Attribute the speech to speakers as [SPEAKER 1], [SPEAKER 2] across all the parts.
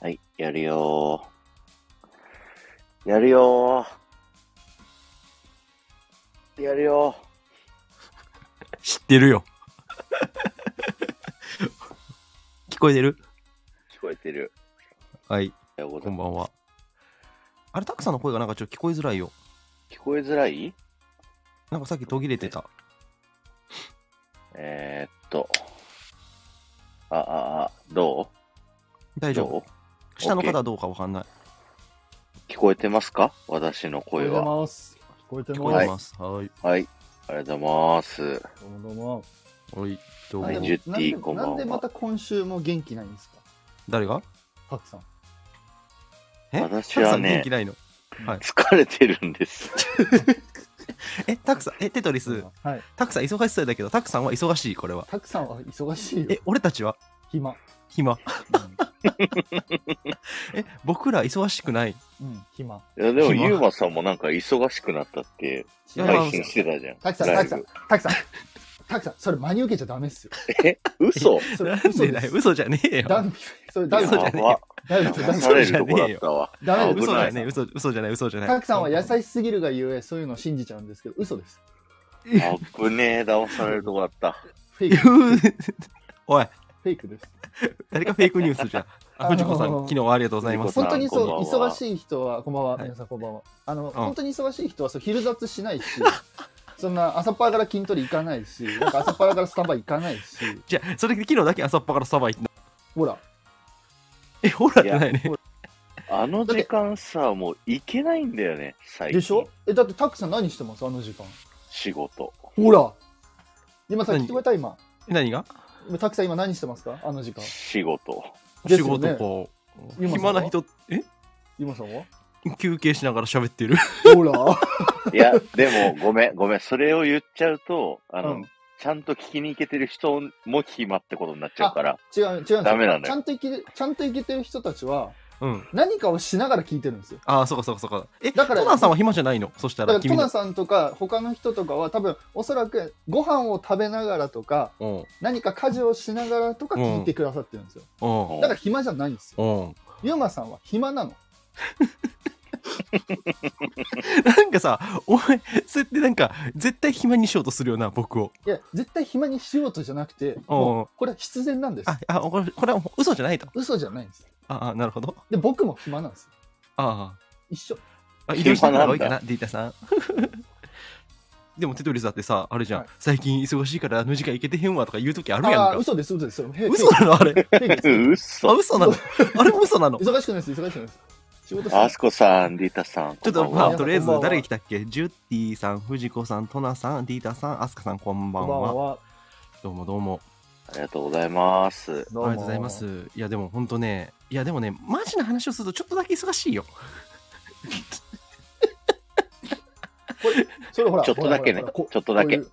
[SPEAKER 1] はい、やるよー。やるよー。やるよ
[SPEAKER 2] 知ってるよ。 聞こえてる
[SPEAKER 1] ー。聞こえてる。
[SPEAKER 2] はい、
[SPEAKER 1] おはようござ
[SPEAKER 2] こ
[SPEAKER 1] い
[SPEAKER 2] ん
[SPEAKER 1] ま
[SPEAKER 2] ばんは。あれ、たくさんの声がなんかちょっと聞こえづらいよ。
[SPEAKER 1] す聞こえづらい
[SPEAKER 2] なんかさっき途切れてた。
[SPEAKER 1] えー、っと。あ、あ、あ、どう
[SPEAKER 2] 大丈夫
[SPEAKER 1] どう
[SPEAKER 2] 下の方
[SPEAKER 1] OK
[SPEAKER 2] はどうかわかんない。
[SPEAKER 1] 聞こえてますか私の声
[SPEAKER 3] 聞
[SPEAKER 1] は。
[SPEAKER 3] こえてます。聞こえて
[SPEAKER 2] 聞
[SPEAKER 3] ま
[SPEAKER 2] こえてます。はい。
[SPEAKER 1] はい。ありがとうございます。
[SPEAKER 3] す。どうもどうも。
[SPEAKER 2] はい、どう
[SPEAKER 1] は
[SPEAKER 2] も
[SPEAKER 1] い
[SPEAKER 3] でも
[SPEAKER 1] ジュッティ
[SPEAKER 3] なんで
[SPEAKER 1] こんばんは
[SPEAKER 3] なんでまた今週も元気ないんですか
[SPEAKER 2] 誰が
[SPEAKER 3] パクさん。
[SPEAKER 2] え
[SPEAKER 1] 私
[SPEAKER 2] たくさ
[SPEAKER 1] は
[SPEAKER 2] ん元
[SPEAKER 1] ね
[SPEAKER 2] 気、ないの。はい。
[SPEAKER 1] 疲れてるんです。
[SPEAKER 2] え、たくさん、え、テトリス、
[SPEAKER 3] はい。
[SPEAKER 2] たくさん忙しそうだけど、たくさんは忙しい、これは。
[SPEAKER 3] タクさんは忙しいよ
[SPEAKER 2] え。、俺たちは
[SPEAKER 3] 暇。
[SPEAKER 2] 暇。
[SPEAKER 3] う
[SPEAKER 2] え、僕ら忙しくない。
[SPEAKER 3] ん、うん、暇。
[SPEAKER 1] いやでも、
[SPEAKER 2] 暇
[SPEAKER 1] ゆうまさんもなんか忙しくなったって
[SPEAKER 3] 違
[SPEAKER 2] いや
[SPEAKER 1] 配
[SPEAKER 3] う。
[SPEAKER 1] 信してたじゃん。
[SPEAKER 3] タクさん、
[SPEAKER 1] ライ
[SPEAKER 3] タクさん
[SPEAKER 1] ブ。、
[SPEAKER 3] タクさん。タクさん、それ真に受けちゃダメっすよ。
[SPEAKER 1] え嘘
[SPEAKER 3] それ
[SPEAKER 2] なん
[SPEAKER 3] 嘘
[SPEAKER 2] で
[SPEAKER 3] で
[SPEAKER 2] だよ
[SPEAKER 3] す。
[SPEAKER 2] 嘘じゃねえ
[SPEAKER 3] ダ
[SPEAKER 2] よ。
[SPEAKER 3] メ、それダメ
[SPEAKER 1] や
[SPEAKER 2] 嘘じゃ
[SPEAKER 1] ば
[SPEAKER 2] ねえ
[SPEAKER 3] だ
[SPEAKER 1] 騙
[SPEAKER 2] よ。
[SPEAKER 3] ダメだダメ
[SPEAKER 1] さ
[SPEAKER 3] だ
[SPEAKER 1] れるとこだったわ。
[SPEAKER 3] ダメ
[SPEAKER 1] あ
[SPEAKER 3] です
[SPEAKER 1] 危
[SPEAKER 2] 嘘
[SPEAKER 1] な
[SPEAKER 2] じ
[SPEAKER 1] い
[SPEAKER 2] ゃねえ、嘘、嘘じゃない、嘘じゃな
[SPEAKER 3] タ
[SPEAKER 2] い。
[SPEAKER 3] クさんは優しすぎるがゆえ、そういうのを信じちゃうんですけど、嘘です。
[SPEAKER 1] 危ねえ、騙されるとこだった。
[SPEAKER 3] フェイク、 フ
[SPEAKER 2] おい、
[SPEAKER 3] ェイクです。
[SPEAKER 2] 誰かフェイクニュースじゃん。 あ、
[SPEAKER 3] あのー
[SPEAKER 2] 藤子さん、昨日はありがとうございます
[SPEAKER 1] さん。
[SPEAKER 3] 本当に
[SPEAKER 1] こんば
[SPEAKER 3] そ
[SPEAKER 1] ん
[SPEAKER 3] う、
[SPEAKER 1] は
[SPEAKER 3] 忙しい人は、こんばんは、
[SPEAKER 2] はい
[SPEAKER 3] 皆さんこんばんは。あの、本当に忙しい人は、そう、昼雑しないし、そんな朝っぱらから筋トレ行かないし、なんか朝っぱらからスタバ行かないし、
[SPEAKER 2] じゃあ、それで昨日だけ朝っぱからサバ行った。
[SPEAKER 3] ほら、
[SPEAKER 2] え、ほらじゃないね
[SPEAKER 3] いや。
[SPEAKER 1] あの時間さ、もう行けないんだよね、最近。
[SPEAKER 3] でしょえ、だってタックさん何してますあの時間。
[SPEAKER 1] 仕事。
[SPEAKER 3] ほら今さ、
[SPEAKER 2] 何
[SPEAKER 3] 聞こえた今。
[SPEAKER 2] 何が
[SPEAKER 3] タックさん今何してますかあの時間。
[SPEAKER 1] 仕事。
[SPEAKER 3] で
[SPEAKER 2] 仕
[SPEAKER 3] すよね
[SPEAKER 2] 事こう。
[SPEAKER 3] ゆうまさん
[SPEAKER 2] 暇
[SPEAKER 3] は
[SPEAKER 2] な人、え
[SPEAKER 3] ゆまさんは
[SPEAKER 2] 休憩しながら喋ってる。
[SPEAKER 3] ほら
[SPEAKER 1] いや、でも、ごめん、ごめん。それを言っちゃうと、あの、
[SPEAKER 3] うん
[SPEAKER 1] ちゃんと聞きに行けてる人も暇ってことになっちゃうから。
[SPEAKER 3] 違う、違うんですよ
[SPEAKER 1] ダメなのよ
[SPEAKER 3] ちゃんと生きて、ちゃんと生きてる人たちは、
[SPEAKER 2] うん。
[SPEAKER 3] 何かをしながら聞いてるんですよ。
[SPEAKER 2] ああ、そうかそうかそうか。え、
[SPEAKER 3] だから
[SPEAKER 2] トナさんは暇じゃないのそした
[SPEAKER 3] だかららト
[SPEAKER 2] 君
[SPEAKER 3] ナ
[SPEAKER 2] の。
[SPEAKER 3] さんとか他の人とかは多分おそらくご飯を食べながらとか
[SPEAKER 2] うん。
[SPEAKER 3] 何か家事をしながらとか聞いてくださってるんですよ、
[SPEAKER 2] うん。
[SPEAKER 3] だから暇じゃないんですよ
[SPEAKER 2] うん。
[SPEAKER 3] ユうマさんは暇なの
[SPEAKER 2] なんかさ、お前、そうやってなんか、絶対暇にしようとするよな、僕を。
[SPEAKER 3] いや絶対暇にしようとじゃなくてもうこれは必然なんです
[SPEAKER 2] あ、あ、これ、これは嘘じゃないと。
[SPEAKER 3] 嘘じゃないんです
[SPEAKER 2] ああ、なるほど。
[SPEAKER 3] で僕も暇なんですよ
[SPEAKER 2] ああ。
[SPEAKER 3] 一緒
[SPEAKER 2] あ移動した方が多いかな、ディータさん。 でもテトリスだってさ、あれじゃん、
[SPEAKER 3] はい
[SPEAKER 2] 最近忙しいからあの時間行けてへんわとか言う時あるやん
[SPEAKER 3] ああ
[SPEAKER 2] か。
[SPEAKER 3] 嘘です嘘ですそれ
[SPEAKER 2] 嘘なのあれ。
[SPEAKER 3] フェイクですフェイクで
[SPEAKER 2] あ、
[SPEAKER 1] 嘘。
[SPEAKER 2] 嘘なの。あれも嘘なの。ち
[SPEAKER 3] す忙しくないです忙しくないです仕事してな
[SPEAKER 1] あ
[SPEAKER 3] い
[SPEAKER 1] すこさん、ディータさん。
[SPEAKER 2] ょっ
[SPEAKER 1] こ
[SPEAKER 2] と、
[SPEAKER 1] んばん
[SPEAKER 2] ま
[SPEAKER 1] は
[SPEAKER 2] あ、とりあえず
[SPEAKER 3] こんばん、は
[SPEAKER 2] 誰が来たっけジュッティさん、藤子さん、トナさん、ディータさん、アスカさん、こんば
[SPEAKER 3] こ
[SPEAKER 2] ん
[SPEAKER 3] んばん
[SPEAKER 2] は。
[SPEAKER 3] は
[SPEAKER 2] どうもどうも。
[SPEAKER 1] ありがとうございます。
[SPEAKER 2] あり
[SPEAKER 3] ども
[SPEAKER 2] がとうございます。いや、でも本当ね、いや、でもね、マジな話をするとちょっとだけ忙しいよ。
[SPEAKER 3] それほら
[SPEAKER 1] ちょっとだけね
[SPEAKER 3] ほらほらほらこ
[SPEAKER 1] ちょっとだけ
[SPEAKER 3] こういう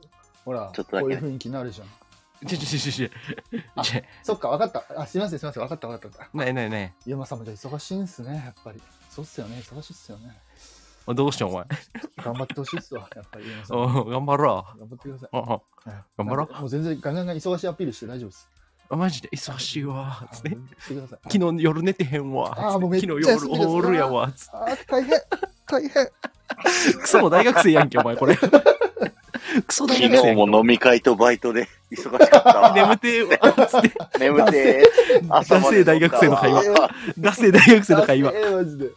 [SPEAKER 3] ほら
[SPEAKER 1] ちょっとだけ
[SPEAKER 3] こう
[SPEAKER 1] ね
[SPEAKER 3] いう雰囲気になるじゃん
[SPEAKER 2] ちょちょちょちょちょ
[SPEAKER 3] あ
[SPEAKER 2] ちょ。
[SPEAKER 3] そっか分かったあすいませんすいません分かった分かった
[SPEAKER 2] ねえねえね
[SPEAKER 3] ゆうまさんもじゃあ忙しいんすね、やっぱり。そうっすよね、忙しいっすよね。
[SPEAKER 2] え。どうしてお前。
[SPEAKER 3] 頑張ってほしいっすわ、やっぱりゆうまさん。頑
[SPEAKER 2] お頑張ろう。
[SPEAKER 3] 張ってください。
[SPEAKER 2] おお頑張ろう
[SPEAKER 3] う。もう全然ガンガンガン忙しいアピールして大丈夫です。
[SPEAKER 2] あマジで忙しいわ。つって
[SPEAKER 3] あ。してください。
[SPEAKER 2] 昨日夜寝てへんわ。
[SPEAKER 3] あーもうめっちゃ
[SPEAKER 2] 昨日
[SPEAKER 3] 休みです
[SPEAKER 2] 夜オールやわ。つっ
[SPEAKER 3] あー、大変、大変。
[SPEAKER 2] てクソの大学生やんけ、お前 これ。ク
[SPEAKER 1] 昨日
[SPEAKER 2] ソ大学生やんけ。
[SPEAKER 1] も飲み会とバイトで忙しかったわ。
[SPEAKER 2] 眠てえわ。つって。
[SPEAKER 1] 眠てー。朝まで飲んだわ
[SPEAKER 2] ダセー大学生の会話。ダセえ大学生の会話。
[SPEAKER 3] え、マジで。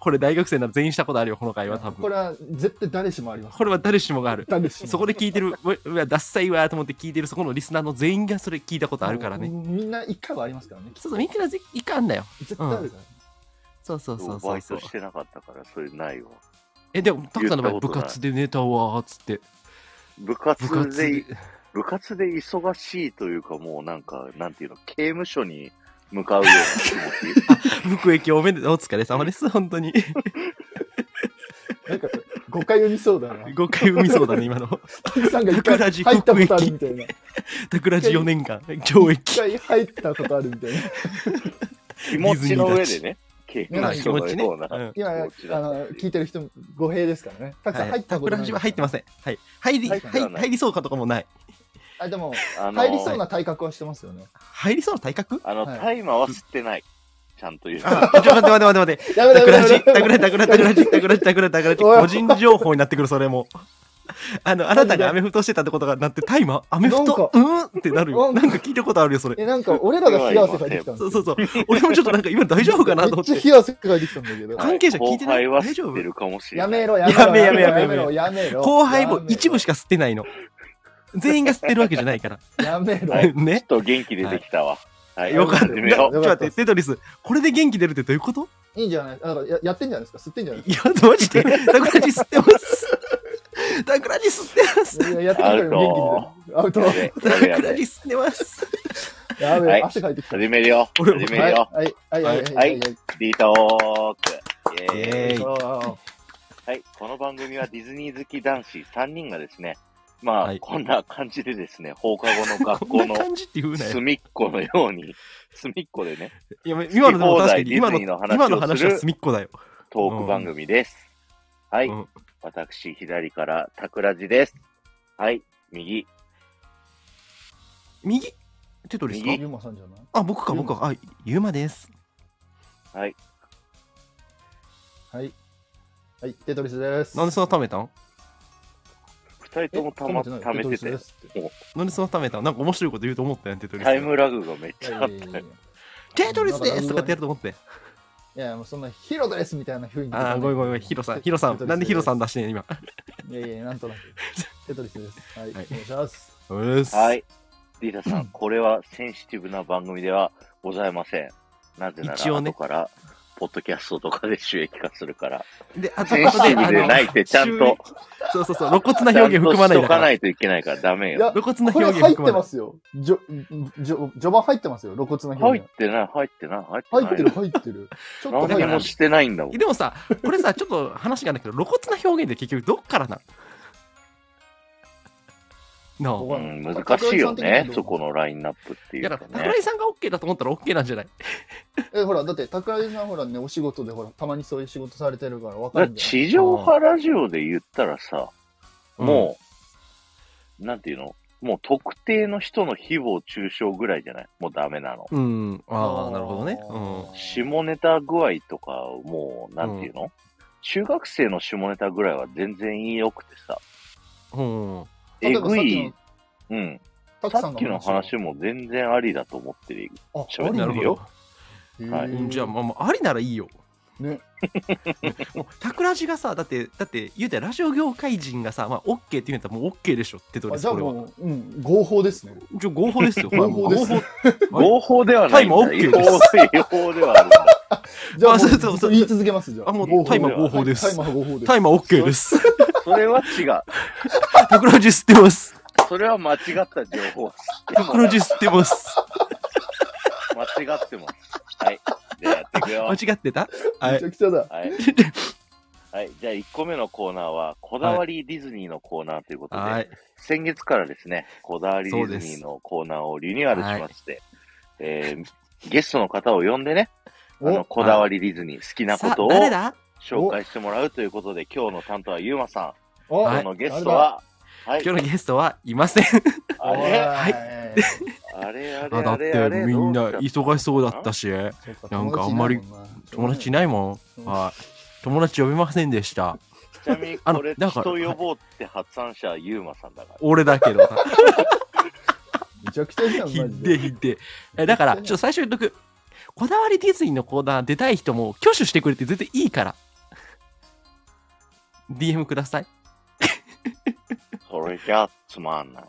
[SPEAKER 2] これ大学生なら全員したことあるよ、この会話多
[SPEAKER 3] こ
[SPEAKER 2] 分。
[SPEAKER 3] れは絶対誰しもあります。
[SPEAKER 2] これは誰しもがある。
[SPEAKER 3] 誰しも。
[SPEAKER 2] そこで聞いてる、ううわ、ダッサいわと思って聞いてる、そこのリスナーの全員がそれ聞いたことあるからね。
[SPEAKER 3] もうみんな一回はありますからね。
[SPEAKER 2] そうそう、みんなぜいかんだよ。
[SPEAKER 3] 絶対あるからね。
[SPEAKER 2] そうそうそうそ
[SPEAKER 1] バ
[SPEAKER 2] う
[SPEAKER 1] イ
[SPEAKER 2] そ
[SPEAKER 1] ト
[SPEAKER 2] う。
[SPEAKER 1] してなかったから、それないわ。
[SPEAKER 2] え、でも、たくさんの場
[SPEAKER 1] 言
[SPEAKER 2] 合、
[SPEAKER 1] ったこ
[SPEAKER 2] 部
[SPEAKER 1] とない
[SPEAKER 2] 活で寝たわーつって。
[SPEAKER 1] 部
[SPEAKER 2] 部
[SPEAKER 1] 活
[SPEAKER 2] 活
[SPEAKER 1] で
[SPEAKER 2] で、。
[SPEAKER 1] 部活で忙しいというか、もうなんか、なんていうの、刑務所に向かうような気持ち。
[SPEAKER 2] 服役おめでとう、お疲れ様です、本当 に。
[SPEAKER 3] なんか、誤解読みそうだ な。
[SPEAKER 2] 5回生みそうだね、今の。
[SPEAKER 3] たくさんが一回
[SPEAKER 2] 桜地
[SPEAKER 3] 入ったことあるみたいな。
[SPEAKER 2] 桜地4年間、懲
[SPEAKER 3] 一
[SPEAKER 2] 役。
[SPEAKER 3] 回入ったことあるみたいな。
[SPEAKER 1] 気持ちの上でね、刑
[SPEAKER 3] まあ
[SPEAKER 1] 務
[SPEAKER 3] 気
[SPEAKER 1] 所
[SPEAKER 2] 持
[SPEAKER 1] の
[SPEAKER 2] ちね
[SPEAKER 1] ような
[SPEAKER 2] うん
[SPEAKER 3] 今、あの、聞いてる人、語弊ですからね。たくさん入ったこと
[SPEAKER 2] 桜
[SPEAKER 3] ない
[SPEAKER 2] 地は入ってません。はい。入り、
[SPEAKER 1] 入
[SPEAKER 2] 入
[SPEAKER 1] ってはない
[SPEAKER 2] 入りそうかとかもない。
[SPEAKER 3] あ、でも、
[SPEAKER 1] あの
[SPEAKER 3] 入りそう
[SPEAKER 1] ー、
[SPEAKER 3] な体格はしてますよね。
[SPEAKER 2] 入りそうな体格
[SPEAKER 1] あの、
[SPEAKER 3] はい
[SPEAKER 1] 大麻は吸ってない。ちゃんと言う。
[SPEAKER 2] あちょ、待って待って待って 待って。
[SPEAKER 3] やめ
[SPEAKER 2] タ
[SPEAKER 3] ろ
[SPEAKER 2] クラ
[SPEAKER 3] やめろ
[SPEAKER 2] ジ、
[SPEAKER 3] やめ
[SPEAKER 2] タ
[SPEAKER 3] ろ
[SPEAKER 2] クラジ、タクラジ、タクラジ、タクラジ、タクラジ、タクラジ、
[SPEAKER 3] おい
[SPEAKER 2] 個人情報になってくる、それも。あの、あなたがアメフトしてたってことがなって、タイマーアメフ
[SPEAKER 3] なん
[SPEAKER 2] ト
[SPEAKER 3] か
[SPEAKER 2] うんってなるよ。
[SPEAKER 3] な
[SPEAKER 2] なん
[SPEAKER 3] か
[SPEAKER 2] んか聞いたことあるよ、それ。
[SPEAKER 3] え、なんか俺らが冷や汗かいてきたんだ
[SPEAKER 2] そ
[SPEAKER 3] けど
[SPEAKER 2] うそうそう。俺もちょっとなんか今大丈夫かなと思って
[SPEAKER 3] めっ。ちゃ冷や汗かいてきたんだけど。
[SPEAKER 1] はい
[SPEAKER 2] 関係者聞いてな
[SPEAKER 1] 後
[SPEAKER 2] い
[SPEAKER 1] 輩は知ってるかもしれな
[SPEAKER 3] や
[SPEAKER 1] い。
[SPEAKER 3] めろ、や
[SPEAKER 2] やめ
[SPEAKER 3] め
[SPEAKER 2] ろ
[SPEAKER 3] ろ、
[SPEAKER 2] やめろ
[SPEAKER 3] やめろ。
[SPEAKER 2] 後輩も一部しか吸ってないの。全員が吸ってるわけじゃないから。
[SPEAKER 3] やめろ。
[SPEAKER 1] はいちょ
[SPEAKER 2] ね
[SPEAKER 1] っ。と元気出てきたわ。はいい。
[SPEAKER 2] よかった。
[SPEAKER 1] 始
[SPEAKER 2] な
[SPEAKER 1] め
[SPEAKER 2] ちょ
[SPEAKER 1] よ
[SPEAKER 2] っ
[SPEAKER 1] う
[SPEAKER 2] と待って、テトリス、これで元気出るってどういうこと
[SPEAKER 3] いいんじゃないだからややってんじゃないですか吸ってんじゃないで
[SPEAKER 2] いや、マジで、タクラジ吸って ます。タクラジ吸ってます
[SPEAKER 3] す。かいややってるから元気出てる。アウト。
[SPEAKER 1] やべ
[SPEAKER 2] タ
[SPEAKER 1] や
[SPEAKER 2] ク
[SPEAKER 1] べや
[SPEAKER 2] ラジ
[SPEAKER 1] べ。
[SPEAKER 2] 吸ってます。
[SPEAKER 3] やべ
[SPEAKER 1] は
[SPEAKER 3] え、
[SPEAKER 1] い
[SPEAKER 3] 汗かいてきた。
[SPEAKER 1] 始めるよ。
[SPEAKER 2] 俺
[SPEAKER 1] 始め
[SPEAKER 3] は
[SPEAKER 1] る
[SPEAKER 3] い、
[SPEAKER 1] よ。
[SPEAKER 3] はい、はい、はい、はいはい。
[SPEAKER 1] ディートーク。イエーイ
[SPEAKER 2] えーい
[SPEAKER 3] は
[SPEAKER 1] はい。この番組はディズニー好き男子3人がですね、まあ、
[SPEAKER 2] はい
[SPEAKER 1] こんな感じでですね、放課後の学
[SPEAKER 2] こ
[SPEAKER 1] 校
[SPEAKER 2] ん
[SPEAKER 1] の
[SPEAKER 2] な感じって言うなよ。
[SPEAKER 1] 隅っこのように、隅っこでね、
[SPEAKER 2] いや今のでも確かに、
[SPEAKER 1] 好き放題ディズ
[SPEAKER 2] 今の
[SPEAKER 1] ニーの話をする
[SPEAKER 2] 今の話は隅っこだよ。
[SPEAKER 1] トーク番組です。はい。
[SPEAKER 2] うん
[SPEAKER 1] 私、左から、桜地です。はい。右。
[SPEAKER 2] 右テトリス
[SPEAKER 3] い。
[SPEAKER 1] え
[SPEAKER 2] か
[SPEAKER 1] 右
[SPEAKER 3] ゆうまさんじゃない
[SPEAKER 2] あ、僕か、
[SPEAKER 3] ユウマ
[SPEAKER 2] 僕か。あ、ユウマです。
[SPEAKER 1] はい。
[SPEAKER 3] はい。はい、テトリスです。
[SPEAKER 2] なんでそんな溜めたん
[SPEAKER 1] 二人ともた
[SPEAKER 3] え
[SPEAKER 1] ま、
[SPEAKER 3] 止
[SPEAKER 1] 貯
[SPEAKER 3] ない
[SPEAKER 1] めてて、。
[SPEAKER 2] なんでそんな溜めたんなんか面白いこと言うと思ったやん、テトリス
[SPEAKER 1] タイム
[SPEAKER 2] が。
[SPEAKER 1] ラグがめっ
[SPEAKER 3] テ
[SPEAKER 1] ちゃあ
[SPEAKER 3] ト
[SPEAKER 1] っ
[SPEAKER 3] リスですっていやいやい
[SPEAKER 1] たよ
[SPEAKER 2] テ
[SPEAKER 3] やい。
[SPEAKER 2] トリスですとかってやると思って。
[SPEAKER 3] やいや、もうそんなヒロですみたいな雰囲気。
[SPEAKER 2] あー、ごめんごめんごめん、ヒロさん、ヒロさん。なんでヒロさん出してんねん今。
[SPEAKER 3] いやいや、な んとなく。テトリスです。はい、お
[SPEAKER 2] はい
[SPEAKER 3] 願いします。
[SPEAKER 2] うっす
[SPEAKER 1] はい。リーダさん、これはセンシティブな番組ではございません。なぜな
[SPEAKER 2] 一
[SPEAKER 1] ら、
[SPEAKER 2] 応ね
[SPEAKER 1] 後から、ポッドキャストとかで収益化するから、
[SPEAKER 2] で、あと、
[SPEAKER 1] センシティブでないってちゃんと、
[SPEAKER 2] そうそうそう、露骨
[SPEAKER 1] ちゃ
[SPEAKER 2] な表
[SPEAKER 1] ん
[SPEAKER 2] 現
[SPEAKER 1] と
[SPEAKER 2] 含ま
[SPEAKER 1] し
[SPEAKER 2] ない
[SPEAKER 1] と
[SPEAKER 2] んだか
[SPEAKER 1] からな。いといけないからダメ
[SPEAKER 3] い
[SPEAKER 1] よ。
[SPEAKER 3] や、
[SPEAKER 2] 露骨な
[SPEAKER 3] こ
[SPEAKER 2] 表
[SPEAKER 3] れ
[SPEAKER 2] 現
[SPEAKER 3] 入っ
[SPEAKER 2] 含ま
[SPEAKER 3] て
[SPEAKER 2] な
[SPEAKER 3] ま
[SPEAKER 2] い。
[SPEAKER 3] すよ。じょ、じょ、序盤入ってますよ。露骨な
[SPEAKER 1] 入
[SPEAKER 3] 表
[SPEAKER 1] っ
[SPEAKER 3] 現。
[SPEAKER 1] てない、入ってない、入ってない。
[SPEAKER 3] 入ってる、入ってる。ちょっと入
[SPEAKER 1] 何
[SPEAKER 3] って
[SPEAKER 1] に
[SPEAKER 3] る
[SPEAKER 1] も。してないんだもん。
[SPEAKER 2] でもさ、これさ、ちょっと話があるんだけど、露骨な表現で結局どっからなの
[SPEAKER 1] う
[SPEAKER 3] わか
[SPEAKER 1] ん、
[SPEAKER 3] んない
[SPEAKER 1] 難しいよね、そ
[SPEAKER 3] 桜井さん的にはどう
[SPEAKER 1] このラインナップってい
[SPEAKER 2] だ
[SPEAKER 1] う
[SPEAKER 2] から、
[SPEAKER 1] か
[SPEAKER 2] 桜
[SPEAKER 1] ね。
[SPEAKER 2] 井さんが OK だと思ったら OK なんじゃない
[SPEAKER 3] え、ほら、だって、桜井さんほらね、お仕事でほら、たまにそういう仕事されてるから、わ
[SPEAKER 1] だ
[SPEAKER 3] か
[SPEAKER 1] から
[SPEAKER 3] るんじゃない
[SPEAKER 1] 地上波ラジオで言ったらさ、もう、なんていうのもう特定の人の誹謗中傷ぐらいじゃないもうダメなの。
[SPEAKER 2] うん。うん。ああ、なるほどね。う
[SPEAKER 1] 下ネタ具合とか、もう、なんていうの、中学生の下ネタぐらいは全然良くてさ、
[SPEAKER 2] ん。うん。
[SPEAKER 1] え
[SPEAKER 3] 例ば
[SPEAKER 1] ぐい、うん。
[SPEAKER 3] さっきの、
[SPEAKER 1] さっきの話も全然ありだと思 ってる。
[SPEAKER 3] あ、
[SPEAKER 1] 喋って
[SPEAKER 2] なる
[SPEAKER 1] る
[SPEAKER 2] ほ
[SPEAKER 1] よ
[SPEAKER 2] ど。
[SPEAKER 3] あり
[SPEAKER 1] はい
[SPEAKER 3] へー
[SPEAKER 2] じゃあ、まあまあ、ありならいいよ。
[SPEAKER 3] ね。
[SPEAKER 2] もう、桜地がさ、だって、だって、言うたらラジオ業界人がさ、まあ、OK って言うんだったらもう OK でしょってと
[SPEAKER 3] あ
[SPEAKER 2] り
[SPEAKER 3] じゃあ
[SPEAKER 2] これは。
[SPEAKER 3] もう、うん、合法ですね。
[SPEAKER 2] じゃあ合法ですよ。ほらもう
[SPEAKER 3] 合法です
[SPEAKER 2] 合法。はい
[SPEAKER 1] 合法ではないんだ。
[SPEAKER 2] タイ
[SPEAKER 1] 違
[SPEAKER 2] マー OK
[SPEAKER 1] 法、違法ではあるんだ。
[SPEAKER 3] じゃあも
[SPEAKER 2] あ
[SPEAKER 3] う、
[SPEAKER 2] そうそう
[SPEAKER 3] ずっ
[SPEAKER 2] そう
[SPEAKER 3] と言い続けます、じゃあ。
[SPEAKER 2] あもう
[SPEAKER 3] 合法
[SPEAKER 1] タイマー
[SPEAKER 2] 合法です
[SPEAKER 3] はいタイマー合法です。
[SPEAKER 2] タイマー OK です。
[SPEAKER 1] それは違う。
[SPEAKER 2] 桜地吸ってます。
[SPEAKER 1] それは間違った情報。
[SPEAKER 2] 桜地吸ってます。
[SPEAKER 1] 間違ってます。はい。じゃあやっていくよ。はい。
[SPEAKER 2] 間違ってたは
[SPEAKER 3] め
[SPEAKER 2] い
[SPEAKER 3] ち。ゃくちゃだ。
[SPEAKER 1] はい。じゃあ1個目のコーナーは、こだわりディズニーのコーナーということで、
[SPEAKER 2] はい。
[SPEAKER 1] 先月からですね、こだわりディズニーのコーナーをリニューアルしまして、えーゲストの方を呼んでね、あの
[SPEAKER 3] お、
[SPEAKER 1] こだわりディズニー、好きなことを
[SPEAKER 2] さあ誰だ
[SPEAKER 1] 紹介してもらうということで、今日の担当はゆうまさん。
[SPEAKER 2] は
[SPEAKER 1] 今
[SPEAKER 2] い
[SPEAKER 1] 日のゲストは、はい、
[SPEAKER 2] 今日のゲストはいません。
[SPEAKER 1] あれ
[SPEAKER 2] はい
[SPEAKER 3] い。
[SPEAKER 1] あれあれ
[SPEAKER 2] あだ
[SPEAKER 1] あ
[SPEAKER 2] っ
[SPEAKER 1] れ
[SPEAKER 2] て
[SPEAKER 1] あれ
[SPEAKER 2] みん
[SPEAKER 1] ど
[SPEAKER 2] な
[SPEAKER 1] うしちゃっ
[SPEAKER 2] 忙しそうだったし、
[SPEAKER 3] そうか
[SPEAKER 2] なんかあんまり友達いないもん。
[SPEAKER 3] うん
[SPEAKER 2] はい。友達呼びませんでした。
[SPEAKER 1] ちなみに
[SPEAKER 2] あ
[SPEAKER 1] こ
[SPEAKER 2] の
[SPEAKER 1] れ、
[SPEAKER 2] だ
[SPEAKER 1] 人
[SPEAKER 2] から
[SPEAKER 1] 呼ぼうって発案者はゆうまさんだから。
[SPEAKER 2] 俺だけど。
[SPEAKER 3] めちゃくちゃじゃん、
[SPEAKER 2] ひ
[SPEAKER 3] マ
[SPEAKER 2] っ
[SPEAKER 3] ジ
[SPEAKER 2] で
[SPEAKER 3] で。
[SPEAKER 2] ひっで。えだから、ちょっと最初に言っとく。こだわりディズニーのコーナー出たい人も挙手してくれて全然いいから。DM ください。
[SPEAKER 1] それじゃつまんない。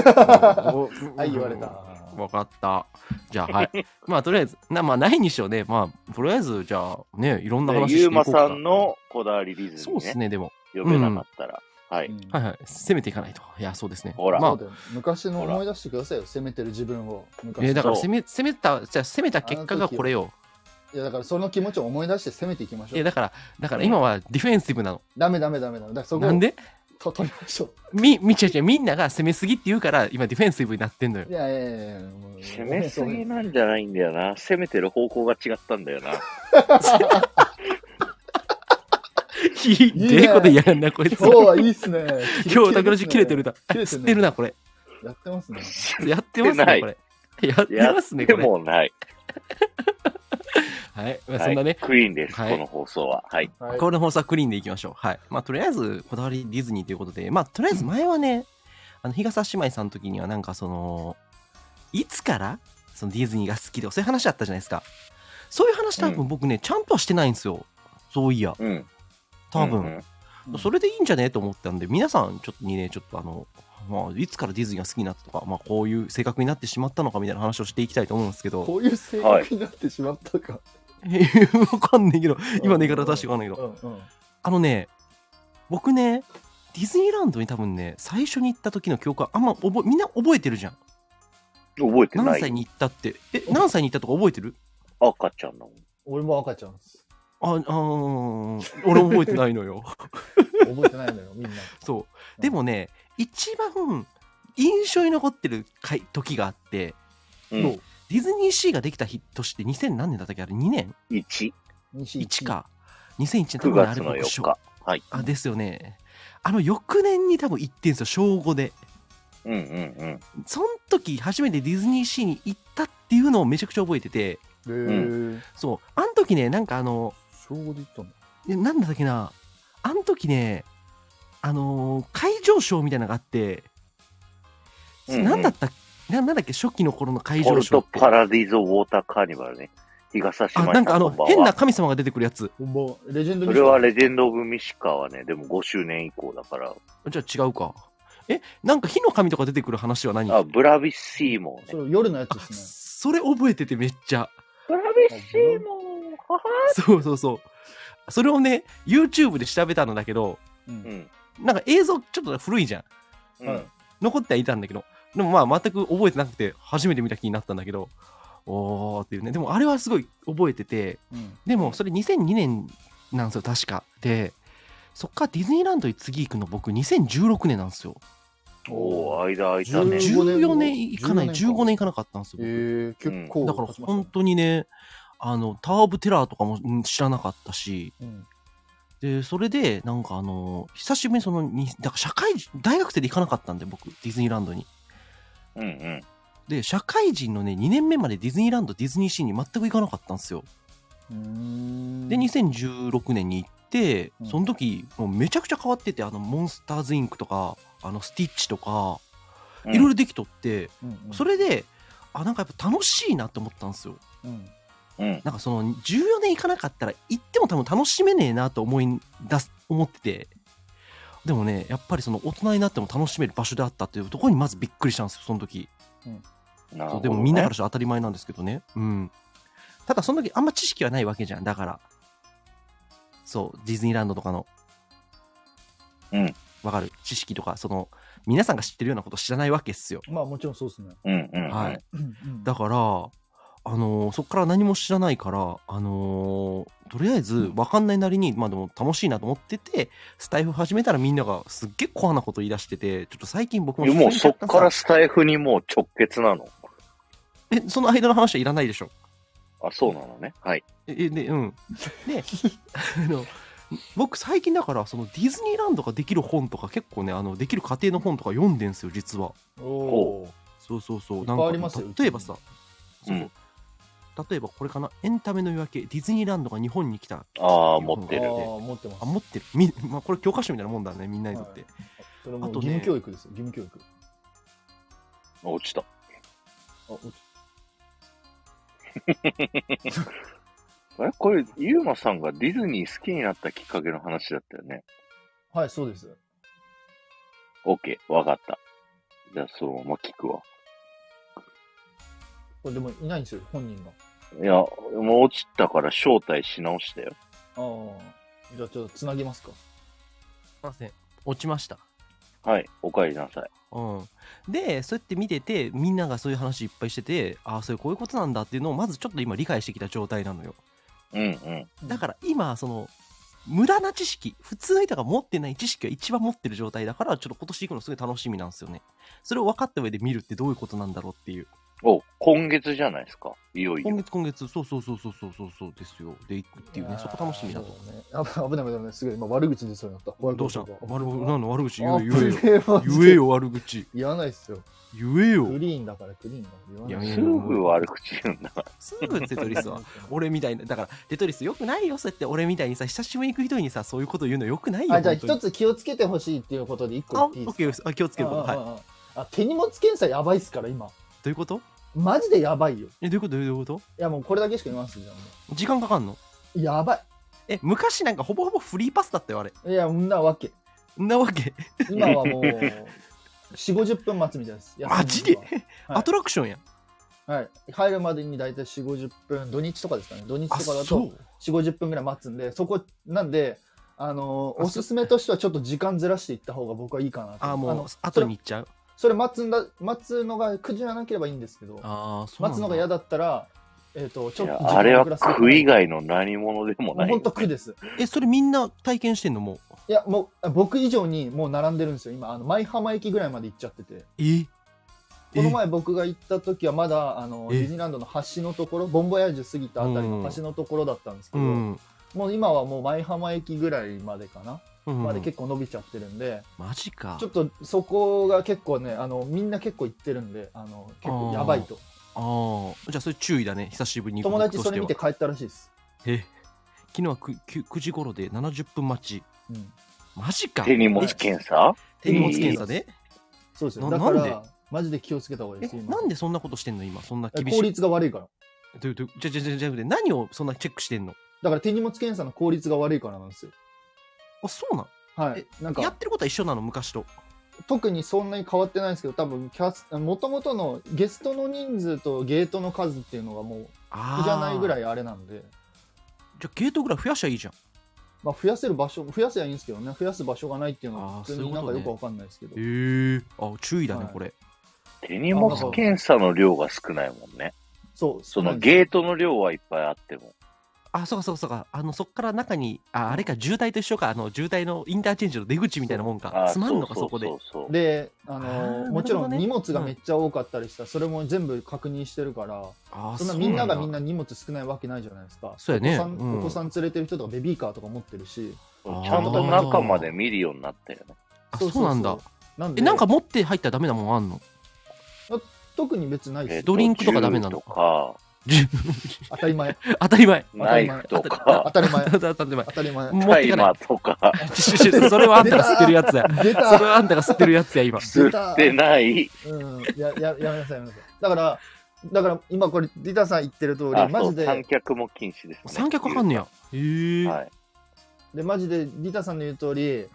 [SPEAKER 3] はい、言われた。
[SPEAKER 2] わかった。じゃあ、はい。 まあ、とりあえず、な、まあ、ないにしろね、まあ、とりあえず、じゃあ、ね、いろんな話してい
[SPEAKER 1] ゆう
[SPEAKER 2] こう
[SPEAKER 1] ま
[SPEAKER 2] か。
[SPEAKER 1] さんのこだわりディズ
[SPEAKER 2] そう
[SPEAKER 1] ニ
[SPEAKER 2] で
[SPEAKER 1] ー
[SPEAKER 2] す
[SPEAKER 1] ね、
[SPEAKER 2] ね、でも。
[SPEAKER 1] 呼べなかったら。はい。
[SPEAKER 3] うん
[SPEAKER 2] はいはい。攻めていかないと。いや、そうですね。
[SPEAKER 1] ほら
[SPEAKER 2] ま
[SPEAKER 3] そ
[SPEAKER 2] あ
[SPEAKER 3] うだ、よ昔の思い出してくださいよ、攻めてる自分を。昔
[SPEAKER 2] えーだから
[SPEAKER 1] そう
[SPEAKER 2] 攻め、攻めた、じゃあ攻めた結果がこれよ。
[SPEAKER 3] いやだからその気持ちを思い出して攻めていきまし
[SPEAKER 2] え
[SPEAKER 3] ょ
[SPEAKER 2] ー
[SPEAKER 3] う。
[SPEAKER 2] だから、だから今はディフェンシブなの。
[SPEAKER 3] ダメダメダメダメ。だからそこ
[SPEAKER 2] なんで
[SPEAKER 3] と取りましょ
[SPEAKER 2] み、みちゃちゃ、みんなが攻めすぎって言うから、今ディフェンシブになってんのよ
[SPEAKER 3] う。い。やいやいやいや、もう
[SPEAKER 1] 攻めすぎなんじゃないんだよな。攻めてる方向が違ったんだよ な。
[SPEAKER 2] ひ
[SPEAKER 3] ね
[SPEAKER 2] でえことやんな、こいつ。
[SPEAKER 3] 今日はいいっすね。
[SPEAKER 2] 今日、タクラジ切れてるな。
[SPEAKER 3] 切れて
[SPEAKER 2] 吸
[SPEAKER 3] る
[SPEAKER 2] っ
[SPEAKER 3] ね
[SPEAKER 2] てるな、これ。
[SPEAKER 3] やってますね。
[SPEAKER 2] やってます
[SPEAKER 1] やってな
[SPEAKER 2] ね、
[SPEAKER 1] い
[SPEAKER 2] これ。やってますね、
[SPEAKER 1] で
[SPEAKER 2] これ。
[SPEAKER 1] もない。
[SPEAKER 2] はい。まあ、そんなね、
[SPEAKER 1] クイーンです、
[SPEAKER 2] はい
[SPEAKER 1] この放送は。はい。
[SPEAKER 3] はい
[SPEAKER 2] これの放送はクリーンでいきましょう。はい。まあ、とりあえず、こだわりディズニーということで、まあ、とりあえず前はね、あの、日傘姉妹さんの時には、なんかその、いつから、そのディズニーが好きで、そういう話あったじゃないですか。そういう話多
[SPEAKER 1] う
[SPEAKER 2] 分僕ね、ちゃんとはしてないんですよ。そういや、
[SPEAKER 1] うん。
[SPEAKER 2] 多分。
[SPEAKER 1] うんうん
[SPEAKER 3] うん
[SPEAKER 2] それでいいんじゃねと思ったんで、皆さん、ちょっとにね、ちょっとあの、まあ、いつからディズニーが好きになったとか、まあ、こういう性格になってしまったのかみたいな話をしていきたいと思うんですけど、
[SPEAKER 3] こういう性格になってしまったか。
[SPEAKER 2] わかんないけど、 今の言い方出してわかんないけど、
[SPEAKER 3] ど。うんうん
[SPEAKER 2] あのね、僕ね、ディズニーランドに多分ね、最初に行った時の記憶はあんま覚え、みんな覚えてるじゃん。
[SPEAKER 1] 覚えてな
[SPEAKER 2] 何
[SPEAKER 1] い。
[SPEAKER 2] 歳に行ったって。え、何歳に行ったとか覚えてる
[SPEAKER 1] 赤ちゃんの。
[SPEAKER 3] 俺も赤ちゃんです。
[SPEAKER 2] あ、あー俺覚えてない のよ。
[SPEAKER 3] 覚えてないのよ、みんな。
[SPEAKER 2] そう。でもね、一番印象に残ってる回時があって、
[SPEAKER 1] う。
[SPEAKER 3] そうん
[SPEAKER 2] ディズニーシーができた日として2000何年だったっけあれ2年
[SPEAKER 1] 1、
[SPEAKER 3] 西
[SPEAKER 2] ?1。か。2001年多
[SPEAKER 1] 9
[SPEAKER 2] 分あ
[SPEAKER 1] 月
[SPEAKER 2] れ
[SPEAKER 1] の4
[SPEAKER 2] 僕小
[SPEAKER 1] 日。はい。
[SPEAKER 2] あ、ですよね。あの翌年に多分行ってんすよ、小5で。
[SPEAKER 1] うんうん
[SPEAKER 2] その時初めてディズニーシーに行ったっていうのをめちゃくちゃ覚えてて、
[SPEAKER 3] へぇ
[SPEAKER 2] そう、あの時ね、なんかあの、
[SPEAKER 3] 小5で言ったの
[SPEAKER 2] えなんだっけな、あの時ね、あのー会場賞みたいなのがあって、
[SPEAKER 1] うんうん
[SPEAKER 2] なんだったななんだっけ、初期の頃の
[SPEAKER 1] う
[SPEAKER 2] 会
[SPEAKER 1] ん。ポ
[SPEAKER 2] 場
[SPEAKER 1] ル
[SPEAKER 2] 賞
[SPEAKER 1] ト
[SPEAKER 2] って。
[SPEAKER 1] パラディゾウォーターカーニバルね。日傘姉
[SPEAKER 2] あ、
[SPEAKER 1] 妹
[SPEAKER 2] な
[SPEAKER 1] さ
[SPEAKER 2] ん
[SPEAKER 1] ん
[SPEAKER 2] かあ
[SPEAKER 1] こ
[SPEAKER 2] の
[SPEAKER 1] んばんは。
[SPEAKER 2] 変な神様が出てくるやつ。
[SPEAKER 3] ほんま、レジェンド
[SPEAKER 1] それはレジェンド・オブ・ミシカはね、でも5周年以降だから。
[SPEAKER 2] じゃあ違うか。え、なんか火の神とか出てくる話は何
[SPEAKER 1] あ、ブラビス・シーモー
[SPEAKER 3] そ
[SPEAKER 1] ね。
[SPEAKER 3] う夜のやつ
[SPEAKER 2] あ
[SPEAKER 3] です
[SPEAKER 2] そ
[SPEAKER 3] ね。
[SPEAKER 2] れ覚えててめっちゃ。
[SPEAKER 1] ブラビス・シーモーはは
[SPEAKER 2] そうそうそう。それをね、YouTube で調べたんだけど、
[SPEAKER 3] う
[SPEAKER 1] うんん。
[SPEAKER 2] なんか映像ちょっと古いじゃん。
[SPEAKER 1] う
[SPEAKER 3] は
[SPEAKER 1] ん
[SPEAKER 3] い。
[SPEAKER 2] 残ってはいたんだけど、でもまあ全く覚えてなくて、初めて見た気になったんだけど、おーっていうね。でもあれはすごい覚えてて、
[SPEAKER 3] うん
[SPEAKER 2] でもそれ2002年なんですよ、確か。で、そっからディズニーランドに次行くの僕2016年なんですよ。
[SPEAKER 1] おお、間空いたね。
[SPEAKER 3] 15年
[SPEAKER 2] 14
[SPEAKER 3] 後
[SPEAKER 2] 年行かない、
[SPEAKER 3] 15
[SPEAKER 2] 15
[SPEAKER 3] 年
[SPEAKER 2] 年行かなかったんですよ。僕
[SPEAKER 3] えー、結構。
[SPEAKER 2] だから本当にね、あの、タワー・オブ・テラーとかもうん知らなかったし、
[SPEAKER 3] うん。
[SPEAKER 2] で、それで、なんかあの、久しぶりにその、にだから社会人、大学生で行かなかったんで、僕、ディズニーランドに。
[SPEAKER 1] うんうん。
[SPEAKER 2] で、社会人のね、2年目までディズニーランド、ディズニーシーに全く行かなかったんですよ。
[SPEAKER 3] うーん
[SPEAKER 2] で、2016年に行って
[SPEAKER 3] う、ん
[SPEAKER 2] その時、もうめちゃくちゃ変わってて、あの、モンスターズ・インクとか、あの、スティッチとか、
[SPEAKER 1] うん
[SPEAKER 2] いろいろできとって、
[SPEAKER 3] うんうん
[SPEAKER 2] それで、あ、なんかやっぱ楽しいなって思ったんですよ。
[SPEAKER 3] うん
[SPEAKER 1] うん。
[SPEAKER 2] なんかその14年行かなかったら行っても多分楽しめねえなと思い出す思っててでもねやっぱりその大人になっても楽しめる場所であったっていうところにまずびっくりしたんですよその時
[SPEAKER 1] なる
[SPEAKER 2] そ
[SPEAKER 1] ほ
[SPEAKER 2] う
[SPEAKER 1] どね
[SPEAKER 2] でもみんなからしたら当たり前なんですけどねうんただその時あんま知識はないわけじゃんだからそうディズニーランドとかの
[SPEAKER 1] うん
[SPEAKER 2] わかる知識とかその皆さんが知ってるようなこと知らないわけっすよ
[SPEAKER 3] まあもちろんそうですね。
[SPEAKER 1] うんうんうん。
[SPEAKER 2] はい
[SPEAKER 3] うん
[SPEAKER 2] だから、あのーそこから何も知らないから、あのーとりあえず分かんないなりに、まあでも楽しいなと思ってて、スタイフ始めたらみんながすっげえコアなこと言い出してて、ちょっと最近僕も
[SPEAKER 1] いやもうそっから
[SPEAKER 2] さ
[SPEAKER 1] スタイフにもう直結なの。
[SPEAKER 2] え、その間の話はいらないでしょ。
[SPEAKER 1] あ、そうなのね。はい。
[SPEAKER 2] え、えで、うん。で、あの、僕最近だから、そのディズニーランドができる本とか結構ね、あの、できる家庭の本とか読んでんすよ、実は。
[SPEAKER 3] おー
[SPEAKER 2] そうそうそう。
[SPEAKER 3] いっぱいありますよ
[SPEAKER 2] なんか例えばさ、
[SPEAKER 1] うちに
[SPEAKER 2] そう例えばこれかな、エンタメの夜明け、ディズニーランドが日本に来た。
[SPEAKER 1] ああ、持って
[SPEAKER 3] あ
[SPEAKER 1] る。
[SPEAKER 3] ー持ってます
[SPEAKER 2] あ、。持ってる。み、まあ、これ教科書みたいなもんだね、みんなにとって。
[SPEAKER 3] それも
[SPEAKER 2] あと
[SPEAKER 3] 義
[SPEAKER 2] ね
[SPEAKER 3] 務教育ですよ、義務教育。
[SPEAKER 1] 落ちた。
[SPEAKER 3] あ落ち
[SPEAKER 1] あれこれ、ユーマさんがディズニー好きになったきっかけの話だったよね。
[SPEAKER 3] たはい、そうです。
[SPEAKER 1] OK、わかった。じゃあ、そのまま聞くわ。
[SPEAKER 3] これでもいないんですよ、本人が。
[SPEAKER 1] いや、もう落ちたから招待し直したよ。
[SPEAKER 3] ああ。じゃあちょっとつなぎますか。
[SPEAKER 2] すいません。落ちました。
[SPEAKER 1] はい、お帰りなさい。
[SPEAKER 2] うん。で、そうやって見てて、みんながそういう話いっぱいしてて、ああ、それこういうことなんだっていうのを、まずちょっと今理解してきた状態なのよ。
[SPEAKER 1] うんうん。
[SPEAKER 2] だから今、その、無駄な知識、普通の人が持ってない知識が一番持ってる状態だから、ちょっと今年行くのすごい楽しみなんですよね。それを分かった上で見るってどういうことなんだろうっていう。
[SPEAKER 1] お、今月じゃないですか。いよい
[SPEAKER 2] 今
[SPEAKER 1] よ。
[SPEAKER 2] 月今月そうそうそうそうそうそうそうですよで行くっていうねそこ楽しみだと
[SPEAKER 3] ね。あ危ない危ない危ない。すごい今悪口出そうになった。
[SPEAKER 2] どうした悪
[SPEAKER 3] 口
[SPEAKER 2] なんの悪口言
[SPEAKER 3] あ
[SPEAKER 2] えよ言えよ
[SPEAKER 3] プレーは
[SPEAKER 2] 言えよ悪口
[SPEAKER 3] 言わないっすよ。
[SPEAKER 2] 言えよ
[SPEAKER 3] クリーンだからクリーンだから言わない
[SPEAKER 2] やめ
[SPEAKER 3] い。
[SPEAKER 1] すぐ悪口言うんだ。
[SPEAKER 2] すぐテトリスは俺みたいなだからテトリスよくないよそうやって俺みたいにさ久しぶりに行く人にさそういうこと言うのよくないよ
[SPEAKER 3] あ、じゃあ
[SPEAKER 2] 本当
[SPEAKER 3] 一
[SPEAKER 2] に
[SPEAKER 3] つ気をつけてほしいっていうことで一個
[SPEAKER 2] あ
[SPEAKER 3] 言
[SPEAKER 2] オ
[SPEAKER 3] って
[SPEAKER 2] ッケー
[SPEAKER 3] いいです
[SPEAKER 2] ですあ気をつけること
[SPEAKER 3] あ
[SPEAKER 2] はいど
[SPEAKER 3] あああ手荷物検査やばいっすから今。
[SPEAKER 2] ういうこと
[SPEAKER 3] マジでやばいよ。
[SPEAKER 2] えどういうことどういうこと
[SPEAKER 3] いやもうこれだけしか言わんすじゃんも
[SPEAKER 2] 時間かかんの
[SPEAKER 3] う。やば
[SPEAKER 2] え昔なんかほぼほぼフリーパスだったよあれ
[SPEAKER 3] い。いや、んなわけ。
[SPEAKER 2] んなわけ
[SPEAKER 3] 今は もう、4、50分待つみたいです。
[SPEAKER 2] マジで
[SPEAKER 3] 休みの日はい
[SPEAKER 2] アトラクションやん
[SPEAKER 3] ははい。入るまでに大体4、50分、土日とかですかね。土日
[SPEAKER 2] あ
[SPEAKER 3] とかだ
[SPEAKER 2] そ
[SPEAKER 3] と
[SPEAKER 2] う
[SPEAKER 3] 4、50分ぐらい待つんで、そこ、なんで、あの
[SPEAKER 2] あ
[SPEAKER 3] おすすめとしてはちょっと時間ずらしていった方が僕はいいかなと。
[SPEAKER 2] あもう
[SPEAKER 3] の
[SPEAKER 2] 後に行っちゃう
[SPEAKER 3] それ待つんだ、待つのが苦じゃなければいいんですけど、
[SPEAKER 2] ああそう
[SPEAKER 3] 待
[SPEAKER 2] な
[SPEAKER 3] つ
[SPEAKER 2] ん
[SPEAKER 3] の
[SPEAKER 2] だ
[SPEAKER 3] が嫌だったら、えっ、と、ちょ
[SPEAKER 1] い
[SPEAKER 3] っと
[SPEAKER 1] や
[SPEAKER 3] 時
[SPEAKER 1] あれ
[SPEAKER 3] 間
[SPEAKER 1] は
[SPEAKER 3] を遅らせ
[SPEAKER 1] 苦以外の何者でも
[SPEAKER 3] もう
[SPEAKER 1] ない
[SPEAKER 3] 本。当苦です。
[SPEAKER 2] えそれみんな体験してんのもう
[SPEAKER 3] いや、もう、僕以上にもう並んでるんですよ。今、あの、舞浜駅ぐらいまで行っちゃってて。
[SPEAKER 2] え
[SPEAKER 3] この前僕が行った時はまだ、あの、
[SPEAKER 2] え
[SPEAKER 3] ディズニーランドの橋のところ、ボンボヤージュ過ぎたあたりの橋のところだったんですけ
[SPEAKER 2] う
[SPEAKER 3] ど、
[SPEAKER 2] ん、うん
[SPEAKER 3] もう今はもう舞浜駅ぐらいまでかな、
[SPEAKER 2] うん
[SPEAKER 3] まで結構伸びちゃってるんで、
[SPEAKER 2] マジか
[SPEAKER 3] ちょっとそこが結構ね、あの、みんな結構行ってるんで、あの、結構やばいと。
[SPEAKER 2] ああじゃあそれ注意だね久しぶりに行く
[SPEAKER 3] 友達
[SPEAKER 2] 僕
[SPEAKER 3] そ
[SPEAKER 2] と
[SPEAKER 3] れ見
[SPEAKER 2] しては
[SPEAKER 3] 帰ったらしいです。
[SPEAKER 2] え昨日は 9, 9時頃で70分待ち
[SPEAKER 3] うん。
[SPEAKER 2] マジか
[SPEAKER 1] 手荷物検査
[SPEAKER 2] 手荷物検査で
[SPEAKER 3] そうですよ。
[SPEAKER 2] な
[SPEAKER 3] だか
[SPEAKER 2] なんで
[SPEAKER 3] ら、マジで気をつけた方がいい
[SPEAKER 2] え
[SPEAKER 3] です。今
[SPEAKER 2] なんでそんなことしてんの今そんな
[SPEAKER 3] え
[SPEAKER 2] 厳し
[SPEAKER 3] 効
[SPEAKER 2] い
[SPEAKER 3] 率が悪いから。
[SPEAKER 2] どういうどういうじゃじゃじゃじゃじゃ何をそんなチェックしてんの
[SPEAKER 3] だから手荷物検査の効率が悪いからなんですよ。
[SPEAKER 2] あそうなん
[SPEAKER 3] はい。なんか
[SPEAKER 2] やってることは一緒なの昔と
[SPEAKER 3] 特にそんなに変わってないんですけど多分キャス元々のゲストの人数とゲートの数っていうのがもう
[SPEAKER 2] あ
[SPEAKER 3] 苦じゃないぐら
[SPEAKER 2] い
[SPEAKER 3] いあれなんで
[SPEAKER 2] じゃあゲートぐらい増やしゃいいじゃん
[SPEAKER 3] まあ、増やせる場所増やせばいいんですけどね増やす場所がないっていうの
[SPEAKER 2] あー
[SPEAKER 3] は普通
[SPEAKER 2] そうい
[SPEAKER 3] に
[SPEAKER 2] う
[SPEAKER 3] な
[SPEAKER 2] こと
[SPEAKER 3] んか
[SPEAKER 2] ね
[SPEAKER 3] よくわかんないですけど
[SPEAKER 2] ええあ注意だね、
[SPEAKER 3] はい
[SPEAKER 2] これ
[SPEAKER 1] 手荷物検査の量が少ないもんね。
[SPEAKER 3] そう
[SPEAKER 1] その
[SPEAKER 3] ー
[SPEAKER 1] ゲートの量はいっぱいあっても。
[SPEAKER 2] あそうかそうかそうかあのそっから中にああれか渋滞と一緒かあの渋滞のインターチェンジの出口みたいなもんか
[SPEAKER 1] あー
[SPEAKER 2] つまんのかそこで
[SPEAKER 1] そうそうそう
[SPEAKER 3] であの
[SPEAKER 2] あーなるほどね
[SPEAKER 3] もちろん荷物がめっちゃ多かったりしたらそれも全部確認してるから、
[SPEAKER 2] あー
[SPEAKER 3] そんな
[SPEAKER 2] う
[SPEAKER 3] みんなが
[SPEAKER 2] だ
[SPEAKER 3] みんな荷物少ないわけないじゃないですか
[SPEAKER 2] そうやね
[SPEAKER 3] お子さん
[SPEAKER 2] うん
[SPEAKER 3] お子さん連れてる人とかベビーカーとか持ってるし
[SPEAKER 1] そうちゃんと中まで見るようになったよね。
[SPEAKER 2] あそうなんだ
[SPEAKER 3] そうなん
[SPEAKER 2] え
[SPEAKER 3] で
[SPEAKER 2] なんか持って入ったらダメなもんあんの
[SPEAKER 3] 特に別にないです
[SPEAKER 1] えっ
[SPEAKER 3] よ
[SPEAKER 1] と
[SPEAKER 2] ドリンクとかダメなの
[SPEAKER 1] 銃とか、
[SPEAKER 3] 当たり前
[SPEAKER 2] 当たり前
[SPEAKER 1] ナイフと
[SPEAKER 3] 当
[SPEAKER 1] か、
[SPEAKER 3] たり前
[SPEAKER 2] 当たり前
[SPEAKER 3] 当たり 前
[SPEAKER 2] 持っ
[SPEAKER 1] タ
[SPEAKER 2] て
[SPEAKER 1] イ
[SPEAKER 2] か
[SPEAKER 1] マ
[SPEAKER 2] ない
[SPEAKER 1] ーとか、
[SPEAKER 2] ちょちょ それはあんたが吸ってるやつや
[SPEAKER 3] 出
[SPEAKER 2] それ
[SPEAKER 3] た、
[SPEAKER 2] はあんたが吸ってるやつや 今
[SPEAKER 3] 出
[SPEAKER 1] 吸
[SPEAKER 3] た
[SPEAKER 1] ってない。
[SPEAKER 3] うん、やややめなさいやめなさいだからだから今これリタさん言ってる通り
[SPEAKER 1] あ
[SPEAKER 3] マ
[SPEAKER 1] そう
[SPEAKER 3] ジ
[SPEAKER 1] 三
[SPEAKER 3] で
[SPEAKER 1] 脚も禁止ですね。
[SPEAKER 2] 三脚かかんねやへえ、
[SPEAKER 1] はい。
[SPEAKER 3] でマジでリタさんの言う通り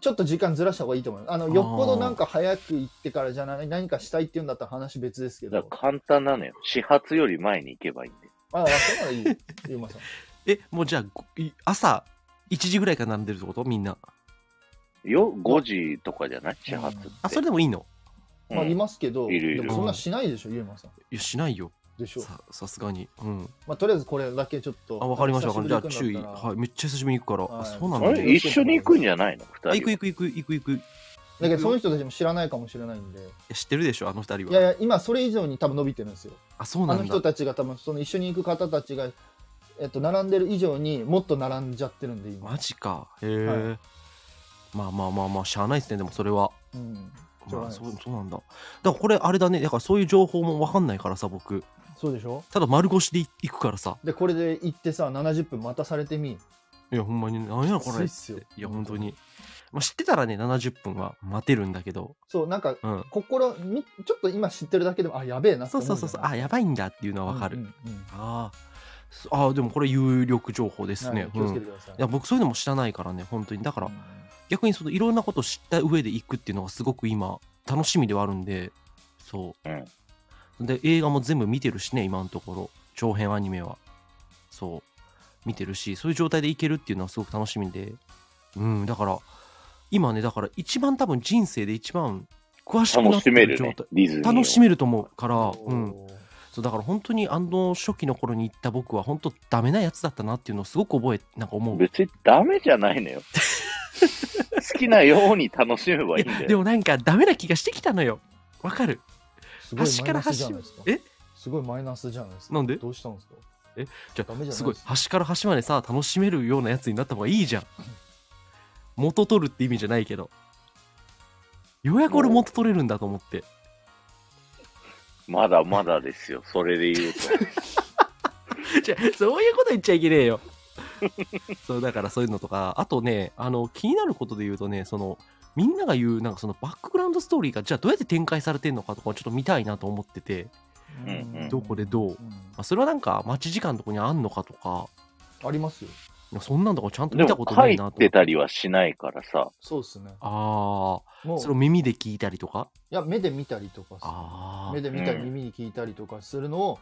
[SPEAKER 3] ちょっと時間ずらした方がいいと思いますあの
[SPEAKER 2] あー
[SPEAKER 3] よっぽどなんか早く行ってからじゃない何かしたいっていうんだったら話別ですけ
[SPEAKER 1] だ
[SPEAKER 3] ど
[SPEAKER 1] から簡単なのよ。始発より前に行けばいいんで。
[SPEAKER 3] ああそうならいいよゆ うまさん
[SPEAKER 2] えもうじゃあごい朝1時ぐらいから並んでるってことみんな
[SPEAKER 1] よ、5時とかじゃない始発って。
[SPEAKER 2] あそれでもいいの
[SPEAKER 1] うん
[SPEAKER 3] まあいますけど、
[SPEAKER 1] いるいる
[SPEAKER 3] でもそんなしないでしょゆうまさん
[SPEAKER 2] いやしないよ
[SPEAKER 3] でしょ
[SPEAKER 2] ささすがにうん
[SPEAKER 3] まあとりあえずこれだけちょっと
[SPEAKER 2] あわかりましたわかりましたじゃあ注
[SPEAKER 3] 久ぶ
[SPEAKER 2] 意
[SPEAKER 3] りに行くんだったら
[SPEAKER 2] はいめっちゃ久しぶりに行くから、あ
[SPEAKER 3] はい
[SPEAKER 2] そうなんだ
[SPEAKER 1] あ
[SPEAKER 2] あ
[SPEAKER 1] れ一緒に行くんじゃないの二人は。
[SPEAKER 2] 行く行く行く行く行くい
[SPEAKER 3] だけどその人たちも知らないかもしれないんで
[SPEAKER 2] や知ってるでしょあの二人はい
[SPEAKER 3] やいや今それ以上に多分伸びてるんですよ
[SPEAKER 2] あそう
[SPEAKER 3] あ
[SPEAKER 2] な
[SPEAKER 3] の
[SPEAKER 2] んだ
[SPEAKER 3] 人たちが多分その一緒に行く方たちが、えっと、並んでる以上にもっと並んじゃってるんで今、
[SPEAKER 2] マジかへえ、まあまあまあまあしゃあないですねでもそれは
[SPEAKER 3] うん、しょう
[SPEAKER 2] まあ、
[SPEAKER 3] がない
[SPEAKER 2] そ
[SPEAKER 3] で
[SPEAKER 2] う
[SPEAKER 3] す
[SPEAKER 2] そうなんだだからこれあれだねだからそういう情報も分かんないからさ僕
[SPEAKER 3] そうでしょ
[SPEAKER 2] ただ丸腰でい行くからさ
[SPEAKER 3] でこれで行ってさ70分待たされてみ
[SPEAKER 2] いやほんまに何やこ
[SPEAKER 3] そう
[SPEAKER 2] れ
[SPEAKER 3] っ
[SPEAKER 2] っ
[SPEAKER 3] すよ
[SPEAKER 2] ていや本当に、まあ、知ってたらね70分は待てるんだけど
[SPEAKER 3] そうなんか
[SPEAKER 2] うん
[SPEAKER 3] 心みちょっと今知ってるだけでもあやべえなって
[SPEAKER 2] そう
[SPEAKER 3] 思
[SPEAKER 2] そうそうそうあやばいんだっていうのは分かる、
[SPEAKER 3] うんうんうん
[SPEAKER 2] あーすあーでもこれ有力情報ですね、
[SPEAKER 3] はい気
[SPEAKER 2] う
[SPEAKER 3] をつ
[SPEAKER 2] ん
[SPEAKER 3] けて
[SPEAKER 2] い
[SPEAKER 3] ください,、
[SPEAKER 2] や僕そういうのも知らないからね本当にだから
[SPEAKER 3] うん
[SPEAKER 2] 逆にそのいろんなことを知った上で行くっていうのがすごく今楽しみではあるんでそう、で映画も全部見てるしね今のところ長編アニメはそう見てるしそういう状態で行けるっていうのはすごく楽しみでうんだから今ねだから一番多分人生で一番詳しくな
[SPEAKER 1] 楽
[SPEAKER 2] って
[SPEAKER 1] しめ
[SPEAKER 2] る
[SPEAKER 1] る
[SPEAKER 2] 状
[SPEAKER 1] ね
[SPEAKER 2] 態。
[SPEAKER 1] ディズニーを。
[SPEAKER 2] 楽しめると思うから、
[SPEAKER 3] お
[SPEAKER 2] うん、
[SPEAKER 3] ー
[SPEAKER 2] そうだから本当にあの初期の頃に行った僕は本当ダメなやつだったなっていうのをすごく覚えなんか思う。
[SPEAKER 1] 別にダメじゃない のよ。好きなように楽しめばいいんだ
[SPEAKER 2] で
[SPEAKER 1] よ。
[SPEAKER 2] もなんかダメな気がしてきたのよ。わかる。
[SPEAKER 3] すすごい
[SPEAKER 2] 端
[SPEAKER 3] マ
[SPEAKER 2] か
[SPEAKER 3] イ
[SPEAKER 2] ら
[SPEAKER 3] ナス
[SPEAKER 2] 端
[SPEAKER 3] じ
[SPEAKER 2] を
[SPEAKER 3] ゃないですか。
[SPEAKER 2] え
[SPEAKER 3] すごいマイナスじゃないですか。
[SPEAKER 2] なんで
[SPEAKER 3] どうしたんですか
[SPEAKER 2] じゃ
[SPEAKER 3] ダメじゃない
[SPEAKER 2] あ
[SPEAKER 3] です
[SPEAKER 2] すごい端から端までさ楽しめるようなやつになった方がいいじゃん元取るって意味じゃないけどようやく俺元取れるんだと思って
[SPEAKER 1] まだまだですよ、それで言うと。
[SPEAKER 2] じゃあそういうこと言っちゃいけねえよそうだからそういうのとかあとねあの気になることで言うとねそのみんなが言うなんかそのバックグラウンドストーリーがじゃあどうやって展開されてんのかとかちょっと見たいなと思ってて、
[SPEAKER 1] うんうん
[SPEAKER 2] どこでどう、まあ、それはなんか待ち時間のとこにあんのかとか
[SPEAKER 3] ありますよ。
[SPEAKER 2] そんなんとかちゃんと
[SPEAKER 1] で
[SPEAKER 2] 見たこ
[SPEAKER 1] も
[SPEAKER 2] とな
[SPEAKER 1] 入
[SPEAKER 2] いな
[SPEAKER 1] っ
[SPEAKER 2] と思
[SPEAKER 1] て
[SPEAKER 2] って
[SPEAKER 1] たりはしないからさ、
[SPEAKER 3] そうですね。
[SPEAKER 2] あ
[SPEAKER 3] も
[SPEAKER 2] あ
[SPEAKER 3] う
[SPEAKER 2] それを耳で聞いたりとか
[SPEAKER 3] いや目で見たりとかさ
[SPEAKER 2] あ
[SPEAKER 3] 目
[SPEAKER 2] ー
[SPEAKER 3] で見たり
[SPEAKER 1] うん
[SPEAKER 3] 耳に聞いたりとかするのを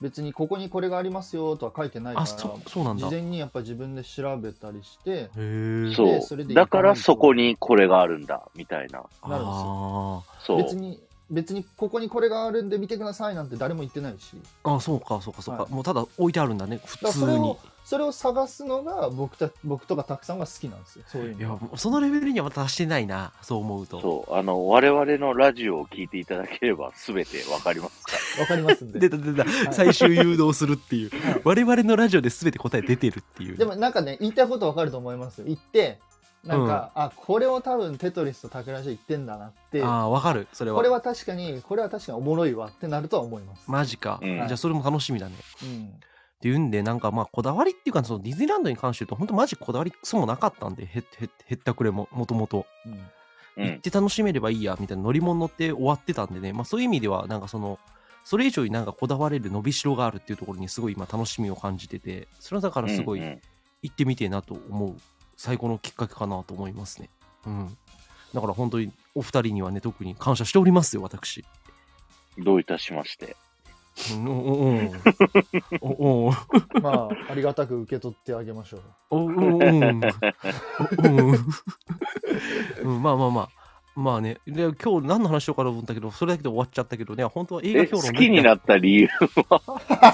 [SPEAKER 3] 別にここにこれがありますよとは書いてないか
[SPEAKER 2] あ
[SPEAKER 3] ら
[SPEAKER 2] そそうなんだ
[SPEAKER 3] 事
[SPEAKER 2] へ
[SPEAKER 3] 前にやっぱ自分で調べたりして
[SPEAKER 2] え
[SPEAKER 1] そ
[SPEAKER 3] それで
[SPEAKER 1] う。だからそこにこれがあるんだ、みたいな。
[SPEAKER 3] なるんです
[SPEAKER 2] あ
[SPEAKER 1] そ
[SPEAKER 3] 別
[SPEAKER 1] う。
[SPEAKER 3] に別にここにこれがあるんで見てくださいなんて誰も言ってないし
[SPEAKER 2] ーあーそうかそうかそうか、
[SPEAKER 3] はい
[SPEAKER 2] もうただ置いてあるんだね普
[SPEAKER 3] だからそれ
[SPEAKER 2] 通に
[SPEAKER 3] をそれを探すのが僕た僕とかたくさんが好きなんですよそういう
[SPEAKER 2] いや
[SPEAKER 3] の
[SPEAKER 2] もうそのレベルにはまた達してないなそう思うと
[SPEAKER 1] そう。あの、我々のラジオを聞いていただければ全てわかり ますか
[SPEAKER 3] わかりますんで
[SPEAKER 2] 出た出た、
[SPEAKER 3] い
[SPEAKER 2] 最終誘導するっていう、
[SPEAKER 3] はい
[SPEAKER 2] 我々のラジオで全て答え出てるっていう
[SPEAKER 3] でもなんかね言いたいことわかると思いますよ言ってなんか、あこれを多分テトリスとタケラジは言ってんだなって
[SPEAKER 2] ああわかるそれは
[SPEAKER 3] これは確かにこれは確かにおもろいわってなるとは思います、
[SPEAKER 2] マジか、
[SPEAKER 1] うん
[SPEAKER 2] じゃあそれも楽しみだね
[SPEAKER 3] うん
[SPEAKER 2] っていうんでなんかまあこだわりっていうかそのディズニーランドに関して言うと本当マジこだわりクソもなかったんでへへへったくれももともと
[SPEAKER 3] うん
[SPEAKER 1] う
[SPEAKER 2] 行っ
[SPEAKER 1] ん。
[SPEAKER 2] て楽しめればいいやみたいな乗り物乗って終わってたんでね、まあ、そういう意味ではなんかそのそれ以上になんかこだわれる伸びしろがあるっていうところにすごい今楽しみを感じててそれはだからすごい
[SPEAKER 1] うんうん
[SPEAKER 2] 行ってみてえなと思う最高のきっかけかなと思いますねうんだから本当にお二人にはね特に感謝しておりますよ私
[SPEAKER 1] どういたしまして。
[SPEAKER 2] うんうんおおお
[SPEAKER 3] まあ、ありがたく受け取ってあげ ましょう。
[SPEAKER 2] おうんうんうんうんまあまあまあまあねで今日何の話しようかなと思ったけどそれだけで終わっちゃったけどね本当は映画
[SPEAKER 1] え、
[SPEAKER 2] 評
[SPEAKER 1] 好
[SPEAKER 2] 論
[SPEAKER 1] きになった理由、
[SPEAKER 2] 好きになっ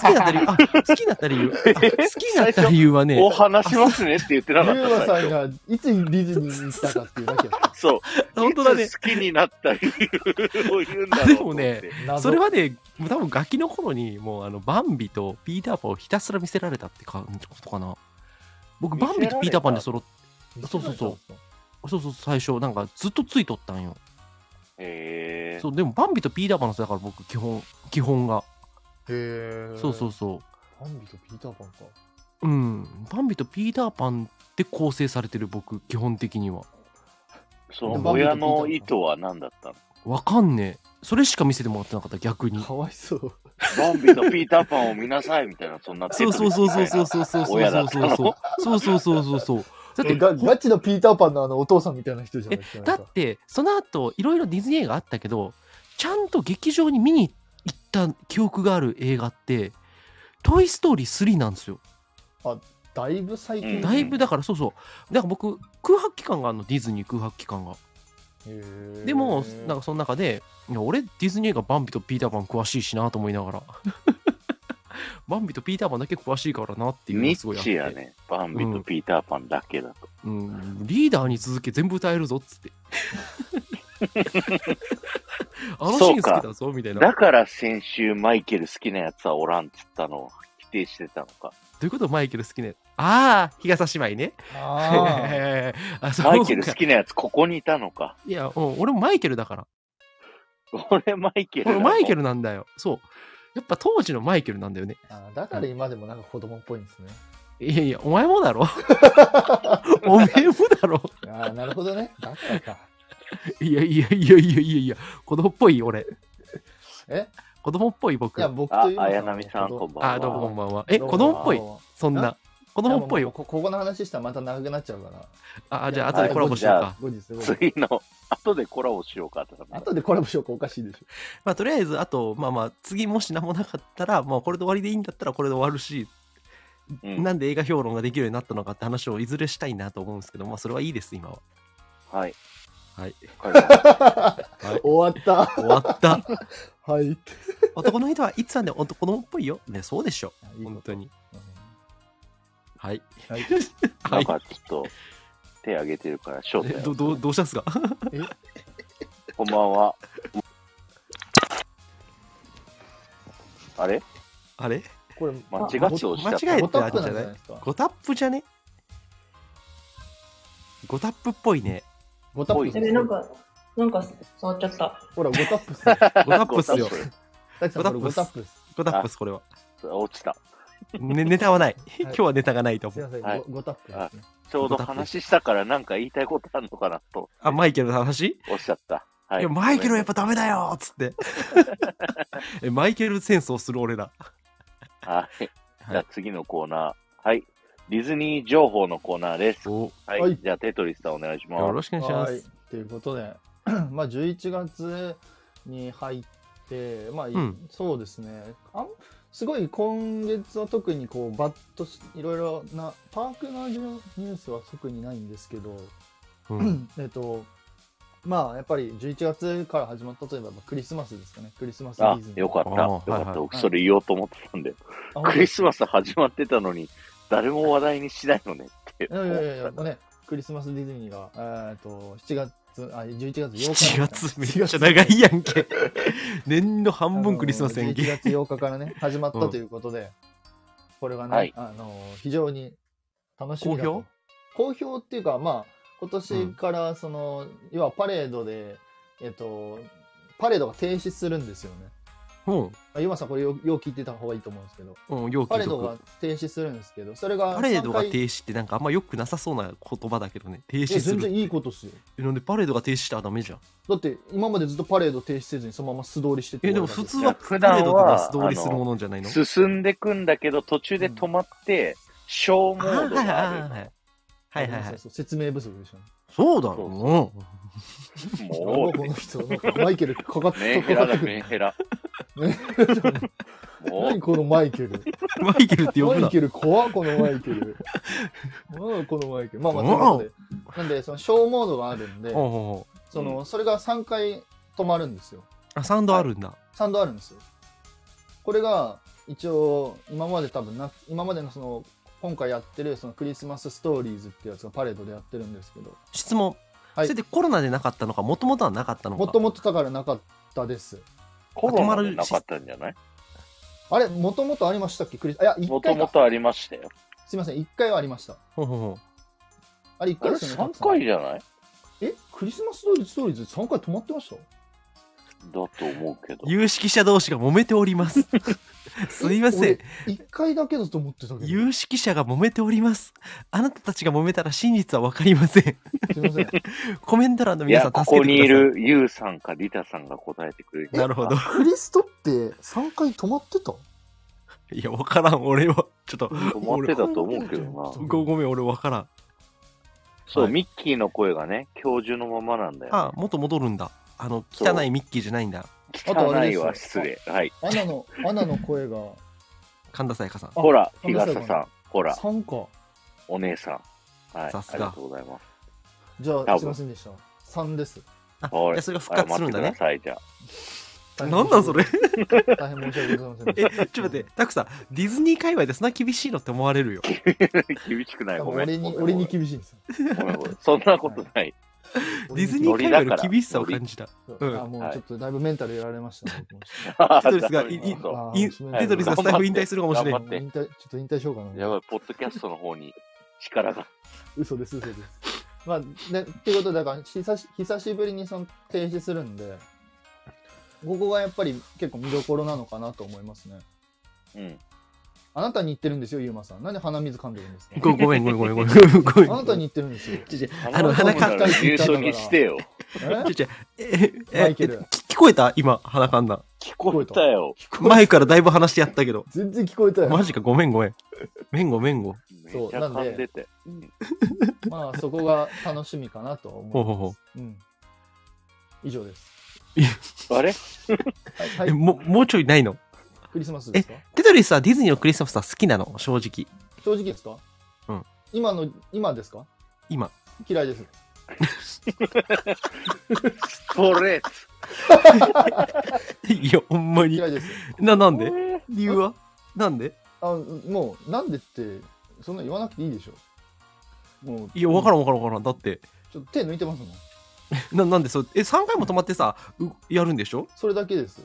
[SPEAKER 2] た理由あ好きになった理由あ好きになった理由は
[SPEAKER 1] お
[SPEAKER 2] ね
[SPEAKER 1] 話しますねって言って
[SPEAKER 3] ゆ
[SPEAKER 1] な
[SPEAKER 3] う
[SPEAKER 1] かった
[SPEAKER 3] ま
[SPEAKER 1] 最
[SPEAKER 3] さん
[SPEAKER 1] 初
[SPEAKER 3] がいつディズニーに行ったかっていうだけだった
[SPEAKER 1] そう。
[SPEAKER 2] 本当だ
[SPEAKER 1] い
[SPEAKER 2] ね
[SPEAKER 1] つ好きになった理由を言うんだろうと思って。
[SPEAKER 2] あでもね
[SPEAKER 3] 謎。
[SPEAKER 2] それはね多分ガキの頃にもうあのバンビとピーターパンをひたすら見せられたってかことかな僕
[SPEAKER 1] 見せ
[SPEAKER 2] バ
[SPEAKER 1] られ
[SPEAKER 2] ン
[SPEAKER 1] た
[SPEAKER 2] ビとピーターパンで揃っそうそうそうそうそう最初なんかずっとついとったんよ
[SPEAKER 1] え
[SPEAKER 2] そうでもバンビとピーターパンのせいだから僕基本基本が
[SPEAKER 3] へえ。
[SPEAKER 2] そうそう。そ
[SPEAKER 3] パンビとピーターパンか。
[SPEAKER 2] ううんバンビとピーターパンで構成されてる僕基本的には
[SPEAKER 1] その
[SPEAKER 2] バンビ
[SPEAKER 1] 親
[SPEAKER 3] とピーター
[SPEAKER 1] の意図は何だったの
[SPEAKER 2] わかんねえそれしか見せてもらってなかった逆 に
[SPEAKER 3] かわいそう。
[SPEAKER 1] バンビとピーターパンを見なさいみたいな、そんな
[SPEAKER 2] そうそうそうそうそうそうそうそう
[SPEAKER 1] 親だ
[SPEAKER 2] そ
[SPEAKER 1] っ
[SPEAKER 2] う
[SPEAKER 1] た
[SPEAKER 2] そう
[SPEAKER 1] の
[SPEAKER 2] そうそうそうそうそうだって
[SPEAKER 3] ガガチのピーターパンのあのお父さんみたいな人じゃない
[SPEAKER 2] え
[SPEAKER 3] ですか。
[SPEAKER 2] だってその後いろいろディズニー映画あったけどちゃんと劇場に見に行った記憶がある映画って「トイ・ストーリー3」なんですよ
[SPEAKER 3] だいぶ最
[SPEAKER 1] う
[SPEAKER 3] 近。
[SPEAKER 1] ん
[SPEAKER 2] だいぶだからそうそうだから僕空白期間があるのディズニー空白期間が
[SPEAKER 3] へえ
[SPEAKER 2] でもなんかその中でいや俺ディズニー映画「バンビとピーターパン」詳しいしなと思いな がらバンビとピーターパンだけ詳しいからなっていうの
[SPEAKER 1] ミ
[SPEAKER 2] がすごいあ
[SPEAKER 1] ッ
[SPEAKER 2] っ
[SPEAKER 1] チ
[SPEAKER 2] て
[SPEAKER 1] やね。バンビとピーターパンだけだと。
[SPEAKER 2] うん、リーダーに続け全部歌えるぞっ つってあのシーン好きだぞみたいな
[SPEAKER 1] だから先週マイケル好きなやつはおらんっつったのを否定してたのか。
[SPEAKER 2] どういうことマイケル好きね。ああ、日傘姉妹ね。
[SPEAKER 3] あ
[SPEAKER 2] あ、そうか
[SPEAKER 1] マイケル好きなやつここにいたのか。
[SPEAKER 2] いや、うん俺もマイケルだから。
[SPEAKER 1] 俺マイケルだ
[SPEAKER 2] 俺
[SPEAKER 1] もん。
[SPEAKER 2] マイケルなんだよ。そう。やっぱ当時のマイケルなんだよね。
[SPEAKER 3] ーあー。だから今でもなんか子供っぽいんですね。
[SPEAKER 2] いやいや、お前もだろ。おめえもだろ。
[SPEAKER 3] ああ、なるほどね。だからか。
[SPEAKER 2] いやいやいやいやいやいや、子供っぽい俺。
[SPEAKER 3] え
[SPEAKER 2] 子供っぽい僕。
[SPEAKER 3] いや、僕
[SPEAKER 1] あ
[SPEAKER 3] という、のは
[SPEAKER 1] 綾波さんこんばんは。
[SPEAKER 2] あ、どうもこんばんは。
[SPEAKER 3] 子
[SPEAKER 2] え、
[SPEAKER 3] 供
[SPEAKER 2] 子供っぽい
[SPEAKER 3] 子。供
[SPEAKER 2] そんな。子供っぽい
[SPEAKER 3] やも
[SPEAKER 2] よ
[SPEAKER 3] う。こここの話したらまた長くなっちゃうから。
[SPEAKER 2] あ、じゃあ
[SPEAKER 3] や
[SPEAKER 2] 後でコラボしよ
[SPEAKER 1] じ
[SPEAKER 2] う
[SPEAKER 1] ゃ
[SPEAKER 2] か
[SPEAKER 1] あ。
[SPEAKER 3] 後日、後日。
[SPEAKER 1] 次の、後でコラボしようかとか。
[SPEAKER 3] 後でコラボしようかおかしいでしょ。
[SPEAKER 2] まあ、とりあえず、あと、まあまあ、次もし何もなかったら、まあ、これで終わりでいいんだったら、これで終わるし、
[SPEAKER 1] うん
[SPEAKER 2] なんで映画評論ができるようになったのかって話をいずれしたいなと思うんですけど、まあ、それはいいです、今は。
[SPEAKER 1] はい。
[SPEAKER 2] はい。
[SPEAKER 1] わかりました
[SPEAKER 3] 終わった。
[SPEAKER 2] 終わった。
[SPEAKER 3] はい。
[SPEAKER 2] 男の人はいつまで男の子っぽいよ。ね、そうでしょ。本当に。はい。
[SPEAKER 3] はい。
[SPEAKER 1] な
[SPEAKER 2] は
[SPEAKER 1] ん
[SPEAKER 2] い。
[SPEAKER 1] かちょっと、手挙げてるから、翔
[SPEAKER 2] え
[SPEAKER 1] 太
[SPEAKER 2] ど
[SPEAKER 1] よ。
[SPEAKER 2] どうどうしたんすか
[SPEAKER 1] こんばんは。あれ
[SPEAKER 2] あれ
[SPEAKER 3] これ、
[SPEAKER 1] 間違って
[SPEAKER 3] あ
[SPEAKER 1] 押しちゃった。
[SPEAKER 2] 間違え
[SPEAKER 3] ボタップなんじゃないですか。
[SPEAKER 2] ゴタップじゃねゴタップっぽいね。
[SPEAKER 3] ボタップ
[SPEAKER 1] ぽ
[SPEAKER 3] で
[SPEAKER 1] い
[SPEAKER 3] す
[SPEAKER 4] え、なんか、なんか触っちゃった。
[SPEAKER 3] ほら、ボタップっすよ。
[SPEAKER 2] ゴタップっすよ
[SPEAKER 1] ゴ。タッ
[SPEAKER 3] 大地さん、これボタップっす。
[SPEAKER 2] ゴタップっす、これは。
[SPEAKER 1] プ落ちた。
[SPEAKER 2] ね、ネタはない。今日はネタがないと
[SPEAKER 3] すい
[SPEAKER 2] 思う。
[SPEAKER 3] ません、
[SPEAKER 1] はい
[SPEAKER 3] ごごタップですね。
[SPEAKER 1] ちょうど話したからなんか言いたいことあるのかなと
[SPEAKER 2] あ、マイケルの話、、
[SPEAKER 1] おっしゃった。はいい。
[SPEAKER 2] や、マイケルはやっぱダメだよっつって。えマイケル戦争する俺ら。
[SPEAKER 1] はい。
[SPEAKER 2] はい
[SPEAKER 1] じゃあ次のコーナー。はい。ディズニー情報のコーナーです。
[SPEAKER 2] お
[SPEAKER 1] はい。
[SPEAKER 3] はい
[SPEAKER 1] じゃあテトリスさんお願いします。
[SPEAKER 2] よろしくお願いしま
[SPEAKER 3] はい
[SPEAKER 2] す。。
[SPEAKER 3] ということで、 まあ、11月に入って、まあ、い
[SPEAKER 2] うん
[SPEAKER 3] そうですね。あんすごい今月は特にこうバッとしいろいろなパークのニュースは特にないんですけど、
[SPEAKER 2] うん、
[SPEAKER 3] えっとまあやっぱり11月から始まったといえばまあクリスマスですかねクリスマスデ
[SPEAKER 1] あ
[SPEAKER 3] ィズニ、ー
[SPEAKER 1] よかった。
[SPEAKER 2] あー
[SPEAKER 1] よか
[SPEAKER 2] はい
[SPEAKER 1] っ
[SPEAKER 2] はい
[SPEAKER 1] た。僕それ言おうと思ってたんで。
[SPEAKER 3] あ
[SPEAKER 1] クリスマス始まってたのに、誰も話題にしないのねって
[SPEAKER 3] い
[SPEAKER 1] 思
[SPEAKER 3] や
[SPEAKER 1] っ
[SPEAKER 3] い
[SPEAKER 1] てた
[SPEAKER 3] やいやいや、もうね、クリスマスディズニーが、えーっと、7月、あ、11月8
[SPEAKER 2] 7
[SPEAKER 3] 日。
[SPEAKER 2] 月めっちゃ長いやんけ。 年の半分クリスマスやん
[SPEAKER 3] 1
[SPEAKER 2] け。
[SPEAKER 3] 月8日か らね、始まっ
[SPEAKER 2] う
[SPEAKER 3] た
[SPEAKER 2] ん
[SPEAKER 3] ということで、これが
[SPEAKER 1] は
[SPEAKER 3] ね
[SPEAKER 1] い、
[SPEAKER 3] あの、非常に楽しみだ
[SPEAKER 2] 好
[SPEAKER 3] と。好評っていうか、まあ、今年から、その、要はパレードで、えっと、パレードが停止するんですよね。
[SPEAKER 2] うん。
[SPEAKER 3] あゆまさん、これよよう聞いてた方がいいと思うんですけど、
[SPEAKER 2] うん、よく
[SPEAKER 3] パレ
[SPEAKER 2] 聞
[SPEAKER 3] ード
[SPEAKER 2] く
[SPEAKER 3] が。停止するんですけど、それが、
[SPEAKER 2] パレードが
[SPEAKER 3] 三回
[SPEAKER 2] 停止ってなんかあんま良くなさそうな言葉だけどね。停
[SPEAKER 3] いや
[SPEAKER 2] 止す
[SPEAKER 3] 全
[SPEAKER 2] る。
[SPEAKER 3] 然いいことっすよ。
[SPEAKER 2] えなんでパレードが停止したらダメじゃん。
[SPEAKER 3] だって今までずっとパレード停止せずにそのまま素通りしてて
[SPEAKER 2] え、でも普通
[SPEAKER 1] いや
[SPEAKER 2] はパ
[SPEAKER 1] 普
[SPEAKER 2] レ
[SPEAKER 1] 段は
[SPEAKER 2] ードが素通りするものじゃないの
[SPEAKER 1] 進んでくんだけど、途中で止まって、小モ
[SPEAKER 2] あ
[SPEAKER 1] ード
[SPEAKER 2] はい
[SPEAKER 1] があ
[SPEAKER 2] はい
[SPEAKER 1] る
[SPEAKER 2] はい
[SPEAKER 1] の
[SPEAKER 2] はい。はいはいは
[SPEAKER 3] そう
[SPEAKER 2] い。
[SPEAKER 3] そう説明不足でしょ、ね、
[SPEAKER 2] そうだろ
[SPEAKER 1] そう
[SPEAKER 2] う
[SPEAKER 1] そ
[SPEAKER 2] もう。
[SPEAKER 1] も
[SPEAKER 3] この人なんかマイケルかかっ
[SPEAKER 1] う、メ
[SPEAKER 3] て
[SPEAKER 1] ンヘラ
[SPEAKER 3] かか
[SPEAKER 1] だ、
[SPEAKER 3] ってく
[SPEAKER 1] メン
[SPEAKER 3] る
[SPEAKER 1] ヘラ。も
[SPEAKER 3] 何このマイケル
[SPEAKER 2] マイケル って呼ぶ
[SPEAKER 3] マイ
[SPEAKER 2] な。
[SPEAKER 3] ケル怖っこのマイケ ルうんこのマイケルまあまあということでなんでその小モードがあるんで
[SPEAKER 2] ほうほうほう
[SPEAKER 3] そのそれが3回止まるんですよ
[SPEAKER 2] あ、サウンドあるんだ。
[SPEAKER 3] 3度あるんですよこれが一応今まで多分な今までのその今回やってるそのクリスマスストーリーズってやつがパレードでやってるんですけど
[SPEAKER 2] 質問。
[SPEAKER 3] はい
[SPEAKER 2] それでコロナでなかったのか、もともとはなかったのか。
[SPEAKER 3] もともとだからなかったです
[SPEAKER 1] コロナでなかったんじゃない
[SPEAKER 3] あれ、もともとありましたっけクリス、あいや、一
[SPEAKER 1] も
[SPEAKER 3] 回
[SPEAKER 1] と
[SPEAKER 3] か
[SPEAKER 1] もとありましたよ。
[SPEAKER 3] すみません、一回はありました。
[SPEAKER 2] ほうほうほ
[SPEAKER 3] あれ、一
[SPEAKER 1] あ
[SPEAKER 3] 回
[SPEAKER 1] れ、
[SPEAKER 3] ですよね。
[SPEAKER 1] 3
[SPEAKER 3] たくさん
[SPEAKER 1] 回じゃない
[SPEAKER 3] え、クリスマス通りストーリーズ3回止まってました
[SPEAKER 1] だと思うけど
[SPEAKER 2] う。有識者同士が揉めております。すいません。。
[SPEAKER 3] え俺一回だけだと思ってたけど。
[SPEAKER 2] 有識者が揉めております。あなたたちが揉めたら真実はわかりません。
[SPEAKER 3] すみません。
[SPEAKER 2] コメント欄の
[SPEAKER 1] い
[SPEAKER 2] 皆さ
[SPEAKER 1] や、
[SPEAKER 2] ん
[SPEAKER 1] こ
[SPEAKER 2] 助け
[SPEAKER 1] こ
[SPEAKER 2] てください。
[SPEAKER 1] にい。るユウさんかリタさんが答えてくれる。
[SPEAKER 2] なるほど。
[SPEAKER 3] クリストって3回止まってた
[SPEAKER 2] いや、わからん。俺は、ちょっと、
[SPEAKER 1] 止まってたと思うけどな。
[SPEAKER 2] ごごめ ん、俺わからん。
[SPEAKER 1] そう、
[SPEAKER 2] はい
[SPEAKER 1] ミッキーの声がね、教授のままなんだよ。
[SPEAKER 2] あ、元戻るんだ。あの、
[SPEAKER 1] そう
[SPEAKER 2] 汚いミッキーじゃないんだ。
[SPEAKER 3] あとあ
[SPEAKER 1] 汚い
[SPEAKER 3] れですよ
[SPEAKER 1] は失礼。はい。
[SPEAKER 3] アナの、アナの声が
[SPEAKER 2] 神田沙也加さん。
[SPEAKER 1] ほら、
[SPEAKER 3] ごめ
[SPEAKER 1] 日
[SPEAKER 3] んなさい
[SPEAKER 1] 傘さん。ほら、
[SPEAKER 3] 3か。
[SPEAKER 1] お姉さん。はい。
[SPEAKER 2] さす
[SPEAKER 1] あ
[SPEAKER 2] が
[SPEAKER 1] りがとうございます。
[SPEAKER 3] じゃ
[SPEAKER 1] 多
[SPEAKER 3] あ、
[SPEAKER 1] 分
[SPEAKER 3] すみませんでした。3です。
[SPEAKER 2] あ、
[SPEAKER 1] はい
[SPEAKER 2] いやそれが復活するん
[SPEAKER 1] 謝
[SPEAKER 2] だ
[SPEAKER 1] っ
[SPEAKER 2] ね
[SPEAKER 1] てく。ださい、じゃあ。
[SPEAKER 3] 大変
[SPEAKER 2] なんなんそれ
[SPEAKER 3] 大変申し訳ございません
[SPEAKER 2] え、ちょった
[SPEAKER 3] でし。
[SPEAKER 2] と待って、タクさん、ディズニー界隈でそんな厳しいのって思われるよ。
[SPEAKER 1] 厳しくない、
[SPEAKER 3] 多
[SPEAKER 1] ご
[SPEAKER 3] 分
[SPEAKER 1] めん。
[SPEAKER 3] 俺に、
[SPEAKER 1] ごめ
[SPEAKER 3] 俺
[SPEAKER 1] ん
[SPEAKER 3] に厳しいんですよ。
[SPEAKER 1] ごめんごめんそんなことない。
[SPEAKER 2] ディズニー界隈の厳しさを感じた。うん
[SPEAKER 3] あ、もうちょっとだいぶメンタルやられましたね。僕も
[SPEAKER 2] テトリス がいい
[SPEAKER 1] そう
[SPEAKER 3] あ
[SPEAKER 2] イン
[SPEAKER 3] そう
[SPEAKER 2] テトリスがスタイフ引退するかもしれ
[SPEAKER 1] 頑張。
[SPEAKER 2] ん
[SPEAKER 1] って
[SPEAKER 3] 引退ちょっと引退しようかな。
[SPEAKER 1] やばい、ポッドキャストの方に力が。
[SPEAKER 3] 嘘です、嘘です。まあ、ね、ってことで、だから久し、久しぶりにその停止するんで、ここがやっぱり結構見どころなのかなと思いますね。
[SPEAKER 1] うん。
[SPEAKER 3] あなたに言ってるんですよ、ゆうまさん。なんで鼻水噛んでるんですか
[SPEAKER 2] ごごめん、ごめん、ごめん、ごめん。ごめん
[SPEAKER 3] あなたに言ってるんですよ。
[SPEAKER 2] ちょちょあの、
[SPEAKER 3] 鼻
[SPEAKER 2] 鼻
[SPEAKER 3] か
[SPEAKER 2] か
[SPEAKER 1] だ
[SPEAKER 2] ん
[SPEAKER 1] からミュートにしてよ。
[SPEAKER 3] え
[SPEAKER 2] ちょちょ、 え、え、
[SPEAKER 3] マ
[SPEAKER 2] え
[SPEAKER 3] イケル
[SPEAKER 2] 聞聞こえた今、鼻かんだ。
[SPEAKER 1] 聞こえたよ。
[SPEAKER 2] 前からだいぶ話してやったけど。
[SPEAKER 3] 全然聞こえたよ。
[SPEAKER 2] マジか、ごめん、ごめん。めんごめんご。
[SPEAKER 1] めっ
[SPEAKER 3] そう
[SPEAKER 1] ちゃ噛んでて。
[SPEAKER 3] まあ、そこが楽しみかなと思います。
[SPEAKER 2] ほうほうほ
[SPEAKER 3] うん。以上です。
[SPEAKER 1] あれ
[SPEAKER 3] はい、は
[SPEAKER 2] え、
[SPEAKER 3] い、
[SPEAKER 2] ももうちょいないの
[SPEAKER 3] クリスマスですか
[SPEAKER 2] テトリスはディズニーのクリスマスは好きなの正直。
[SPEAKER 3] 正直ですか
[SPEAKER 2] うん。
[SPEAKER 3] 今の、今ですか
[SPEAKER 2] 今。
[SPEAKER 3] 嫌いです。
[SPEAKER 1] ストレート。
[SPEAKER 2] いや、ほんまに
[SPEAKER 3] 嫌。いです。
[SPEAKER 2] な、なんで理由はなんで
[SPEAKER 3] あもうなんでってそんな言わなくていいでしょもう
[SPEAKER 2] いや、わから
[SPEAKER 3] ん
[SPEAKER 2] んわからんわからん。だって、
[SPEAKER 3] ちょっと手抜いてますもん
[SPEAKER 2] な、なんでそう、え、3回も止まってさ、うやるんでしょ
[SPEAKER 3] それだけです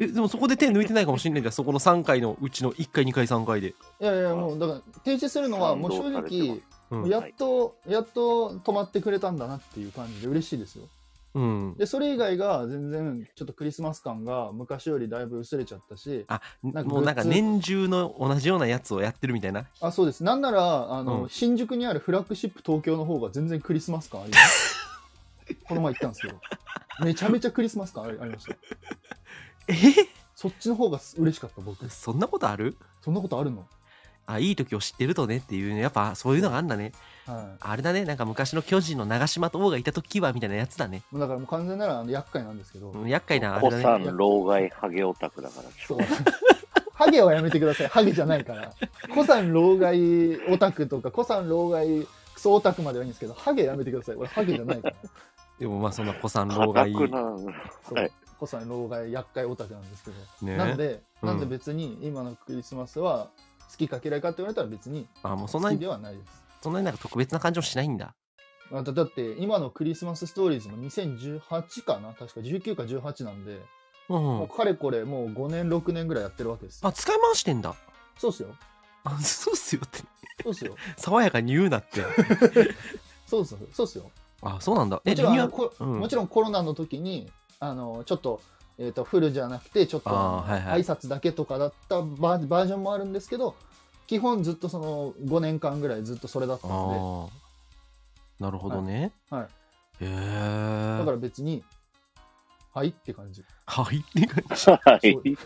[SPEAKER 2] えでもそこで手抜いてないかもしれないじゃんそこの3回のうちの1回2回3回で、
[SPEAKER 3] いやいや、もう、だから、停止するのは、もう正
[SPEAKER 1] 賛同されてま
[SPEAKER 3] 直
[SPEAKER 1] す、
[SPEAKER 2] うん
[SPEAKER 3] やっと、やっと止まってくれたんだなっていう感じで嬉しいですよ。
[SPEAKER 2] うん、
[SPEAKER 3] で、それ以外が全然、ちょっとクリスマス感が昔よりだいぶ薄れちゃったし、
[SPEAKER 2] あ
[SPEAKER 3] なんか
[SPEAKER 2] もうなんか
[SPEAKER 3] グッズ
[SPEAKER 2] 年中の同じようなやつをやってるみたいな
[SPEAKER 3] あ、そうです。なんなら、あの、
[SPEAKER 2] うん
[SPEAKER 3] 新宿にあるフラッグシップ東京の方が全然クリスマス感あります。 この前行ったんですけど、めちゃめちゃクリスマス感 ありありました。
[SPEAKER 2] え
[SPEAKER 3] そっちの方が嬉しかった、僕。
[SPEAKER 2] そんなことある
[SPEAKER 3] そんなことあるの
[SPEAKER 2] あいい時を知ってるとねっていうねやっぱそういうのがあんだね
[SPEAKER 3] は
[SPEAKER 2] あれだねなんか昔の巨人の長島と王がいた時はみたいなやつだね、
[SPEAKER 3] い。もうだからもう完全ならあの厄介なんですけど、
[SPEAKER 2] うん、厄介なあれ
[SPEAKER 1] 子
[SPEAKER 2] だ
[SPEAKER 1] さ
[SPEAKER 2] ね
[SPEAKER 1] ん、老害、ハゲオタクだから。
[SPEAKER 3] そう。ハゲはやめてください。ハゲじゃないから。古参老害オタクとか、古参老害クソオタクまではいいんですけど、ハゲやめてください。俺、ハゲじゃないから。
[SPEAKER 2] でもまあそんな子さん
[SPEAKER 1] 硬
[SPEAKER 2] 老害
[SPEAKER 1] くな
[SPEAKER 3] そう
[SPEAKER 1] はい
[SPEAKER 3] 古参老害厄介オタクなんですけど。
[SPEAKER 2] ね
[SPEAKER 3] なので、
[SPEAKER 2] うん
[SPEAKER 3] なんで別に今のクリスマスは好きか嫌いかって言われたら別に
[SPEAKER 2] あもうそん
[SPEAKER 3] 好
[SPEAKER 2] な
[SPEAKER 3] き
[SPEAKER 2] に
[SPEAKER 3] ではないです。
[SPEAKER 2] そんなになんか特別な感じもしないんだ
[SPEAKER 3] まあだだって今のクリスマスストーリーズも2018かな確か19か18なんで、
[SPEAKER 2] うん
[SPEAKER 3] もうかれこれもう5年6年ぐらいやってるわけですよ。
[SPEAKER 2] あ使い回してんだ
[SPEAKER 3] そうっすよ。
[SPEAKER 2] あそうっすよって
[SPEAKER 3] そうっすよ。
[SPEAKER 2] 爽やかに言うなって
[SPEAKER 3] そうっすよ。そうっすよ。
[SPEAKER 2] あそうなんだえ
[SPEAKER 3] もちろんあ
[SPEAKER 2] リニューア
[SPEAKER 3] の
[SPEAKER 2] ル
[SPEAKER 3] こ
[SPEAKER 2] うん
[SPEAKER 3] もちろんコロナの時にあのちょっと,、えー、とフルじゃなくてちょっと
[SPEAKER 2] あーはいはい
[SPEAKER 3] 挨拶だけとかだったバーバージョンもあるんですけど基本ずっとその5年間ぐらいずっとそれだったの
[SPEAKER 2] ああなるほどね、
[SPEAKER 3] はいはい
[SPEAKER 2] へえ
[SPEAKER 3] でだから別にはいって感じ
[SPEAKER 2] はいって感じ
[SPEAKER 1] はい。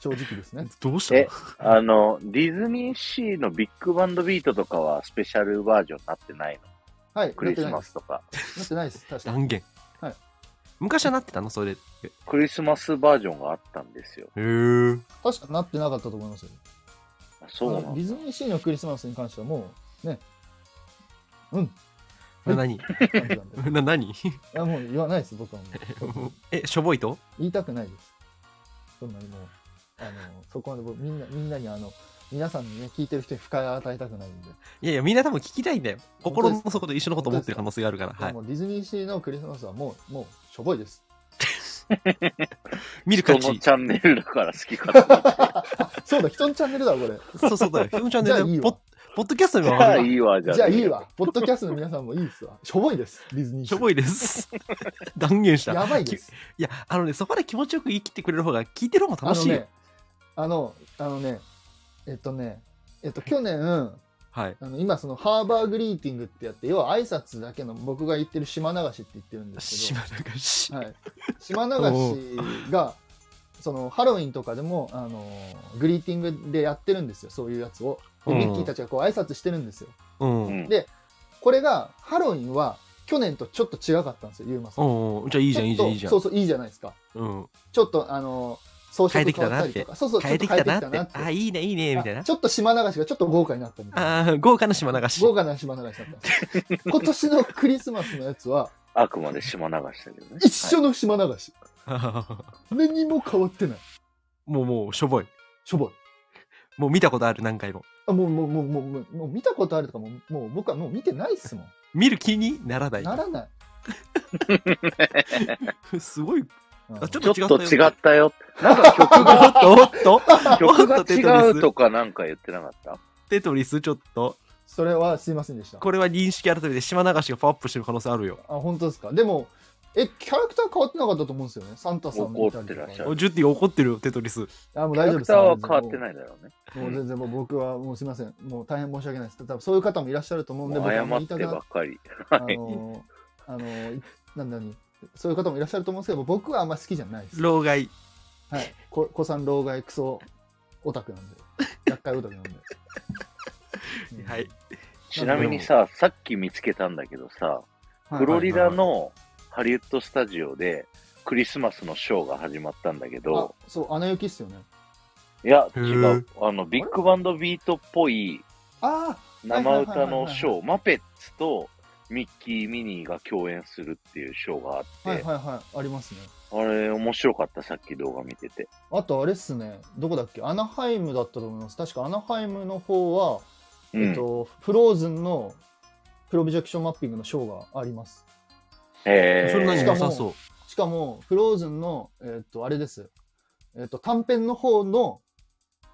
[SPEAKER 3] 正直です ね
[SPEAKER 2] どうしたの
[SPEAKER 1] えあの、ディズニーシーのビッグバンドビートとかはスペシャルバージョンになってないの
[SPEAKER 3] はい
[SPEAKER 1] クリスマスとか。
[SPEAKER 3] なってないですなってないです確かに
[SPEAKER 2] 断言
[SPEAKER 3] はい
[SPEAKER 2] 昔はなってたのそれってへ
[SPEAKER 1] クリスマスバージョンがあったんですよ。
[SPEAKER 2] え
[SPEAKER 3] 確かなってなかったと思いますよ
[SPEAKER 1] あそうな
[SPEAKER 3] あの
[SPEAKER 1] の
[SPEAKER 3] ディズニーシーのクリスマスに関してはもうねうん
[SPEAKER 2] な何
[SPEAKER 3] って感じなんで い
[SPEAKER 2] な何
[SPEAKER 3] やもう言わないです僕はもう
[SPEAKER 2] えしょぼいと
[SPEAKER 3] 言いたくないです。そんなにもう、あの、そこまで僕みんな、みんなにあの、皆さんにね、聞いてる人に不快を与えたくないんで、
[SPEAKER 2] いやいやみんな多分聞きたいんだよ心の底で一緒のこと思ってる可能性があるから、
[SPEAKER 3] でも
[SPEAKER 2] はい、
[SPEAKER 3] もうディズニーシーのクリスマスはもう、もう、しょぼいです。
[SPEAKER 2] 見る
[SPEAKER 1] 人
[SPEAKER 2] 価
[SPEAKER 1] の
[SPEAKER 2] 値
[SPEAKER 1] チャンネルだから好き勝手。
[SPEAKER 3] そうだ、人のチャンネルだわ、これ。
[SPEAKER 2] そうそうだよひむちゃんね
[SPEAKER 3] じゃあいいわ
[SPEAKER 2] ポッポッドキャストで
[SPEAKER 1] じ
[SPEAKER 2] も
[SPEAKER 1] ゃ
[SPEAKER 2] わ
[SPEAKER 1] あ
[SPEAKER 2] かる
[SPEAKER 1] いいわ、じゃあ。
[SPEAKER 3] じゃあいいわ。ポッドキャストの皆さんもいいですわ。しょぼいです、ディズニー
[SPEAKER 2] し
[SPEAKER 3] シー。
[SPEAKER 2] ょぼいです 断言した
[SPEAKER 3] やばいです。
[SPEAKER 2] いやあのねそこで気持ちよく言い切ってくれる方が聞いてる方が
[SPEAKER 3] あ
[SPEAKER 2] 楽
[SPEAKER 3] の
[SPEAKER 2] しいよ、
[SPEAKER 3] ね、あの、あのね、えっとね、えっと、去年、
[SPEAKER 2] はい
[SPEAKER 3] あの今、その、ハーバーグリーティングってやって、要は挨拶だけの、僕が言ってる島流しって言ってるんですけど、
[SPEAKER 2] 島流し、
[SPEAKER 3] はい、島流 しがそのハロウィンとかでも、あのーグリーティングでやってるんですよそういうやつをで
[SPEAKER 2] うん
[SPEAKER 3] ミッキーたちがこう挨拶してるんですよ
[SPEAKER 2] うん、
[SPEAKER 1] う
[SPEAKER 2] うん
[SPEAKER 1] ん
[SPEAKER 3] でこれがハロウィンは去年とちょっと違かったんですよユーマさん
[SPEAKER 2] うんじゃあいいじゃんいいじゃんいいじゃん
[SPEAKER 3] そうそういいじゃないですか
[SPEAKER 2] うん、
[SPEAKER 3] ちょっとあのー装飾変わったりとかそうそうちょ
[SPEAKER 2] 変
[SPEAKER 3] っ
[SPEAKER 2] え
[SPEAKER 3] と
[SPEAKER 2] てき
[SPEAKER 3] 変え
[SPEAKER 2] たな
[SPEAKER 3] てき
[SPEAKER 2] ったて
[SPEAKER 3] なって
[SPEAKER 2] あいいねいいねみたいな
[SPEAKER 3] あちょっと島流しがちょっと豪華になったみたいな
[SPEAKER 2] あー豪華な島流し
[SPEAKER 3] 豪華な島流しだったんです よ今年のクリスマスのやつは
[SPEAKER 1] あくまで島流したけどね。
[SPEAKER 3] 一緒の島流し、何も変わってない
[SPEAKER 2] もうもうしょぼい
[SPEAKER 3] しょぼい
[SPEAKER 2] もう見たことある何回も
[SPEAKER 3] あもうもうもうもうもうもう見たことあるとかもうもう僕はもう見てないっすもん。
[SPEAKER 2] 見る気にならない
[SPEAKER 3] ならない。
[SPEAKER 2] すごい
[SPEAKER 3] うん
[SPEAKER 2] あちょっ
[SPEAKER 1] ちょっと違ったよ。
[SPEAKER 2] なんか曲が おっとおっと
[SPEAKER 1] 曲
[SPEAKER 2] おっとテト
[SPEAKER 1] が違
[SPEAKER 2] リ
[SPEAKER 1] う
[SPEAKER 2] ス
[SPEAKER 1] とかなんか言ってなかった
[SPEAKER 2] テトリスちょっと
[SPEAKER 3] それはすいませんでした。
[SPEAKER 2] これは認識改めて島流しがパワーアップしてる可能性あるよ
[SPEAKER 3] あ本当ですか。でもえキャラクター変わってなかったと思うんですよね。サンタさんもいたり
[SPEAKER 1] 怒
[SPEAKER 3] と
[SPEAKER 1] ってら
[SPEAKER 3] か
[SPEAKER 1] っしゃ。る
[SPEAKER 2] おジュティ怒ってるよテトリス
[SPEAKER 3] あもう
[SPEAKER 1] キャ
[SPEAKER 3] 大
[SPEAKER 1] ラ
[SPEAKER 3] 丈夫
[SPEAKER 1] ク
[SPEAKER 3] です。
[SPEAKER 1] ターは変わって
[SPEAKER 3] い。
[SPEAKER 1] ないだろうね。
[SPEAKER 3] もう全然もう僕はもうすいません。もう大変申し訳ないです。多分そういう方もいらっしゃると思うんで、
[SPEAKER 1] もう
[SPEAKER 3] 僕はもう
[SPEAKER 1] 謝ってばっかり。
[SPEAKER 3] あのーあのーなんだに。そういう方もいらっしゃると思うんですけど、僕はあんま好きじゃないです。
[SPEAKER 2] 老害
[SPEAKER 3] はい。こ子さん老害クソオタクなんで、厄介オタクな んで。うん
[SPEAKER 2] はい。
[SPEAKER 1] ちなみにさ、さっき見つけたんだけどさ、フロリダのハリウッドスタジオでクリスマスのショーが始まったんだけ
[SPEAKER 3] あ
[SPEAKER 1] ど、
[SPEAKER 3] そう、穴行きっすよね。
[SPEAKER 1] いや、
[SPEAKER 2] へ
[SPEAKER 1] 違
[SPEAKER 2] ー
[SPEAKER 1] う。あの、ビッグバンドビートっぽい
[SPEAKER 3] あ
[SPEAKER 1] 生歌のシ
[SPEAKER 3] はいはいはいはいは
[SPEAKER 1] ョー、マペッツとミッキー・ミニーが共演するっていうショーがあって、
[SPEAKER 3] あ、はいはいはい、ありますね。
[SPEAKER 1] あれ面白かった、さっき動画見てて。
[SPEAKER 3] あとあれっすね、どこだっけ、アナハイムだったと思います。確かアナハイムの方は、
[SPEAKER 1] うん。
[SPEAKER 3] えっと、フローズンのプロジェクションマッピングのショーがあります。
[SPEAKER 1] へー
[SPEAKER 2] それ何
[SPEAKER 3] しか
[SPEAKER 2] 良さ
[SPEAKER 3] も
[SPEAKER 2] そ
[SPEAKER 3] しかも、フローズンの、えっと、あれです、えっと、短編の方の、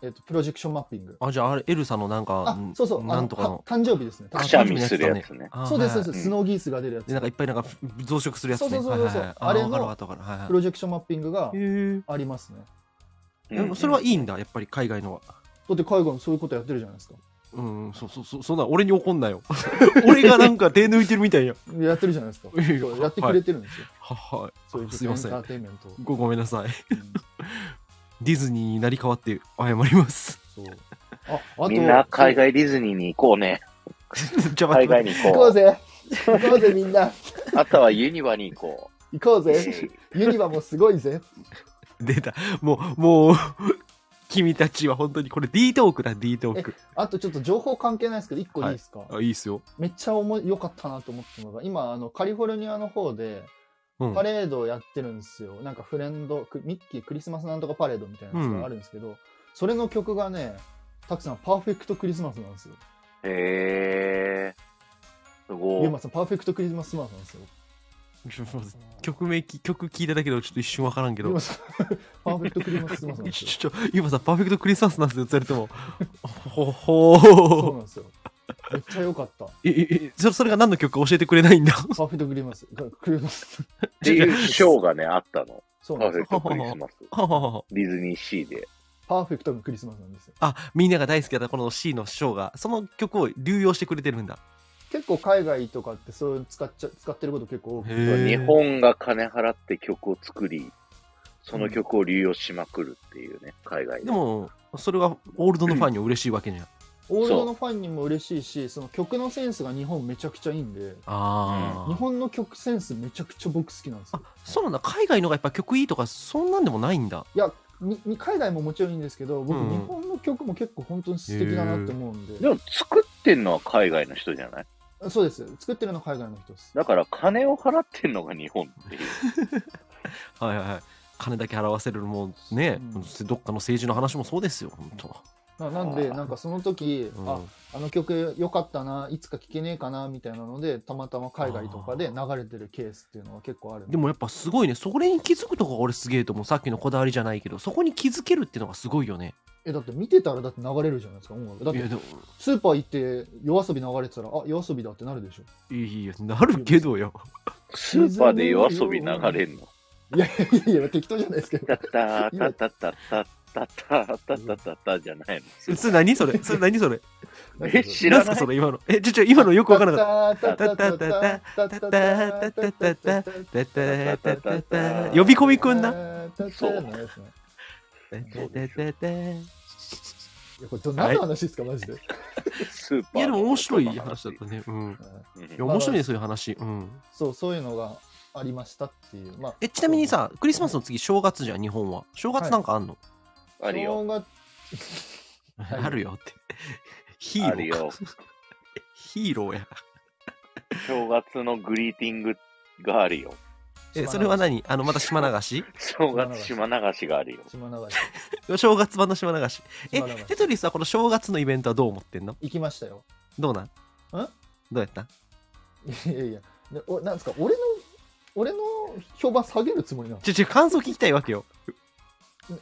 [SPEAKER 3] えっと、プロジェクションマッピング。
[SPEAKER 2] あ、じゃあ、あれ、エルサのなん
[SPEAKER 3] あ
[SPEAKER 2] か、、
[SPEAKER 3] そうそう、
[SPEAKER 2] なんとかの。
[SPEAKER 3] あのた誕生日ですね。
[SPEAKER 2] あ
[SPEAKER 1] くしゃみするやつね。
[SPEAKER 2] あ
[SPEAKER 3] そうです、
[SPEAKER 2] はいは
[SPEAKER 3] そう
[SPEAKER 2] い
[SPEAKER 3] です、スノーギースが出るやつ。
[SPEAKER 2] で、なんかいっぱいなんか増殖するやつね。
[SPEAKER 3] そうそうそうそう
[SPEAKER 2] はいはいはい
[SPEAKER 3] あれの
[SPEAKER 2] わかるわかる。はいは
[SPEAKER 3] プロジェクションマッピングが
[SPEAKER 2] い。へ
[SPEAKER 3] ありますね。
[SPEAKER 2] え。でもそれはいいんだ、やっぱり海外のは。
[SPEAKER 3] だって海外もそういうことやってるじゃないですか。
[SPEAKER 2] うん、そうそうそう、そんな俺に怒んなよ。 俺がなんか手抜いてるみたいや。
[SPEAKER 3] やってるじゃないですか。
[SPEAKER 2] いやいや
[SPEAKER 3] そうやってくれてるんですよ。
[SPEAKER 2] は、はい。
[SPEAKER 3] そういう
[SPEAKER 2] すいません
[SPEAKER 3] エンターテイン メントを。
[SPEAKER 2] ごごめんなさい。
[SPEAKER 3] うん
[SPEAKER 2] ディズニーになり変わって謝ります。
[SPEAKER 3] そう。あ、あと、
[SPEAKER 1] みんな海外ディズニーに行こう ね。
[SPEAKER 2] じゃあ
[SPEAKER 1] 海
[SPEAKER 2] 待
[SPEAKER 1] 外
[SPEAKER 2] って、
[SPEAKER 1] に
[SPEAKER 3] 行
[SPEAKER 1] 行
[SPEAKER 3] こ
[SPEAKER 1] こ
[SPEAKER 3] う
[SPEAKER 1] う。
[SPEAKER 3] ぜ行こうぜみんな
[SPEAKER 1] あとはユニバに行こ
[SPEAKER 3] 行こう
[SPEAKER 1] う。
[SPEAKER 3] ぜユニバもすごいぜ
[SPEAKER 2] 出た。もう、もう、 君たちは本当にこれ D トークだ、D トーク。
[SPEAKER 3] あとちょっと情報関係ないですけど、1個いいですか、
[SPEAKER 2] あ、いいっすよ。
[SPEAKER 3] めっちゃおも良かったなと思ったのが、今、あの、カリフォルニアの方で、
[SPEAKER 2] うん
[SPEAKER 3] パ。レードをやってるんですよ。なんかフレンド、クミッキークリスマスなんとかパレードみたいなやつがあるんですけど、それの曲がね、たくさんパーフェクトクリスマスなんですよ。
[SPEAKER 1] へえー。すご
[SPEAKER 3] ゆう
[SPEAKER 1] い
[SPEAKER 3] ま。さん、パーフェクトクリスマスマスなんですよ。
[SPEAKER 2] 曲名き、曲聞いただけど、ちょっと一瞬わからんけ
[SPEAKER 3] ゆ
[SPEAKER 2] ど
[SPEAKER 3] うま。さん、パーフェクトクリスマスマスなんですよ。
[SPEAKER 2] ちょ、ちょ、今さん、パーフェクトクリスマスなんですよ、それ とも。ほほほ
[SPEAKER 3] そうなんですよ。めっちゃ良かった。パ
[SPEAKER 2] え、え、え、それそれが何の曲か教えてくれない んだ。
[SPEAKER 3] ーフェクトクリスマス。クリスマス。
[SPEAKER 1] っていうショーがね、あったの。
[SPEAKER 3] そう
[SPEAKER 1] パー
[SPEAKER 3] なんです
[SPEAKER 1] フェ。
[SPEAKER 3] よ
[SPEAKER 1] クトクリスマス。
[SPEAKER 2] ははは
[SPEAKER 1] ディズニーシーで。
[SPEAKER 3] パーフェクトクリスマスなんですよ。
[SPEAKER 2] あ、みんなが大好きだったこの C のショーが、その曲を流用してくれてるんだ。
[SPEAKER 3] 結構海外とかってそういうの使っちゃ使ってること結構多くて
[SPEAKER 2] へー
[SPEAKER 1] 日本が金払って曲を作り、その曲を流用しまくるっていうね、海外で。
[SPEAKER 2] でも、それはオールドのファンには嬉しいわけじゃん。
[SPEAKER 3] オールドのファンにも嬉しいしその曲のセンスが日本めちゃくちゃいいんで
[SPEAKER 2] ああ、
[SPEAKER 3] 日本の曲センスめちゃくちゃ僕好きなんですよ
[SPEAKER 2] そうなんだ。海外のがやっぱ曲いいとか、そんなんでもないんだ。
[SPEAKER 3] いやにに海外ももちろんいいんですけど僕
[SPEAKER 2] うん
[SPEAKER 3] 日本の曲も結構本当に素敵だなって思うんで
[SPEAKER 1] でも作ってんのは海外の人じゃない
[SPEAKER 3] そうです作ってるのは海外の人です
[SPEAKER 1] だから金を払ってんのが日本っていう。
[SPEAKER 2] はいはいはい。金だけ払わせるのもね、
[SPEAKER 3] う
[SPEAKER 2] どっかの政治の話もそうですよ、本当。
[SPEAKER 3] ななんでなんかその時
[SPEAKER 2] うん
[SPEAKER 3] ああの曲良かったないつか聴けねえかなみたいなのでたまたま海外とかで流れてるケースっていうのは結構あるん
[SPEAKER 2] でもやっぱすごいね、それに気づくとこが俺すげえと思う。さっきのこだわりじゃないけど、そこに気づけるっていうのがすごいよね。
[SPEAKER 3] えだって見てたらだって流れるじゃないですか音楽だっ
[SPEAKER 2] いや、
[SPEAKER 3] て
[SPEAKER 2] でも、
[SPEAKER 3] スーパー行って夜遊び流れてたらあ夜遊びだってなる でしょ
[SPEAKER 2] いや、なるけどよ。
[SPEAKER 1] スーパーで夜遊び流れんの。
[SPEAKER 3] いやいやいや、適当じゃないですけど
[SPEAKER 1] タ。ッタータッタッタッタッタッタッタッタッタッタじゃない
[SPEAKER 2] それ何そ れそれ何それ
[SPEAKER 1] の。え、知ら
[SPEAKER 2] 何す
[SPEAKER 1] な
[SPEAKER 2] か
[SPEAKER 1] い
[SPEAKER 2] それ今の。え、ちょちょ、今のよくわからなかっ
[SPEAKER 3] か
[SPEAKER 2] ったた。たたたたた 呼び込みくんな。
[SPEAKER 1] そう
[SPEAKER 3] いや
[SPEAKER 1] そう
[SPEAKER 2] たたたたい
[SPEAKER 3] これど何の話ですか、マジで。
[SPEAKER 1] スーパーの。
[SPEAKER 2] や、でも面白い話だったね。うん。
[SPEAKER 1] うん。
[SPEAKER 2] いや、面白いね、そういう話。うん。
[SPEAKER 3] そう、そういうのがありましたっていう。まあ、
[SPEAKER 2] え、ちなみにさ、クリスマスの次、正月じゃん、日本は。正月なんかあんの
[SPEAKER 1] あるよ。
[SPEAKER 3] 正月、い
[SPEAKER 2] あるよって。 ヒ
[SPEAKER 1] あ
[SPEAKER 2] ーロ
[SPEAKER 1] る
[SPEAKER 2] ーか
[SPEAKER 1] よ。。
[SPEAKER 2] ヒーロ ーや。
[SPEAKER 1] 正月のグリーティングがあるよ。
[SPEAKER 2] え、それは何あの、また島流し
[SPEAKER 1] 正月島流しがあるよ。
[SPEAKER 3] 島流し。
[SPEAKER 2] 正月版の島流し。え
[SPEAKER 3] 島流し、
[SPEAKER 2] テトリスはこの正月のイベントはどう思ってんの
[SPEAKER 3] 行きましたよ。
[SPEAKER 2] どうなん
[SPEAKER 3] ん
[SPEAKER 2] どうやった
[SPEAKER 3] いやいや、でおなんですか、俺の、俺の評判下げるつもりなの
[SPEAKER 2] ちょちょ、感想聞きたいわけよ。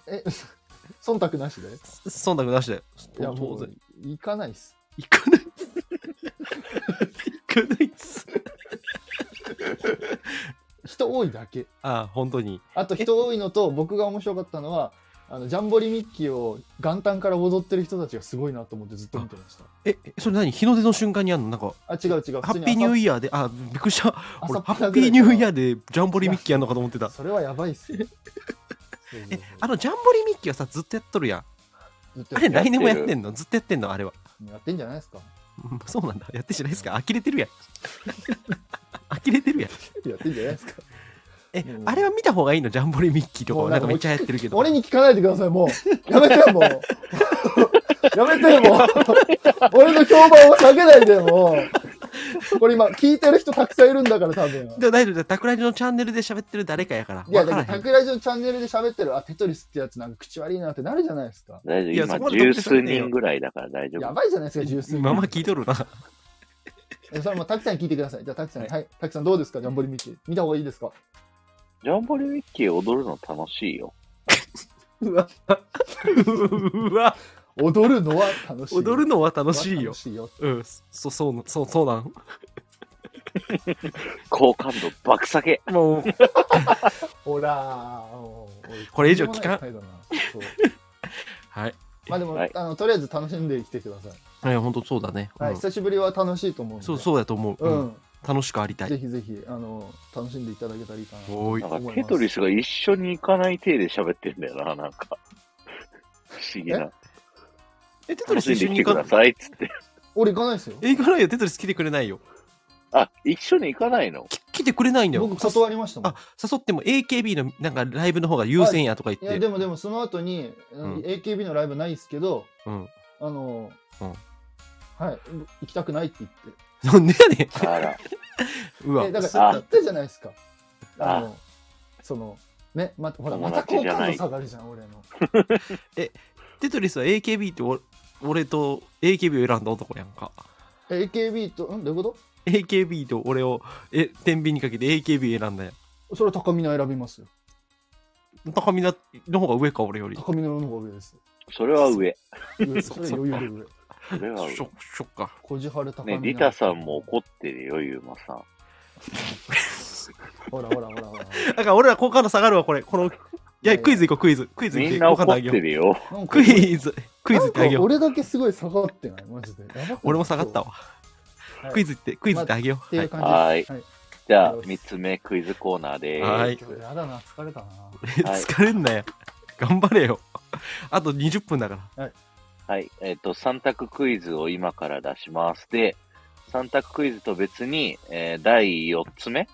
[SPEAKER 3] え、 忖度なしでい
[SPEAKER 2] そんなくなしだよ。
[SPEAKER 3] や、
[SPEAKER 2] 当
[SPEAKER 3] も
[SPEAKER 2] 然
[SPEAKER 3] う。行かないっす。
[SPEAKER 2] 行かないっす。 行かないっす。
[SPEAKER 3] 人多いだけ。
[SPEAKER 2] ああ、本当に。
[SPEAKER 3] あと人多いのと 僕が面白かったのはあのジャンボリミッキーを元旦から踊ってる人たちがすごいなと思ってずっと見てました。
[SPEAKER 2] え、えそれ何日の出の瞬間にあるのなんか、
[SPEAKER 3] あ違う違う。
[SPEAKER 2] ハッピーニュー
[SPEAKER 3] イ
[SPEAKER 2] イヤーで、あ、びっくりした。俺、ハッピーニューイヤーでジャンボリミッキーやんのかと思ってた。
[SPEAKER 3] それはやばいっ すよ。
[SPEAKER 2] え、あの、ジャンボリミッキーはさ、ずっとやっとるやん。あ
[SPEAKER 3] あ
[SPEAKER 2] れ、
[SPEAKER 1] な
[SPEAKER 2] 来年もやってんのずっとやってんのあれは。
[SPEAKER 3] やってんじゃないですか。
[SPEAKER 2] うんそうなんだ。やってんじゃないですか。呆れてるやん。 呆れてるやん。
[SPEAKER 3] やってんじゃないですか。
[SPEAKER 2] え
[SPEAKER 3] う、ん
[SPEAKER 2] あれは見た方がいいのジャンボリミッキーとか
[SPEAKER 3] も
[SPEAKER 2] は。
[SPEAKER 3] う
[SPEAKER 2] な
[SPEAKER 3] なんん
[SPEAKER 2] か
[SPEAKER 3] か
[SPEAKER 2] めっちゃやってるけど。
[SPEAKER 3] 俺に聞かないでください もう。やめてよもう。 やめてよもう。俺の評判を下げないでもう。これ今聞いてる人たくさんいるんだから多分。
[SPEAKER 2] でも大丈夫だよ。タクラジのチャンネルで喋ってる誰かやから。
[SPEAKER 3] いや
[SPEAKER 2] わか
[SPEAKER 3] だから
[SPEAKER 2] ら
[SPEAKER 3] タ
[SPEAKER 2] へん。
[SPEAKER 3] クラジのチャンネルで喋ってるあテトリスってやつなんか口悪いなってなるじゃないですか。
[SPEAKER 1] 大丈
[SPEAKER 2] いや
[SPEAKER 1] 夫。
[SPEAKER 2] そこま
[SPEAKER 1] 今、
[SPEAKER 2] で
[SPEAKER 1] 十数人ぐらいだから大丈
[SPEAKER 3] や
[SPEAKER 1] 夫。
[SPEAKER 3] ばいじゃないですか、ジュース。
[SPEAKER 2] まあまあ聞いとるな。
[SPEAKER 3] えそれもタキさんに聞いてください。じゃあ、タキさんに、はい、タキさんどうですか、ジャンボリミッキー。見た方がいいですか
[SPEAKER 1] ジャンボリミッキー踊るの楽しいよ。
[SPEAKER 2] うわ。うわ。
[SPEAKER 3] 踊るのは楽しい。
[SPEAKER 2] 踊るのは楽
[SPEAKER 3] の
[SPEAKER 2] しいよ
[SPEAKER 3] 楽。しいよ。
[SPEAKER 2] うん。そ、そう、そう、そうなの。
[SPEAKER 1] 好感度爆下げ。
[SPEAKER 2] もう、
[SPEAKER 3] ほらー、もう俺
[SPEAKER 2] これ以上聞かん
[SPEAKER 3] とんでもない態度だなそう
[SPEAKER 2] はい。
[SPEAKER 3] まあでも、
[SPEAKER 1] はい
[SPEAKER 3] あのとりあえず楽しんで生きてください。
[SPEAKER 2] いや、本当そうだね。
[SPEAKER 3] はい、
[SPEAKER 2] うん
[SPEAKER 3] 久しぶりは楽しいと思うんで。
[SPEAKER 2] そう、そうだと思う。
[SPEAKER 3] う。
[SPEAKER 2] うんん。楽しくありた
[SPEAKER 3] ぜ
[SPEAKER 2] い。
[SPEAKER 3] ひぜひあの楽しんでいただけたらいいかな。
[SPEAKER 2] おーい
[SPEAKER 1] な。んかテトリスが一緒に行かない体で喋ってんだよな、なんか。不思議な。
[SPEAKER 2] え、テト
[SPEAKER 1] 楽
[SPEAKER 2] リ
[SPEAKER 1] し
[SPEAKER 2] ス
[SPEAKER 1] んで
[SPEAKER 2] 一緒
[SPEAKER 1] きて
[SPEAKER 2] に行
[SPEAKER 1] く
[SPEAKER 2] か
[SPEAKER 1] ださいっつって。
[SPEAKER 3] 俺行かないですよ。
[SPEAKER 2] え、行かないよ。テトリス来てくれないよ。
[SPEAKER 1] あ、一緒に行かないの
[SPEAKER 2] き来てくれないんだよ。
[SPEAKER 3] 僕断りましたもん
[SPEAKER 2] あ。、誘っても AKB のなんかライブの方が優先やとか言
[SPEAKER 3] いや
[SPEAKER 2] って。
[SPEAKER 3] でもでもその後に、
[SPEAKER 2] ん
[SPEAKER 3] AKB のライブないですけど、
[SPEAKER 2] うん。
[SPEAKER 3] あの、
[SPEAKER 2] うん
[SPEAKER 3] はい行きたくないって言って。
[SPEAKER 2] なんでやね
[SPEAKER 1] あら。
[SPEAKER 2] ん。うわ
[SPEAKER 3] え。だから
[SPEAKER 1] あ
[SPEAKER 3] 言ったじゃないですか。
[SPEAKER 1] あ
[SPEAKER 3] のそのねまほら
[SPEAKER 1] 友
[SPEAKER 3] また
[SPEAKER 1] 達
[SPEAKER 3] 好
[SPEAKER 1] じゃ
[SPEAKER 3] 感
[SPEAKER 1] な
[SPEAKER 3] 度
[SPEAKER 1] い
[SPEAKER 3] 下がるじゃん俺の。
[SPEAKER 2] テトリスは AKB ってお俺と AKB を選んだ男やんか。
[SPEAKER 3] え AKB とんどういうこ
[SPEAKER 2] AKB と俺をえ天秤にかけて AKB 選んだやん。
[SPEAKER 3] と？それは高見菜選びますよ。
[SPEAKER 2] 高見なの方が上か俺より。
[SPEAKER 3] 高見菜の方が上です。
[SPEAKER 1] それは上。
[SPEAKER 3] 上それは余裕で上。
[SPEAKER 1] それは上
[SPEAKER 2] し。ょしょっか。
[SPEAKER 3] 小じはる高見
[SPEAKER 1] ね
[SPEAKER 3] 菜、。
[SPEAKER 1] リタさんも怒ってるよ、ゆうまさん。
[SPEAKER 3] ほらほらほらほら。
[SPEAKER 2] だから俺ら好感度下がるわこれ。このいやクイズいこうクイズクイズ行っ
[SPEAKER 1] み
[SPEAKER 2] て
[SPEAKER 1] んな怒
[SPEAKER 2] 好感度
[SPEAKER 1] っ
[SPEAKER 2] 上
[SPEAKER 1] て
[SPEAKER 2] げよう。
[SPEAKER 1] るよ。
[SPEAKER 3] なんか
[SPEAKER 2] クイズクイズ行ってあげ
[SPEAKER 3] なんか
[SPEAKER 2] よう。
[SPEAKER 3] 俺だけすごい下がってないマジで。やばくない
[SPEAKER 2] 俺も下がった。わ。
[SPEAKER 3] はい
[SPEAKER 2] クイズ行ってクイズ行ってあげよ
[SPEAKER 3] っ
[SPEAKER 2] う。
[SPEAKER 3] て
[SPEAKER 2] はいいう
[SPEAKER 3] 感じです。
[SPEAKER 1] じゃあ、三つ目クイズコーナーで
[SPEAKER 2] は
[SPEAKER 1] ー
[SPEAKER 2] い
[SPEAKER 3] 今日やだな疲れたな。
[SPEAKER 1] は い
[SPEAKER 2] 疲れんなよ。頑張れよ。あと20分だから。
[SPEAKER 1] す。はい。えっ、と、三択クイズを今から出します。で、三択クイズと別に、えー第四つ目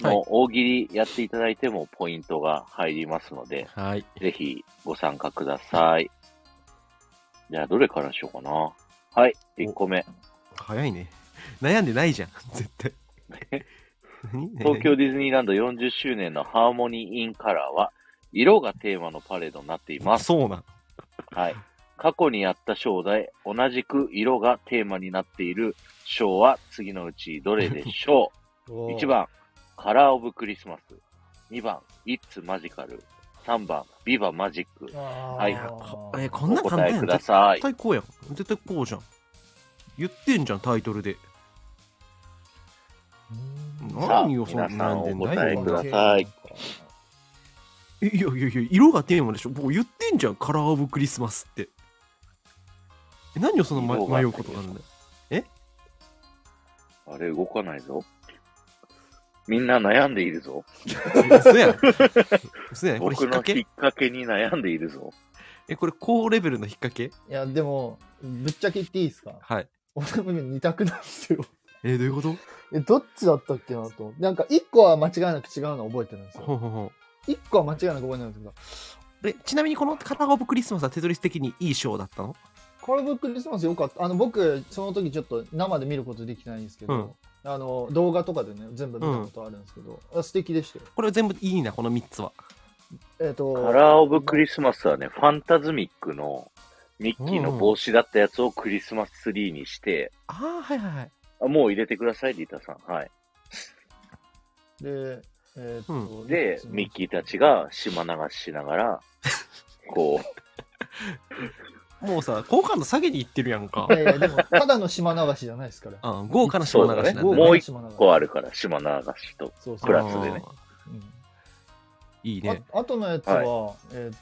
[SPEAKER 1] の大喜利やっていただいてもポイントが入りますので、
[SPEAKER 2] はい。
[SPEAKER 1] ぜひご参加ください。じゃあ、どれからしようかな。はい。1個目。
[SPEAKER 2] 早いね。悩んでないじゃん、 絶 対。何
[SPEAKER 1] 東京ディズニーランド40周年のハーモニー・イン・カラーは、色がテーマのパレードになってい
[SPEAKER 2] あ、
[SPEAKER 1] ます。
[SPEAKER 2] そうなん。
[SPEAKER 1] はい。過去にやったショーで、同じく色がテーマになっているショーは次のうちどれでしょ う ?1 番、カラー・オブ・クリスマス。2番、イッツ・マジカル。3番、ビバ・マジック。
[SPEAKER 3] は
[SPEAKER 1] はい
[SPEAKER 2] こえ、
[SPEAKER 3] こ
[SPEAKER 2] こん
[SPEAKER 1] お
[SPEAKER 2] なん簡
[SPEAKER 1] 答
[SPEAKER 2] 単
[SPEAKER 1] え
[SPEAKER 2] やん。
[SPEAKER 1] くだ
[SPEAKER 2] 絶
[SPEAKER 1] さい。
[SPEAKER 2] 対こうやん。絶対こうじゃん。言ってんじゃん、タイトルで。
[SPEAKER 1] さあ
[SPEAKER 2] 何をそんな
[SPEAKER 1] 皆さん
[SPEAKER 2] 悩んでんだ
[SPEAKER 1] お答え
[SPEAKER 2] よ
[SPEAKER 1] くだ。さい。
[SPEAKER 2] いやいやいや、色がテーマでしょ。もう言ってんじゃん、カラーオブクリスマスって。え何をそんな
[SPEAKER 1] 色
[SPEAKER 2] 迷
[SPEAKER 1] が
[SPEAKER 2] 迷うことがあるんだよ。
[SPEAKER 1] あれ、動かないぞ。みんな悩んでいるぞ。
[SPEAKER 2] 嘘やん。嘘やん。これ
[SPEAKER 1] 僕
[SPEAKER 2] 引っ
[SPEAKER 1] の
[SPEAKER 2] 掛
[SPEAKER 1] 引っ
[SPEAKER 2] け
[SPEAKER 1] 掛けに悩んでいるぞ。
[SPEAKER 2] え、これ高レベルの引っ掛け
[SPEAKER 3] いやでもぶっちゃけ言っていいですか？
[SPEAKER 2] はい。
[SPEAKER 3] 俺も二択なんですよ。
[SPEAKER 2] え、どういうこと
[SPEAKER 3] えどっちだったっけなと思って。なんか一個は間違いなく違うのは覚えてるんです
[SPEAKER 2] ほう
[SPEAKER 3] よ。
[SPEAKER 2] ほうほう。
[SPEAKER 3] 一個は間違いなく覚えてるんですけど、
[SPEAKER 2] えちなみにこの「カラーオブクリスマス」はテトリス的にいいショーだったの
[SPEAKER 3] カラーオブクリスマスよかった。あの僕その時ちょっと生で見ることできてないんですけど、
[SPEAKER 2] うん
[SPEAKER 3] あの動画とかでね全部見たことあるんですけど、あ素敵でしたよ。
[SPEAKER 2] これは全部いいなこの3つは
[SPEAKER 3] えっ、と
[SPEAKER 1] カラーオブクリスマスはね、ファンタズミックのミッキーの帽子だったやつをクリスマスツリーにして、
[SPEAKER 2] ああはいはいはい
[SPEAKER 1] あもう入れてください、リタさん。はい。
[SPEAKER 3] で、えーっと
[SPEAKER 2] う
[SPEAKER 1] で、ミッキーたちが島流ししながら、 こ
[SPEAKER 2] もうさ好感度下げにいってるやんか
[SPEAKER 3] いやいや、でも、ただの島流しじゃないですから。
[SPEAKER 2] あ豪華な島流しなんだね
[SPEAKER 1] そうだねもう一
[SPEAKER 3] 島流し
[SPEAKER 1] う、こうあるから、島流しと。
[SPEAKER 3] そうそう
[SPEAKER 1] クラスでね
[SPEAKER 3] う
[SPEAKER 2] いい
[SPEAKER 3] ん
[SPEAKER 2] ね
[SPEAKER 3] ああとのやつは、えーっ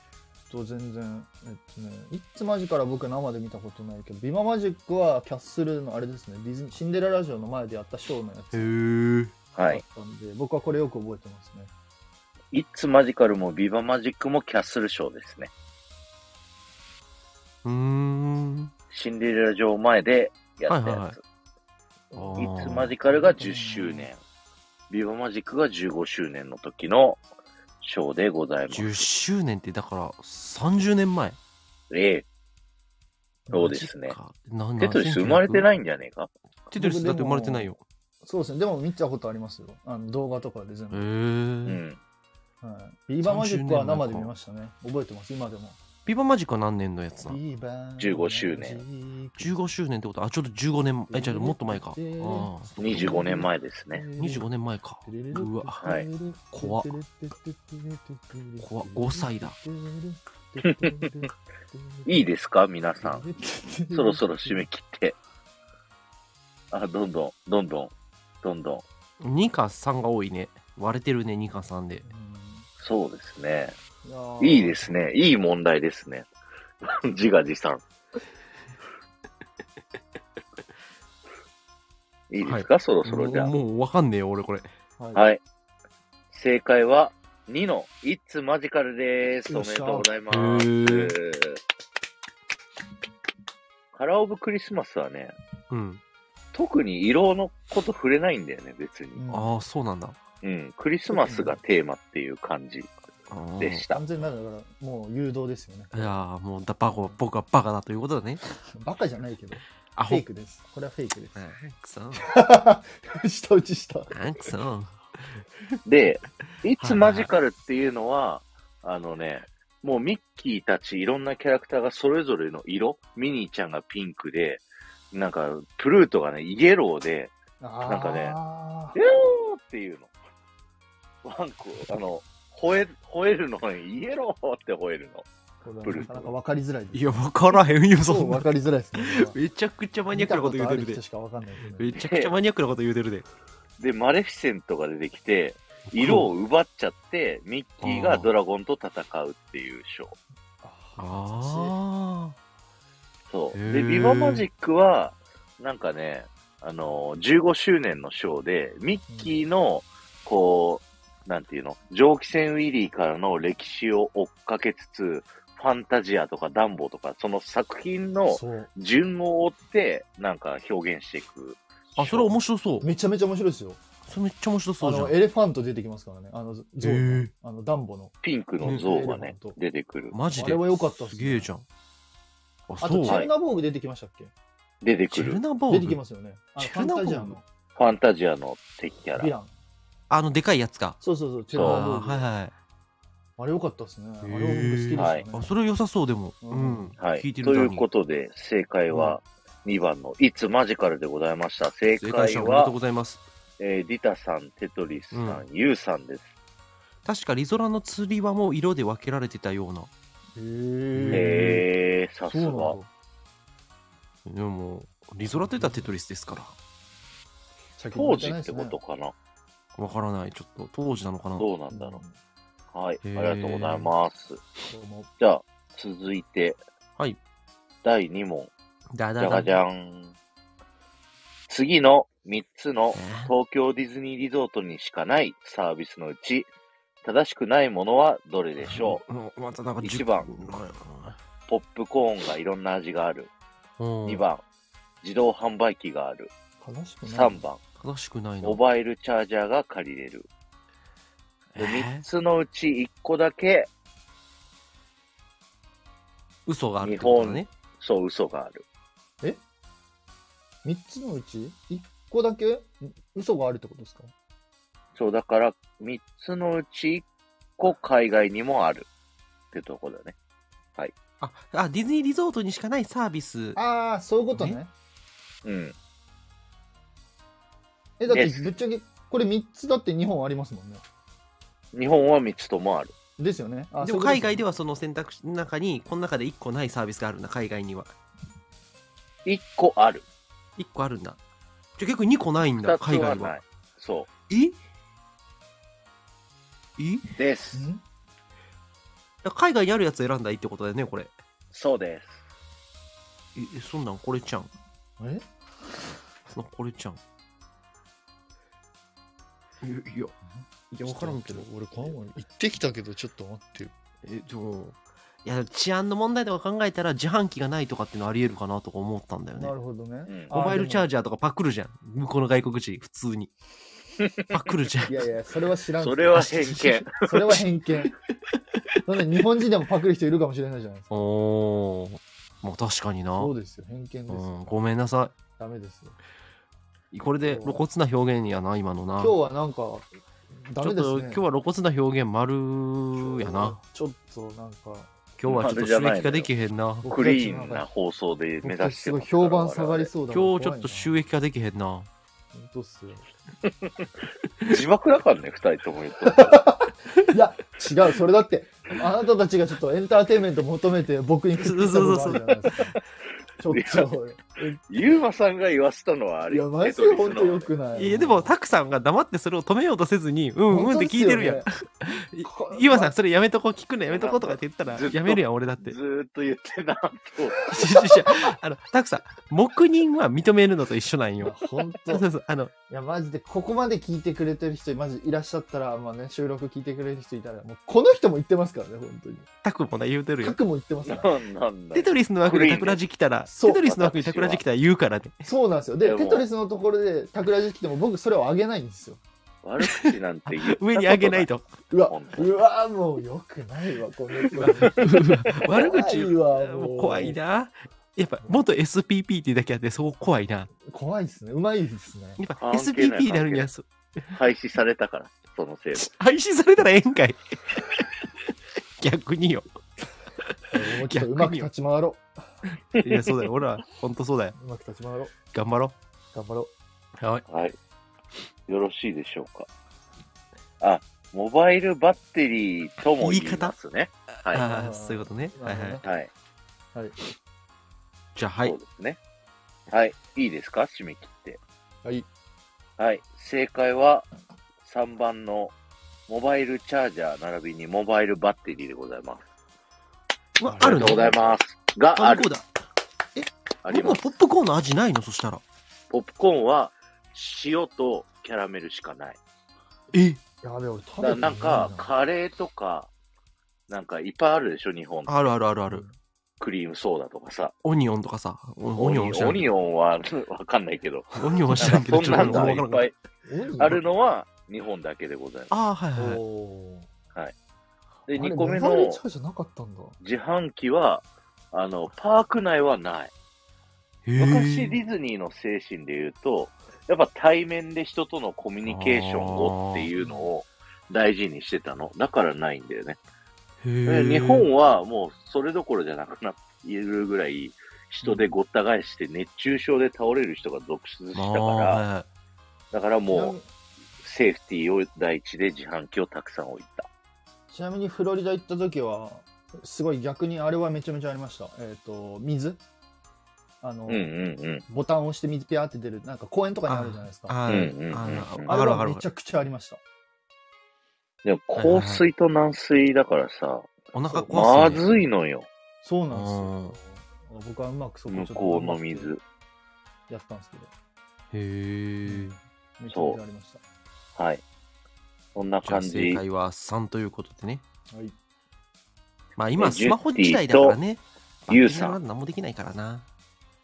[SPEAKER 3] と、全然、えっとね、いつマジから僕生で見たことないけど、ビママジックはキャッスルのあれですね、ディズニーシンデレラ城の前でやったショーのや
[SPEAKER 2] へ
[SPEAKER 3] つ
[SPEAKER 2] え
[SPEAKER 3] だ
[SPEAKER 1] は
[SPEAKER 3] っ
[SPEAKER 1] い。
[SPEAKER 3] たんで、僕はこれよく覚えてますね。
[SPEAKER 1] イッツマジカルもビバマジックもキャッスルショーですね。
[SPEAKER 2] うーん
[SPEAKER 1] シンデレラ城前でやった
[SPEAKER 2] はいはいは
[SPEAKER 1] や
[SPEAKER 2] い
[SPEAKER 1] つ。
[SPEAKER 2] あ
[SPEAKER 1] イ
[SPEAKER 2] ー
[SPEAKER 1] ッツマジカルが10周年、ビバマジックが15周年の時のショーでございます。
[SPEAKER 2] 10周年ってだから30年前
[SPEAKER 1] ええそうですね
[SPEAKER 2] マジかな
[SPEAKER 1] テトリス生まれてないいんじゃねえか
[SPEAKER 2] テトリスだって生まれてないよ
[SPEAKER 3] そうですね、でも見たことありますよ。あの動画とかで全
[SPEAKER 2] へ
[SPEAKER 3] 部。
[SPEAKER 1] う
[SPEAKER 2] え
[SPEAKER 1] ん。
[SPEAKER 3] はい、ビバマジックは生で見ましたね。覚えてます、今でも。
[SPEAKER 2] ビバマジカ何年のやつなの
[SPEAKER 3] ビバ
[SPEAKER 1] 15周年
[SPEAKER 2] 15周年ってことあちょっと15年えじゃあもっと前かあー
[SPEAKER 1] 25年前ですね。
[SPEAKER 2] 25年前かうわ
[SPEAKER 1] はい
[SPEAKER 2] 怖っ怖っ5歳だ
[SPEAKER 1] いいですか皆さん。そろそろ締め
[SPEAKER 3] 切
[SPEAKER 1] 切って。あ、どんどん、どんどん、どんどん。
[SPEAKER 2] 2か3が多いね。割れてるね、2か3で。
[SPEAKER 1] そうですね。いいですね。いい問題ですね。 自画自賛。いいですか、そろそろじゃ
[SPEAKER 2] もうもうわかんねえよ、俺これ。
[SPEAKER 3] は
[SPEAKER 1] あ。はい。正解は2の It's Magical です。
[SPEAKER 3] よ
[SPEAKER 1] お
[SPEAKER 3] っ
[SPEAKER 1] めで
[SPEAKER 3] しゃ
[SPEAKER 1] とうございます
[SPEAKER 2] へー。
[SPEAKER 1] カラーオブクリスマスはね、
[SPEAKER 2] うん。
[SPEAKER 1] 特に色のこと触れないんだよね、別に。
[SPEAKER 3] うん
[SPEAKER 2] ああ、そうなんだ。
[SPEAKER 1] うん、クリスマスがテーマっていう感じ
[SPEAKER 2] あー
[SPEAKER 1] で
[SPEAKER 2] い
[SPEAKER 1] した。
[SPEAKER 3] 完全なるだから、もう誘導ですよね。
[SPEAKER 2] やーもうだバカ僕はバカだということだね。
[SPEAKER 3] バカじゃないけど、
[SPEAKER 2] ア
[SPEAKER 3] フェ
[SPEAKER 2] ホ
[SPEAKER 3] イ。クです。これはフェイクで
[SPEAKER 2] あーくそ。
[SPEAKER 3] す。 下打ちした。
[SPEAKER 2] あーくそ。
[SPEAKER 1] で、いつマジカルっていうのは、あのね、もうミッキーたちいろんなキャラクターがそれぞれの色、ミニーちゃんがピンクで、なんか、プルートがね、イエローで、
[SPEAKER 3] なん
[SPEAKER 1] かねイエローっていうの。ワンコ、あの、吠え、吠えるのに、イエローって吠えるの。ブルー
[SPEAKER 3] なかなか分かりづらいです。
[SPEAKER 2] いや、わからへんよ、
[SPEAKER 3] そ
[SPEAKER 2] そ
[SPEAKER 3] うん分
[SPEAKER 2] な。
[SPEAKER 3] かりづらいですね。
[SPEAKER 2] めちゃくちゃマニアックなこと言うてる
[SPEAKER 3] 見たこ
[SPEAKER 2] で
[SPEAKER 3] とあ人。しかわかんないけど
[SPEAKER 2] めちゃくちゃマニアックなこと言うてるで。
[SPEAKER 1] で、マレフィセントが出てきて、色を奪っちゃって、ミッキーがドラゴンと戦うっていうショー。
[SPEAKER 3] あ
[SPEAKER 2] あ
[SPEAKER 1] そう。
[SPEAKER 2] へ
[SPEAKER 1] で、
[SPEAKER 2] ー
[SPEAKER 1] ビバマジックは、なんかね、あのー、15周年のショーで、ミッキーの、こう、なんていうの、蒸気船ウィリーからの歴史を追っかけつつ、ファンタジアとかダンボとか、その作品
[SPEAKER 3] ー
[SPEAKER 1] の
[SPEAKER 3] そう。
[SPEAKER 1] 順を追って、なんか表現していく。
[SPEAKER 2] あ。あ、それ面白そう。
[SPEAKER 3] めちゃめちゃ面白いですよ。
[SPEAKER 2] それめっちゃ面白そ
[SPEAKER 3] あ
[SPEAKER 2] うじゃ
[SPEAKER 3] の、
[SPEAKER 2] ん。
[SPEAKER 3] エレファント出てきますからね。あの、ゾウ
[SPEAKER 2] へ
[SPEAKER 3] の
[SPEAKER 2] ー、
[SPEAKER 3] あの、ダンボの。
[SPEAKER 1] ピンクの像がね
[SPEAKER 3] うん、
[SPEAKER 1] 出てくる。
[SPEAKER 2] マジで。
[SPEAKER 3] あれは良かったっす
[SPEAKER 2] す
[SPEAKER 3] ね
[SPEAKER 2] げえじゃん。あ、
[SPEAKER 3] あ
[SPEAKER 2] そ
[SPEAKER 3] と、
[SPEAKER 2] う
[SPEAKER 3] チ。ェルナボーグ出てきましたっけ
[SPEAKER 1] 出て
[SPEAKER 2] チ
[SPEAKER 1] く
[SPEAKER 2] ェル
[SPEAKER 1] る。
[SPEAKER 2] ナボ
[SPEAKER 3] 出てき
[SPEAKER 2] ーグ
[SPEAKER 3] ますよね。あの
[SPEAKER 2] チ
[SPEAKER 3] フ
[SPEAKER 2] ェル
[SPEAKER 3] ァン
[SPEAKER 2] ナボー
[SPEAKER 3] タ
[SPEAKER 2] グ
[SPEAKER 3] ジアの
[SPEAKER 1] ファンタジアの敵キャ
[SPEAKER 3] ヴィ
[SPEAKER 1] ラ。
[SPEAKER 3] ラン。
[SPEAKER 2] あの、でかいやつか。
[SPEAKER 3] そうそうそう、チェルナボ
[SPEAKER 2] あ
[SPEAKER 3] ー
[SPEAKER 2] ー
[SPEAKER 3] グ。
[SPEAKER 2] はいはい。
[SPEAKER 3] あれ良かったですね。あれ
[SPEAKER 2] へー
[SPEAKER 3] 僕好きでしたね。
[SPEAKER 1] はい
[SPEAKER 2] あそれ良さそうでも、
[SPEAKER 3] う
[SPEAKER 2] うんん
[SPEAKER 1] はい。
[SPEAKER 2] 聞いて
[SPEAKER 1] と
[SPEAKER 2] る
[SPEAKER 1] い
[SPEAKER 2] だ
[SPEAKER 1] うことで、正解は2番の It's Magical でございました。正
[SPEAKER 2] 正
[SPEAKER 1] 解
[SPEAKER 2] 解者おめで
[SPEAKER 1] は
[SPEAKER 2] とうご、ざいます
[SPEAKER 1] えー、リタさん、テトリスさん、ユウさんです。
[SPEAKER 2] 確かリゾラの釣りはもう色で分けられてたような
[SPEAKER 3] へえ。
[SPEAKER 1] へ
[SPEAKER 2] へ
[SPEAKER 1] えー、さす
[SPEAKER 3] そうなん
[SPEAKER 1] が。
[SPEAKER 3] だ。
[SPEAKER 2] でもリゾラといったらテトリスですから
[SPEAKER 3] 先に
[SPEAKER 1] 当
[SPEAKER 3] 言て
[SPEAKER 1] 時
[SPEAKER 3] ない
[SPEAKER 1] っ
[SPEAKER 3] です
[SPEAKER 1] て
[SPEAKER 3] ね
[SPEAKER 1] ことかな。
[SPEAKER 2] 分からないちょっと当時なのかな
[SPEAKER 1] どうなんだろう。はい、あ
[SPEAKER 2] へ
[SPEAKER 1] り
[SPEAKER 2] ー
[SPEAKER 1] がとうございます。
[SPEAKER 3] どうも
[SPEAKER 1] じゃあ、続いて、
[SPEAKER 2] はい
[SPEAKER 1] 第2問。
[SPEAKER 2] だ
[SPEAKER 1] じ
[SPEAKER 2] だ
[SPEAKER 1] ゃ
[SPEAKER 2] だ
[SPEAKER 1] がじゃん。次の3つの
[SPEAKER 2] え
[SPEAKER 1] 東京ディズニーリゾートにしかないサービスのうち、正しくないものはどれでしょう
[SPEAKER 2] もうまたなんか
[SPEAKER 1] 一番ポップコーンがいろんな味がある。2
[SPEAKER 2] 2
[SPEAKER 1] 番、自動販売機がある。
[SPEAKER 3] 悲しくない。
[SPEAKER 1] 3番、
[SPEAKER 2] 正しくないの
[SPEAKER 1] モバイルチャージャーが借りれる。で、
[SPEAKER 2] え
[SPEAKER 1] 3つのうち1個だけ、
[SPEAKER 2] 嘘があるってことだね
[SPEAKER 1] そう、嘘がある。
[SPEAKER 3] 三つのうち一個だけ嘘があるってことですか
[SPEAKER 1] そう、だから、3つのうち1個海外にもある。ってとこだね。
[SPEAKER 2] ああディズニーリゾートにしかないサービス
[SPEAKER 3] ああ、そういうことね。
[SPEAKER 1] うん。
[SPEAKER 3] え、だって
[SPEAKER 1] です
[SPEAKER 3] ぶっちゃけ、これ三つだって日本ありますもんね。
[SPEAKER 1] 日本は3つともある。
[SPEAKER 3] ですよね。あ
[SPEAKER 2] でも海外では
[SPEAKER 3] そ
[SPEAKER 2] その選択肢の中にこの中で1個ないサービスがあるんだ海外には
[SPEAKER 1] 1個ある。
[SPEAKER 2] 1個あるんだじゃあ逆に2個ないん
[SPEAKER 1] 2
[SPEAKER 2] だ
[SPEAKER 1] つ
[SPEAKER 2] 海
[SPEAKER 1] は
[SPEAKER 2] 外
[SPEAKER 1] な。
[SPEAKER 2] はい
[SPEAKER 1] そ
[SPEAKER 2] ええ
[SPEAKER 1] う。で
[SPEAKER 3] う
[SPEAKER 1] す。
[SPEAKER 3] いうこ
[SPEAKER 2] だから海外にあるやつ選んだいってことだよね、これ。
[SPEAKER 1] そうです。
[SPEAKER 2] え、えそんなんこれちゃん。
[SPEAKER 3] とですね。
[SPEAKER 2] そんなんこれちゃん。いや、いや、いや、わからんけど。
[SPEAKER 5] 俺この前行ってきたけどちょっと待ってよ
[SPEAKER 2] え、でも、いや、治安の問題とか考えたら自販機がないとかっていうのありえるかなとか思ったんだ
[SPEAKER 3] え
[SPEAKER 2] よね
[SPEAKER 3] な。るほどね
[SPEAKER 1] うん。
[SPEAKER 3] あ
[SPEAKER 2] モバイルチャー
[SPEAKER 3] ジ。
[SPEAKER 2] ジャーとかパクるじゃん。向こうの外国人、普通に。パクるじゃん。
[SPEAKER 3] いやいや、それは知らん。
[SPEAKER 1] それは偏見。
[SPEAKER 3] それは偏見。そんな日本人でもパクる人いるかもしれないじゃないですか。
[SPEAKER 2] おー。まあ確かにな。
[SPEAKER 3] そううですよ、偏見ですよ。
[SPEAKER 2] ん、ごめんなさ
[SPEAKER 3] ダメですよ。
[SPEAKER 2] い。これで露骨な表現やな、今のな。
[SPEAKER 3] 今日はなんか、ダ
[SPEAKER 2] ちょ
[SPEAKER 3] メ
[SPEAKER 2] っ
[SPEAKER 3] です
[SPEAKER 2] と
[SPEAKER 3] ね。
[SPEAKER 2] 今日は露骨な表現丸やな。
[SPEAKER 3] ちょっとなんか、
[SPEAKER 2] 今日はちょっと収益化できへんな。
[SPEAKER 1] クリーンな放送で目指して
[SPEAKER 3] すごい
[SPEAKER 1] ます
[SPEAKER 3] 評判下がり
[SPEAKER 1] そ
[SPEAKER 3] そうだ
[SPEAKER 2] 今日ちょっと
[SPEAKER 3] 益。
[SPEAKER 2] 収益化できへんな。
[SPEAKER 3] 本当っすよ
[SPEAKER 1] う。自爆だからね、2人とも言うと。
[SPEAKER 3] いや、違う、それだって、あなたたちがちょっとエンターテインメント求めて僕に食ってきたことあるじゃないですか。ちょっと。
[SPEAKER 1] ゆうまさんが言わせたのはあ
[SPEAKER 3] い
[SPEAKER 1] れ
[SPEAKER 3] や、マ
[SPEAKER 1] テ
[SPEAKER 3] ジ
[SPEAKER 1] ト
[SPEAKER 3] で
[SPEAKER 1] リスの
[SPEAKER 3] 本当良くない。
[SPEAKER 2] いやでも、タクさんが黙ってそれを止めようとせずに、うんうんって聞いてるやん。
[SPEAKER 3] ん
[SPEAKER 2] ゆうまさん、それやめとこう、聞くのやめとこうとかって言ったら
[SPEAKER 1] ずっ、と
[SPEAKER 2] やめるやん、俺だって。い
[SPEAKER 1] ずーっと言ってなと。
[SPEAKER 2] やいやあの、タクさん、黙認は認めるのと一緒なんよ。
[SPEAKER 3] 本
[SPEAKER 2] そう
[SPEAKER 3] 当い
[SPEAKER 2] そうそう、あの、
[SPEAKER 3] やマジでここまで聞いてくれてる人マジいらっしゃったらまあね収録聞いてくれる人いたらもうこの人も言ってますからね本当に
[SPEAKER 2] タクもな言うてるよ。
[SPEAKER 3] 核も言ってますから
[SPEAKER 1] なんなんだ
[SPEAKER 2] テ
[SPEAKER 1] よ。
[SPEAKER 2] トリスの枠
[SPEAKER 1] 古い
[SPEAKER 2] に
[SPEAKER 1] ね
[SPEAKER 2] タクラジ来たら、
[SPEAKER 3] そう
[SPEAKER 2] テトリスの枠にタクラジ来たら言うからね。
[SPEAKER 3] そうなんですよ
[SPEAKER 1] い
[SPEAKER 3] で
[SPEAKER 1] やもう
[SPEAKER 3] テトリスのところで桜ジ来ても僕それをあげないんですよ
[SPEAKER 1] 悪口なんて言ったこと
[SPEAKER 2] 上に上げない。と。
[SPEAKER 3] うわ
[SPEAKER 1] 本当
[SPEAKER 3] うわもうよくないわこの 人
[SPEAKER 2] 悪
[SPEAKER 3] 怖
[SPEAKER 2] 口
[SPEAKER 3] いわもう
[SPEAKER 2] もう怖いな。やっぱ元 SPP っていうだけあってそう怖いな。
[SPEAKER 3] 怖いですねうまいですね
[SPEAKER 2] やっぱ
[SPEAKER 1] 関係ない
[SPEAKER 2] SPP になるにはそう
[SPEAKER 1] 廃止されたから、その制度。
[SPEAKER 2] 廃止されたらええんかい。 逆によ。
[SPEAKER 3] もうちょっとうまく立ち回ろ
[SPEAKER 2] いや、そうだよ。俺は本当そうだよ。
[SPEAKER 3] ううまく立ち回ろう
[SPEAKER 2] 頑張ろ
[SPEAKER 3] 頑張ろ
[SPEAKER 2] う。はい。
[SPEAKER 1] はい。よろしいでしょうか。あ、モバイルバッテリーとも言いますね。は
[SPEAKER 2] ああ、そういうことね。はいはい。
[SPEAKER 1] い。はい。
[SPEAKER 3] うはい
[SPEAKER 2] じゃあ、は
[SPEAKER 1] そ。
[SPEAKER 2] いう
[SPEAKER 1] ですね。はい。いいですか締め切って。
[SPEAKER 3] はい
[SPEAKER 1] はい。正解は3番のモバイルチャージャー並びにモバイルバッテリーでございます。
[SPEAKER 2] うわ
[SPEAKER 1] あ
[SPEAKER 2] あ
[SPEAKER 1] りが
[SPEAKER 2] るの
[SPEAKER 1] とうございます。があ
[SPEAKER 2] あ、
[SPEAKER 1] る
[SPEAKER 2] そう。だ。
[SPEAKER 1] あり
[SPEAKER 2] も
[SPEAKER 1] ま
[SPEAKER 2] う
[SPEAKER 1] す。
[SPEAKER 2] ポップコーンの味ないのそしたら。
[SPEAKER 1] ポップコーンは塩とキャラメルしかない。
[SPEAKER 2] え
[SPEAKER 3] やべ俺食
[SPEAKER 1] だか
[SPEAKER 3] べて
[SPEAKER 1] ら
[SPEAKER 3] い
[SPEAKER 1] なんかカレーとか、なんかいっぱいあるでしょ日本。
[SPEAKER 2] あるあるあるある。
[SPEAKER 1] クリームソーダとかさ。
[SPEAKER 2] オニオンとかさ。オニオン知ら
[SPEAKER 1] オ
[SPEAKER 2] んけ
[SPEAKER 1] ニ
[SPEAKER 2] ど。
[SPEAKER 1] オンは わかんないけど。
[SPEAKER 2] オニオン知ら
[SPEAKER 1] なん
[SPEAKER 2] んけ
[SPEAKER 1] か
[SPEAKER 2] ど。
[SPEAKER 1] そんなん
[SPEAKER 2] ちょ
[SPEAKER 1] がい
[SPEAKER 2] っと俺も
[SPEAKER 1] っ
[SPEAKER 2] わから
[SPEAKER 1] ぱ
[SPEAKER 2] ん
[SPEAKER 1] い
[SPEAKER 3] うん
[SPEAKER 1] あるのは日本だけでございます。
[SPEAKER 2] ああ、はいはいはい。
[SPEAKER 3] おー
[SPEAKER 1] で、
[SPEAKER 3] あれ
[SPEAKER 1] 2個目
[SPEAKER 3] モバイ
[SPEAKER 1] の
[SPEAKER 3] ルチャージャーなかったんだ
[SPEAKER 1] 自販機は、あの、パーク内はない。
[SPEAKER 2] へえ
[SPEAKER 1] 昔ディズニーの精神で言うと、やっぱ対面で人とのコミュニケーションをっていうのを大事にしてたの。だからないんだよね。
[SPEAKER 2] へ
[SPEAKER 1] で
[SPEAKER 2] え
[SPEAKER 1] 日本はもうそれどころじゃなくなっているぐらい人でごった返して熱中症で倒れる人が続出したか
[SPEAKER 2] ああ
[SPEAKER 1] ら、
[SPEAKER 2] はい
[SPEAKER 1] だからもう
[SPEAKER 3] う
[SPEAKER 1] セーフティーを第一で自販機をたくさん置いた。
[SPEAKER 3] ちなみにフロリダ行った時はすごい逆にあれはめちゃめちゃありましたえっ、と水あの、
[SPEAKER 1] うんうんうん。
[SPEAKER 3] ボタンを押して水ピャーって出るなんか公園とかにあるじゃないですか
[SPEAKER 2] あ
[SPEAKER 1] うんうんうん
[SPEAKER 2] あ
[SPEAKER 1] うん
[SPEAKER 2] あ
[SPEAKER 3] あ
[SPEAKER 2] あ
[SPEAKER 3] れ
[SPEAKER 2] る
[SPEAKER 3] は
[SPEAKER 2] ある
[SPEAKER 3] めちゃくちゃありました
[SPEAKER 1] でも硬水と軟水だからさ、
[SPEAKER 2] お
[SPEAKER 1] ま
[SPEAKER 2] 腹壊すね
[SPEAKER 1] ずいのよ、
[SPEAKER 3] そうなんですよ僕はうまくそこちょ
[SPEAKER 1] 向
[SPEAKER 3] っと
[SPEAKER 1] こうの水。
[SPEAKER 3] やったんですけど
[SPEAKER 2] へえ
[SPEAKER 3] めちゃめちゃありまし
[SPEAKER 1] はい。そんな
[SPEAKER 2] じゃ
[SPEAKER 1] 感
[SPEAKER 2] あ正
[SPEAKER 1] じ。
[SPEAKER 2] 解は3ということでね
[SPEAKER 3] たはい
[SPEAKER 2] まあ今スマホ時代だからね
[SPEAKER 1] ゆうさん
[SPEAKER 2] バッテリーは何もできないからな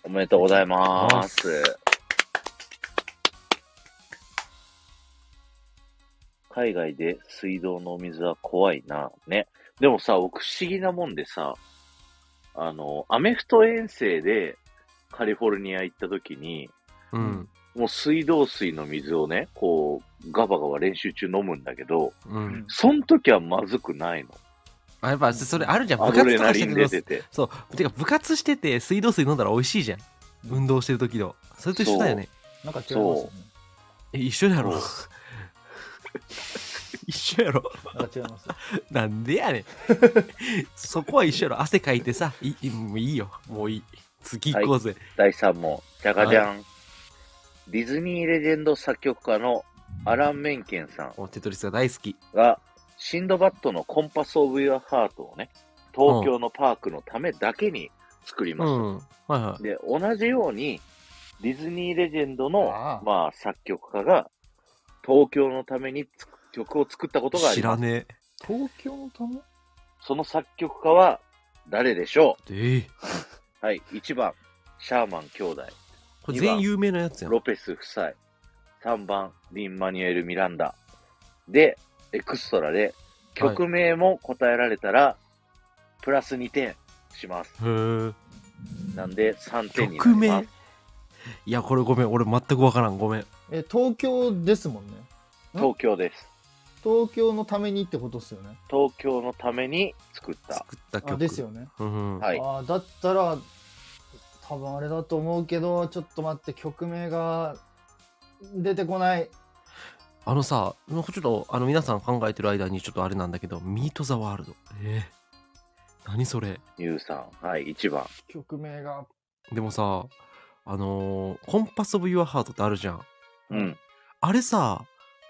[SPEAKER 1] おめでとうございます。海外で水道のお水は怖いな。ね。でもさ、僕不思議なもんでさ、あの、アメフト遠征でカリフォルニア行った時に、
[SPEAKER 2] うん
[SPEAKER 1] もう水道水の水をね、こう、ガバガバ練習中飲むんだけど、
[SPEAKER 2] うん
[SPEAKER 1] そん時はまずくないの。
[SPEAKER 2] あやっぱそれあるじゃん
[SPEAKER 1] ア
[SPEAKER 2] 部
[SPEAKER 1] ド
[SPEAKER 2] 活
[SPEAKER 1] レ
[SPEAKER 2] と
[SPEAKER 1] ナ
[SPEAKER 2] か
[SPEAKER 1] リ
[SPEAKER 2] し
[SPEAKER 1] ン
[SPEAKER 2] て
[SPEAKER 1] 出
[SPEAKER 2] る
[SPEAKER 1] て
[SPEAKER 2] と
[SPEAKER 1] て。
[SPEAKER 2] そうてか部活してて水道水飲んだら美味しいじゃん運動してる時のそれと一緒だよね
[SPEAKER 3] なんか違いますよね
[SPEAKER 2] え一緒や
[SPEAKER 1] そ
[SPEAKER 2] ろ
[SPEAKER 1] う
[SPEAKER 2] 一緒やろ
[SPEAKER 3] なんか違いますよ
[SPEAKER 2] なんでやねんそこは一緒やろ汗かいてさいいもういいよもういい次行こうぜ
[SPEAKER 1] 第3問、じゃがじゃん、ディズニーレジェンド作曲家のアラン・メンケンさん
[SPEAKER 2] もうテトリスが大好き
[SPEAKER 1] が、シンドバッドのコンパス・オブ・ユア・ハートをね、東京のパークのためだけに作り
[SPEAKER 2] う
[SPEAKER 1] ました。
[SPEAKER 2] んはいはい
[SPEAKER 1] で、同じように、ディズニーレジェンドの、
[SPEAKER 3] ああ
[SPEAKER 1] まあ、作曲家が、東京のためにつ曲を作ったことがあり
[SPEAKER 2] 知
[SPEAKER 1] ま
[SPEAKER 2] ら
[SPEAKER 1] す。
[SPEAKER 2] ね
[SPEAKER 3] 東京のため
[SPEAKER 1] その作曲家は誰でしょ
[SPEAKER 2] え。ええ
[SPEAKER 1] うはい、1番、シャーマン兄弟、
[SPEAKER 2] これ全員有名なやつやん。
[SPEAKER 1] ロペス夫妻。3番、リン・マニュエル・ミランダ。で、エクストラで、曲名も答えられたら、プラス2点します。
[SPEAKER 2] へ
[SPEAKER 1] なんで、3
[SPEAKER 2] え。
[SPEAKER 1] 点にな
[SPEAKER 2] 曲
[SPEAKER 1] りま
[SPEAKER 2] 名
[SPEAKER 1] す。
[SPEAKER 2] いや、これごめん。俺全くわからん。ごめん。
[SPEAKER 3] え東京ですもんね
[SPEAKER 1] 東京です。
[SPEAKER 3] 東京のためにってことっすよね
[SPEAKER 1] 東京のために作った。
[SPEAKER 2] 作った
[SPEAKER 3] あ
[SPEAKER 2] 曲。
[SPEAKER 3] ですよね
[SPEAKER 2] うんうん。
[SPEAKER 1] はい。
[SPEAKER 3] ああだったら多分あれだと思うけどちょっと待って曲名が出てこない
[SPEAKER 2] あのさ、もうちょっとあの皆さん考えてる間にちょっとあれなんだけど、ミート・ザ・ワールド。えー何それ
[SPEAKER 1] ゆうさん、はい、1番。
[SPEAKER 3] 曲名が。
[SPEAKER 2] でもさ、あのーコンパス・オブ・ユア・ハートってあるじゃん。
[SPEAKER 1] うん。
[SPEAKER 2] あれさ、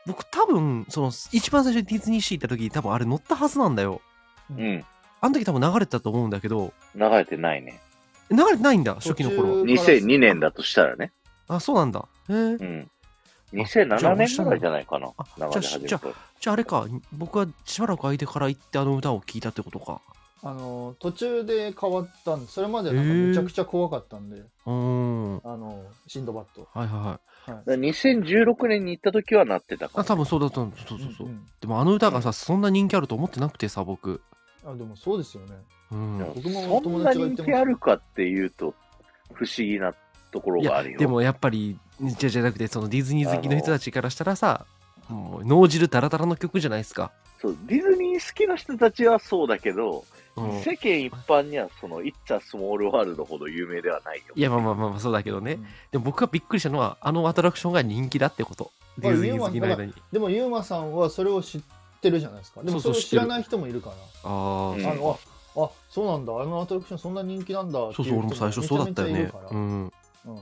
[SPEAKER 2] 僕多分、その、一番最初にディズニーシー行った時に多分あれ乗ったはずなんだよ。
[SPEAKER 1] うん。
[SPEAKER 2] あの時多分流れてたと思うんだけど、
[SPEAKER 1] 流れてないね。
[SPEAKER 2] 流れてないんだ、初期の頃は。
[SPEAKER 1] 2002年だとしたらね。
[SPEAKER 2] あ、そうなんだ。えー
[SPEAKER 1] うん。
[SPEAKER 2] あじゃあ
[SPEAKER 1] 2007年ぐらいじゃないかな
[SPEAKER 2] あ。
[SPEAKER 1] 流れ始め
[SPEAKER 2] じゃ
[SPEAKER 1] た
[SPEAKER 2] あ。じゃああれか、僕はしばらく間から行ってあの歌を聴いたってことか。
[SPEAKER 3] あの、途中で変わったんで、それまでなんかめちゃくちゃ怖かったんで、
[SPEAKER 2] うーん。はい
[SPEAKER 3] あの、シンドバッド。
[SPEAKER 2] はいはい。
[SPEAKER 3] はい。
[SPEAKER 1] 2016年に行った時はなってたか
[SPEAKER 2] あ、
[SPEAKER 1] も。
[SPEAKER 2] 多分そうだったんそうそうそう。
[SPEAKER 3] んん
[SPEAKER 2] でもあの歌がさ、そんな人気あると思ってなくてさ、僕。
[SPEAKER 3] あ、でもそうですよね。
[SPEAKER 2] うん。
[SPEAKER 3] 僕も
[SPEAKER 1] そん
[SPEAKER 3] 友
[SPEAKER 1] な
[SPEAKER 3] 達が言
[SPEAKER 1] 人
[SPEAKER 3] ってました
[SPEAKER 1] 気あるかっていうと、不思議なところ
[SPEAKER 2] い
[SPEAKER 1] があ
[SPEAKER 2] や
[SPEAKER 1] るよ。
[SPEAKER 2] でもやっぱりじゃじゃなくてそのディズニー好きの人たちからしたらさもう脳汁タラタラの曲じゃないですか、
[SPEAKER 1] そう、ディズニー好きな人たちはそうだけど、
[SPEAKER 2] うん、
[SPEAKER 1] 世間一般には、その、It's a Small World ほど有名ではないよ。
[SPEAKER 2] いやまあまあまあまあそうだけどね、
[SPEAKER 3] うん
[SPEAKER 2] でも僕がびっくりしたのはあのアトラクションが人気だってことディズニー好きの間に
[SPEAKER 3] でも、ユーマさんはそれを知ってるじゃないですか。でも、
[SPEAKER 2] そ
[SPEAKER 3] そ
[SPEAKER 2] うそう
[SPEAKER 3] れを
[SPEAKER 2] 知っ
[SPEAKER 3] 知
[SPEAKER 2] てる
[SPEAKER 3] らない人もいるから。
[SPEAKER 2] ああ、
[SPEAKER 1] うん
[SPEAKER 3] あのああそうなんだあのアトラクションそんな人気なんだって
[SPEAKER 2] そうそう俺も最初そうだったよ
[SPEAKER 3] め
[SPEAKER 2] ね
[SPEAKER 3] ちゃめちゃいるか
[SPEAKER 2] う
[SPEAKER 3] ら
[SPEAKER 2] ん
[SPEAKER 3] うん
[SPEAKER 2] へ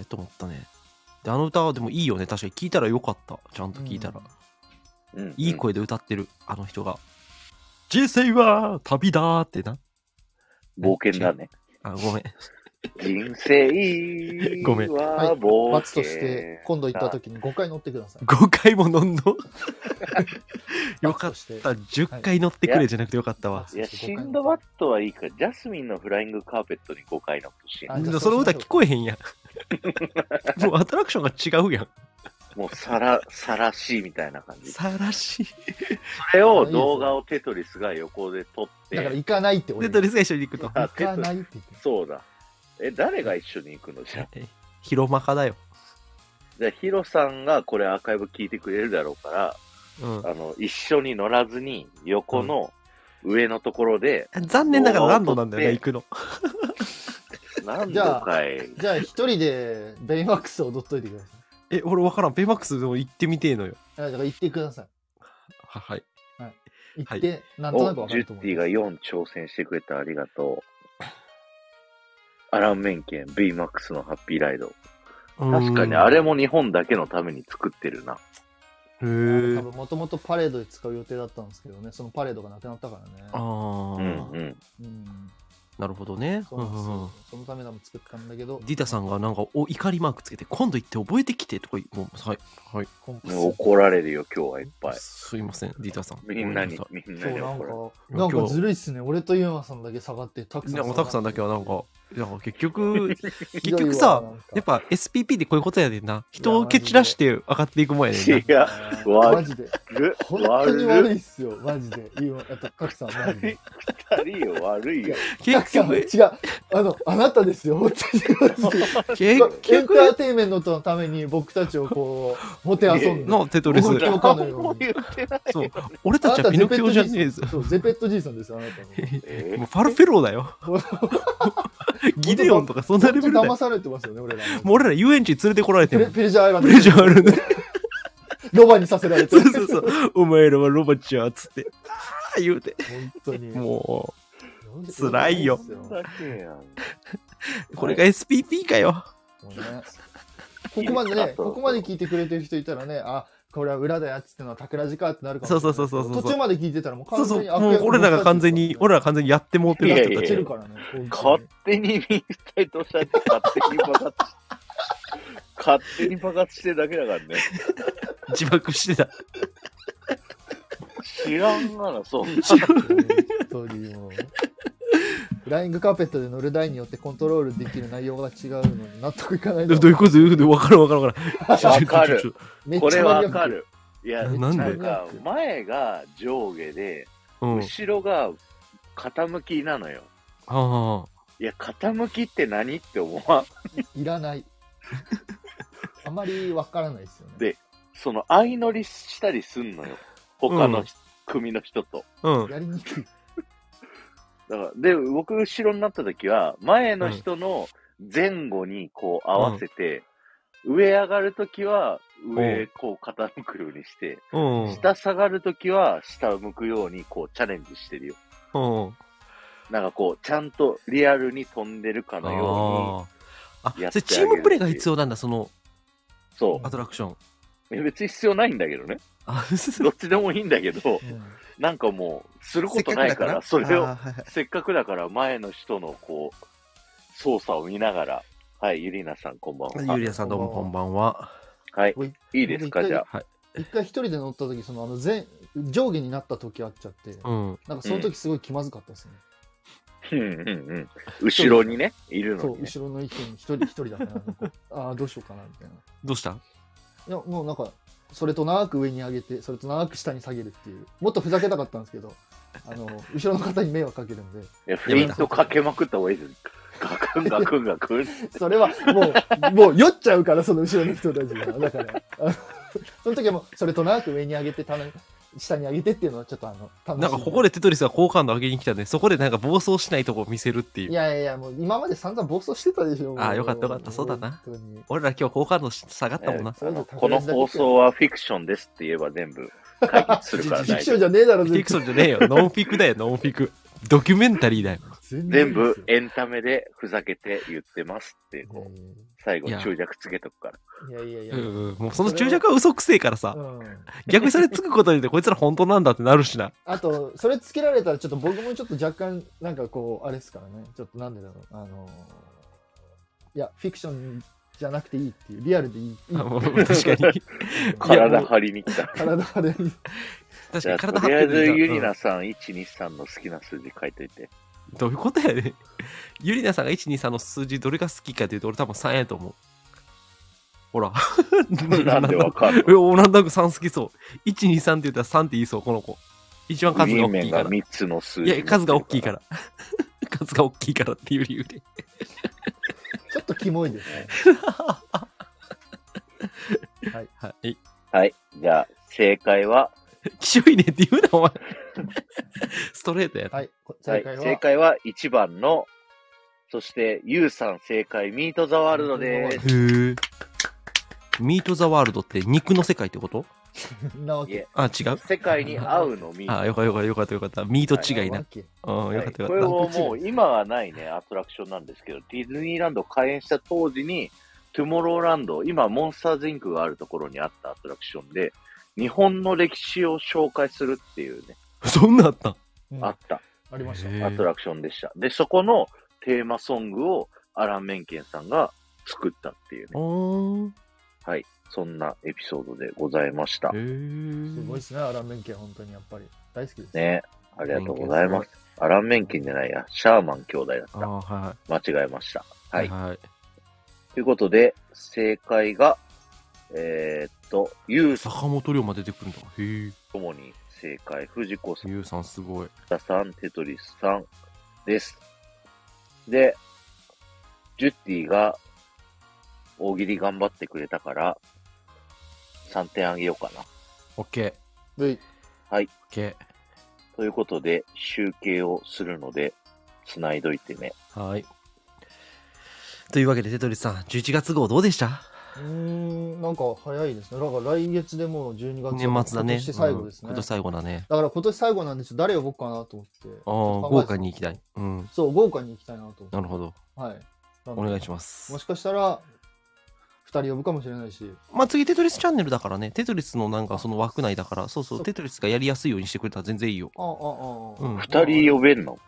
[SPEAKER 2] えと思ったねであの歌はでもいいよね確かに聴いたらよかったちゃんと聴いたら、
[SPEAKER 1] うん
[SPEAKER 2] いい声で歌ってるあの人が「人生は旅だ」ってな
[SPEAKER 1] 冒険だね。
[SPEAKER 2] あごめん
[SPEAKER 1] 人生
[SPEAKER 2] ごめん
[SPEAKER 3] は
[SPEAKER 1] はい冒険。
[SPEAKER 3] 罰として今度行った時に5回乗ってください
[SPEAKER 2] 5回も 飲んどよかっ
[SPEAKER 3] 罰として
[SPEAKER 2] た10回乗ってくれじゃなくてよかったわ
[SPEAKER 3] は、
[SPEAKER 1] いや、シンドバッドはいいから、ジャスミンのフライングカーペットに5回のとしいな
[SPEAKER 3] あじゃあ
[SPEAKER 2] その歌
[SPEAKER 3] そうしましょう
[SPEAKER 2] 聞こえへんや んもうアトラクションが違うやん
[SPEAKER 1] もうさら、さらしいみたいな感じ。そ
[SPEAKER 2] さらしい
[SPEAKER 1] れを動画をテトリスが横で撮って、
[SPEAKER 3] だから行かないって俺
[SPEAKER 2] でド
[SPEAKER 3] が
[SPEAKER 2] レスが一緒に行くと
[SPEAKER 1] あ
[SPEAKER 3] 行かないって言って
[SPEAKER 1] そうだ。え、誰が一緒に行くのじゃあ。
[SPEAKER 2] ヒロマカだよ、
[SPEAKER 1] じゃあ、ヒロさんがこれアーカイブ聞いてくれるだろうか
[SPEAKER 2] うん
[SPEAKER 1] ら、あの、一緒に乗らずに、横の上のところ で、
[SPEAKER 2] 残念ながらランドなんだよね行くの
[SPEAKER 1] 何度かい、
[SPEAKER 3] じゃあ一人でベイマックスを踊っといてください
[SPEAKER 2] え俺分からんベイマックスでも行ってみてえのよ
[SPEAKER 3] いやだから行ってくださ
[SPEAKER 2] ははい
[SPEAKER 3] い行
[SPEAKER 2] は
[SPEAKER 3] っ
[SPEAKER 2] い
[SPEAKER 3] て、なんとなく
[SPEAKER 1] お
[SPEAKER 3] わか
[SPEAKER 1] ジュ
[SPEAKER 3] ると
[SPEAKER 1] ッ
[SPEAKER 3] 思
[SPEAKER 1] ティ
[SPEAKER 3] う
[SPEAKER 1] が4挑戦してくれたありがとう。アランメンケン VMAX のハッピーライド。確かにあれも日本だけのために作ってるな。
[SPEAKER 2] へえ
[SPEAKER 3] 多分もともとパレードで使う予定だったんですけどねそのパレードがなくなったからね
[SPEAKER 2] ああ、
[SPEAKER 1] うんうん。
[SPEAKER 3] うん
[SPEAKER 2] なるほどね
[SPEAKER 3] そうなんです
[SPEAKER 2] うんうんうん
[SPEAKER 3] よそのためでも作ったんだけど
[SPEAKER 2] ディタさんがなんかお怒りマークつけて今度行って覚えてきてとか言うもうはいはい
[SPEAKER 3] コンパス
[SPEAKER 1] 怒られるよ、今日はいっぱい。
[SPEAKER 2] すいませんディタさん
[SPEAKER 1] みんなに
[SPEAKER 2] ご、
[SPEAKER 1] みんな
[SPEAKER 3] 今日
[SPEAKER 1] に
[SPEAKER 3] なん
[SPEAKER 1] 怒
[SPEAKER 3] か
[SPEAKER 1] られる。、
[SPEAKER 3] なんかずるいっすね。俺とユーマさんだけ下がって、たく
[SPEAKER 2] め
[SPEAKER 3] さ
[SPEAKER 2] ん
[SPEAKER 3] ん
[SPEAKER 2] なさいなんかタクさんだけはなんかなんか結局
[SPEAKER 3] ひ
[SPEAKER 2] 結
[SPEAKER 3] どいわ、
[SPEAKER 2] 局さ
[SPEAKER 3] なんか
[SPEAKER 2] やっ、ぱ SPP でこういうことやでんな人を蹴散らして上がっていくもんやねんな
[SPEAKER 1] 違う。
[SPEAKER 3] マジで、
[SPEAKER 1] 悪
[SPEAKER 3] 本当に悪
[SPEAKER 1] い。
[SPEAKER 3] いっすよ、マジで。ユーマ、やっぱたくさん、マジで。
[SPEAKER 1] 悪いよ、悪いよ。
[SPEAKER 3] たく
[SPEAKER 2] 結
[SPEAKER 3] さん、違
[SPEAKER 2] 局
[SPEAKER 3] う、あの、あなたですよ、本当にマ
[SPEAKER 2] 結
[SPEAKER 3] ジで。エンター
[SPEAKER 2] 局
[SPEAKER 3] テインメントのために僕たちをこう、もてあそんで。
[SPEAKER 2] のテトリス
[SPEAKER 3] 本当に
[SPEAKER 1] 何も言ってない。
[SPEAKER 2] そう俺たちはピノキオじゃねえぞ
[SPEAKER 3] そう、ゼペットじいさんですよ、あなたの。
[SPEAKER 1] え
[SPEAKER 2] もうファルフェローだよギデオンとかそんなレベルだよ
[SPEAKER 3] 本当騙されてますよね、俺ら。
[SPEAKER 2] もう俺ら遊園地に連れてこられて
[SPEAKER 3] プ
[SPEAKER 2] も
[SPEAKER 3] レ、プレジャーアイラン
[SPEAKER 2] プ
[SPEAKER 3] ド
[SPEAKER 2] レジャーあるんだ
[SPEAKER 3] ロバにさせられて
[SPEAKER 2] そ
[SPEAKER 3] る
[SPEAKER 2] う。そうそう。お前らはロバちゃんっつって。あー言うて。
[SPEAKER 3] 本当に。
[SPEAKER 2] も
[SPEAKER 3] う
[SPEAKER 2] 辛いよ
[SPEAKER 1] だけやん。
[SPEAKER 2] う、これが SPP かよ。
[SPEAKER 3] もうねここまでね、ここまで聞いてくれてる人いたらね、あ、これは裏だやつってのは桜地かってなるかもしれない。
[SPEAKER 2] そうそうそうそうそう
[SPEAKER 3] 途中まで聞いてたらもう
[SPEAKER 2] そう
[SPEAKER 3] 完
[SPEAKER 2] そ
[SPEAKER 3] 全
[SPEAKER 2] う。
[SPEAKER 3] に
[SPEAKER 2] もう俺らが完全に、俺らが完全にやってもうてる
[SPEAKER 1] い
[SPEAKER 2] な
[SPEAKER 1] や
[SPEAKER 2] っ
[SPEAKER 1] い
[SPEAKER 2] て
[SPEAKER 1] や
[SPEAKER 2] た
[SPEAKER 1] い
[SPEAKER 3] や
[SPEAKER 2] ち
[SPEAKER 1] や
[SPEAKER 3] てるからね。
[SPEAKER 1] 勝手に民主体としたって勝手に爆発し勝手に爆発してるだけだからね。
[SPEAKER 2] 自爆してた。
[SPEAKER 1] 知らんがな、そんな。
[SPEAKER 3] 本当にもう。フライングカーペットで乗る台によってコントロールできる内容が違うのに納得いかない
[SPEAKER 2] ど
[SPEAKER 3] の
[SPEAKER 2] ういうことどういうことわかるわかるわかる。
[SPEAKER 1] わかる
[SPEAKER 2] ちょちょちょち
[SPEAKER 3] めっ
[SPEAKER 1] こ
[SPEAKER 3] ち
[SPEAKER 1] れ
[SPEAKER 3] ゃ
[SPEAKER 1] は
[SPEAKER 3] マ
[SPEAKER 1] わ
[SPEAKER 3] ニアック
[SPEAKER 1] か。る。いや、
[SPEAKER 2] えなんで
[SPEAKER 1] なんか前が上下で、
[SPEAKER 2] ょうん。あ
[SPEAKER 1] 後ろが傾きなのよ。
[SPEAKER 2] あ。
[SPEAKER 1] いや、傾きって何って思わん。
[SPEAKER 3] いら ない。あまりわからないですよね。
[SPEAKER 1] でその、相乗りしたりすんのよ。他の人組の人と。
[SPEAKER 2] うん。
[SPEAKER 3] やりにくい。
[SPEAKER 1] だから、で、僕後ろになった時は、前の人の前後にこう合わせて、上上がるときは、上こう傾くようにして、
[SPEAKER 2] うん。
[SPEAKER 1] 下下がるときは、下向くようにこうチャレンジしてるよ。
[SPEAKER 2] うん。
[SPEAKER 1] なんかこう、ちゃんとリアルに飛んでるかのよ
[SPEAKER 2] あー
[SPEAKER 1] や
[SPEAKER 2] あ、
[SPEAKER 1] ってあげるってい
[SPEAKER 2] それ
[SPEAKER 1] う
[SPEAKER 2] チームプレーが必要なんだ、その
[SPEAKER 1] うに。そ
[SPEAKER 2] アトラクション。
[SPEAKER 1] う。え別に必要ないんだけどね。
[SPEAKER 2] あ、
[SPEAKER 1] どっちでもいいんだけど、
[SPEAKER 5] う
[SPEAKER 1] なんかもう、することないから、それを
[SPEAKER 2] あー、はいはい
[SPEAKER 1] せっかくだから前の人のこう、操作を見ながら、はい、ゆりなさんこんばんは。
[SPEAKER 2] ゆりやさんどうもこんばんは。
[SPEAKER 1] はい、
[SPEAKER 3] 僕
[SPEAKER 1] いいですか、
[SPEAKER 3] 僕一回
[SPEAKER 1] じゃあ。
[SPEAKER 3] 一回一人で乗った時、その、あの、前、上下になった時あっちゃって、
[SPEAKER 2] うん。
[SPEAKER 3] なんかその時すごい気まずかったですね。
[SPEAKER 1] うんうんうん。後ろにね、いるの
[SPEAKER 3] そう、
[SPEAKER 1] に、ね。
[SPEAKER 3] 後ろの人に一人一人だから、 ああ、どうしようかな、みたいな。
[SPEAKER 2] どうした
[SPEAKER 3] いや、もうなんか、それと長く上に上げて、それと長く下に下げるっていう、もっとふざけたかったんですけど、あの、後ろの方に迷惑かけるんで、
[SPEAKER 1] いや、フリントかけまくった方がいいです。ガクンガクンガクン。
[SPEAKER 3] それはもう、もう酔っちゃうから、その後ろの人たちが。だから、あのその時はもう、それと長く上に上げて、たの下に上げてっていうのはちょっとあの、楽し
[SPEAKER 2] なんかここでテトリスが好感度上げに来たね。そこでなんか暴走しないとこを見せるっていう
[SPEAKER 3] い。やいやいや、もう今まで散々暴走してたでしょ。もう
[SPEAKER 2] あよかったよかったそうだな。
[SPEAKER 3] 本当に
[SPEAKER 2] 俺ら今日好感度下がったもんな。
[SPEAKER 1] あのこの放送はフィクションですって言えば全部解決するから
[SPEAKER 3] フィク
[SPEAKER 1] 大
[SPEAKER 3] シ
[SPEAKER 1] 丈
[SPEAKER 3] ョン
[SPEAKER 1] 夫。
[SPEAKER 3] じゃねえだろ、
[SPEAKER 2] フィクションじゃねえよ。ノンフィクだよ、ノンフィク。ドキュメンタリーだよ。
[SPEAKER 3] 全
[SPEAKER 1] 全部エンタメでふざけて言ってますって、こう、最後
[SPEAKER 2] いや
[SPEAKER 1] 注弱つけとくから。
[SPEAKER 3] いやいやいや
[SPEAKER 2] う
[SPEAKER 3] い
[SPEAKER 2] ん
[SPEAKER 3] や。
[SPEAKER 2] うんもうその注釈は嘘くせえからさ。
[SPEAKER 3] うん
[SPEAKER 2] 逆にそれつくことによってこいつら本当なんだってなるしな。
[SPEAKER 3] あと、それつけられたら、ちょっと僕もちょっと若干、なんかこう、あれですからね。ちょっとなんでだろう。あのーいや、フィクションじゃなくていいっていう、リアルでいい。いい
[SPEAKER 2] あも う確かに。
[SPEAKER 3] うん
[SPEAKER 1] 体張りに来た。
[SPEAKER 3] 体張れいい。
[SPEAKER 2] 確
[SPEAKER 1] じゃ
[SPEAKER 2] かに
[SPEAKER 1] あ、と
[SPEAKER 2] 体張っ
[SPEAKER 1] りあ
[SPEAKER 2] て
[SPEAKER 1] えず
[SPEAKER 2] る
[SPEAKER 1] ゆ
[SPEAKER 2] じゃん
[SPEAKER 1] りなさん、1、2、3の好きな数字書いといて。
[SPEAKER 2] うんどういうことやね。ゆりなさんが123の数字どれが好きかっていうと俺多分3やと思う。ほら。
[SPEAKER 1] なんでわかるの
[SPEAKER 2] え、おなんだか3好きそう。123って言ったら3って言いそう、この子。一番
[SPEAKER 1] グ
[SPEAKER 2] 数
[SPEAKER 1] リーン
[SPEAKER 2] が大き
[SPEAKER 1] 面
[SPEAKER 2] いか
[SPEAKER 1] が
[SPEAKER 2] ら。
[SPEAKER 1] 3つの数
[SPEAKER 2] い
[SPEAKER 1] 字。
[SPEAKER 2] や、数が大きいか。ら。数が大きいからっていう理由で。
[SPEAKER 3] ちょっとキモいですね。はい。
[SPEAKER 2] はい。
[SPEAKER 1] はい。じゃあ、正解は、
[SPEAKER 2] きしょいねって言うな、 お前。ストレートやな。
[SPEAKER 3] はい。こ
[SPEAKER 1] は
[SPEAKER 3] 正
[SPEAKER 1] い
[SPEAKER 3] 解は、
[SPEAKER 1] 正解は1番の、そして、ゆうさん正解、ミートザワールドで
[SPEAKER 2] へーミート・ザ・ワールドって肉の世界ってこと
[SPEAKER 3] なわ
[SPEAKER 1] いえ
[SPEAKER 3] け。
[SPEAKER 2] あ、違う
[SPEAKER 1] す。世界に合うのミー
[SPEAKER 2] あ、よかったよかったよかった。ミート違い
[SPEAKER 3] な
[SPEAKER 2] な
[SPEAKER 3] わ。け
[SPEAKER 2] うん、
[SPEAKER 1] ト。
[SPEAKER 2] よ
[SPEAKER 1] は
[SPEAKER 2] かっ
[SPEAKER 1] い
[SPEAKER 2] た
[SPEAKER 1] こ
[SPEAKER 2] よ
[SPEAKER 1] れ
[SPEAKER 2] かっ
[SPEAKER 1] ももう今はないね、アトラクションなんですけど、ディズニーランド開園した当時に、トゥモローランド、今、モンスターズインクがあるところにあったアトラクションで、日本の歴史を紹介するっていうね、
[SPEAKER 2] た。そんなんあったん
[SPEAKER 3] うん
[SPEAKER 1] あっ
[SPEAKER 3] あ
[SPEAKER 1] た
[SPEAKER 3] りました。
[SPEAKER 2] へー
[SPEAKER 1] アトラクションでした。で、そこのテーマソングをアラン・メンケンさんが作ったっていうね。
[SPEAKER 2] おー
[SPEAKER 1] はい。そんなエピソードでございました
[SPEAKER 2] へ。
[SPEAKER 3] すごい
[SPEAKER 2] ー
[SPEAKER 3] ですね、アランメンケン、本当にやっぱり。大好きです。
[SPEAKER 1] ね。ありがとうございます。アラン・メンケンじゃないや、シャーマン兄弟だ
[SPEAKER 2] あ
[SPEAKER 1] っ
[SPEAKER 2] ーは
[SPEAKER 1] た。間違えました。
[SPEAKER 2] い。
[SPEAKER 1] はい。
[SPEAKER 2] はい。
[SPEAKER 1] ということで、正解が、えーっと、ユウさん
[SPEAKER 2] 坂本龍馬出てくるんだ。へえ。
[SPEAKER 1] ともに正解、藤子さん、
[SPEAKER 2] ゆうさんすごい。
[SPEAKER 1] 田さん、テトリスさんです。で、ジュッティが大喜利頑張ってくれたから、3点あげようかな。
[SPEAKER 2] オッケー。
[SPEAKER 3] はい。
[SPEAKER 2] オッケ
[SPEAKER 1] ということで、集計をするので、繋いどいてね。
[SPEAKER 2] ー。はい。というわけで、テトリスさん、11月号どうでした
[SPEAKER 3] うーん、なんか早いですね。だから来月でもう12月
[SPEAKER 2] 年末だね。
[SPEAKER 3] 今年最後です
[SPEAKER 2] うん
[SPEAKER 3] ね。
[SPEAKER 2] 今年最後だね。
[SPEAKER 3] だから今年最後なんですよ。誰呼ぼうかなと思って。
[SPEAKER 2] ああ、
[SPEAKER 3] 考えて
[SPEAKER 2] 豪華に行きたい。うん。
[SPEAKER 3] そう、豪華に行きたいなと思って。
[SPEAKER 2] なるほど。
[SPEAKER 3] はい。お
[SPEAKER 2] お願いします。
[SPEAKER 3] もしかしたら、2人呼ぶかもしれないし。
[SPEAKER 2] まあ、次、テトリスチャンネルだからね、テトリスのなんかその枠内だから、そうそ、
[SPEAKER 3] そうう
[SPEAKER 2] テトリスがやりやすいようにしてくれたら全然いいよ。
[SPEAKER 3] ああ、ああ、
[SPEAKER 2] うん。
[SPEAKER 3] ああ。
[SPEAKER 1] 二人呼べんの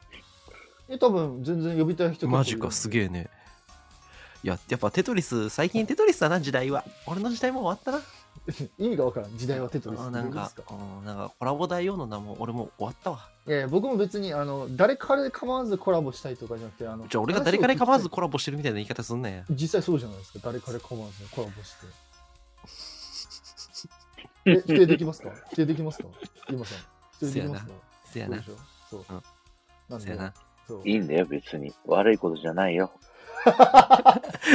[SPEAKER 3] え、多分、全然呼びたい人
[SPEAKER 2] マジか、す
[SPEAKER 3] え。
[SPEAKER 2] げえね。いや、やっぱテトリス、最近テトリスだな、時代は。俺の時代も終わったな。
[SPEAKER 3] 意味がわからん。時代はテトリス。
[SPEAKER 2] あーなん
[SPEAKER 3] どうで
[SPEAKER 2] か
[SPEAKER 3] すか、
[SPEAKER 2] うんなんかコラボ大王の名も俺も終わったわ。
[SPEAKER 3] いやいや、僕も別に、あの、誰から構わずコラボしたいとかじゃなくて、あの、
[SPEAKER 2] じゃあ俺が誰かに構わずコラ
[SPEAKER 3] ラ
[SPEAKER 2] ボしてるみたいな言い方すんなや。
[SPEAKER 3] ボ。実際そうじゃないですか。誰から構わずコラボし て。え、否定できますか否定できますか今さん。否定できますか
[SPEAKER 2] せや
[SPEAKER 3] そう
[SPEAKER 2] な
[SPEAKER 3] でし。ょそう
[SPEAKER 2] うん。
[SPEAKER 3] なん
[SPEAKER 2] せや
[SPEAKER 3] で
[SPEAKER 2] な。
[SPEAKER 3] そう
[SPEAKER 1] いいんだよ、別に。悪いことじゃないよ。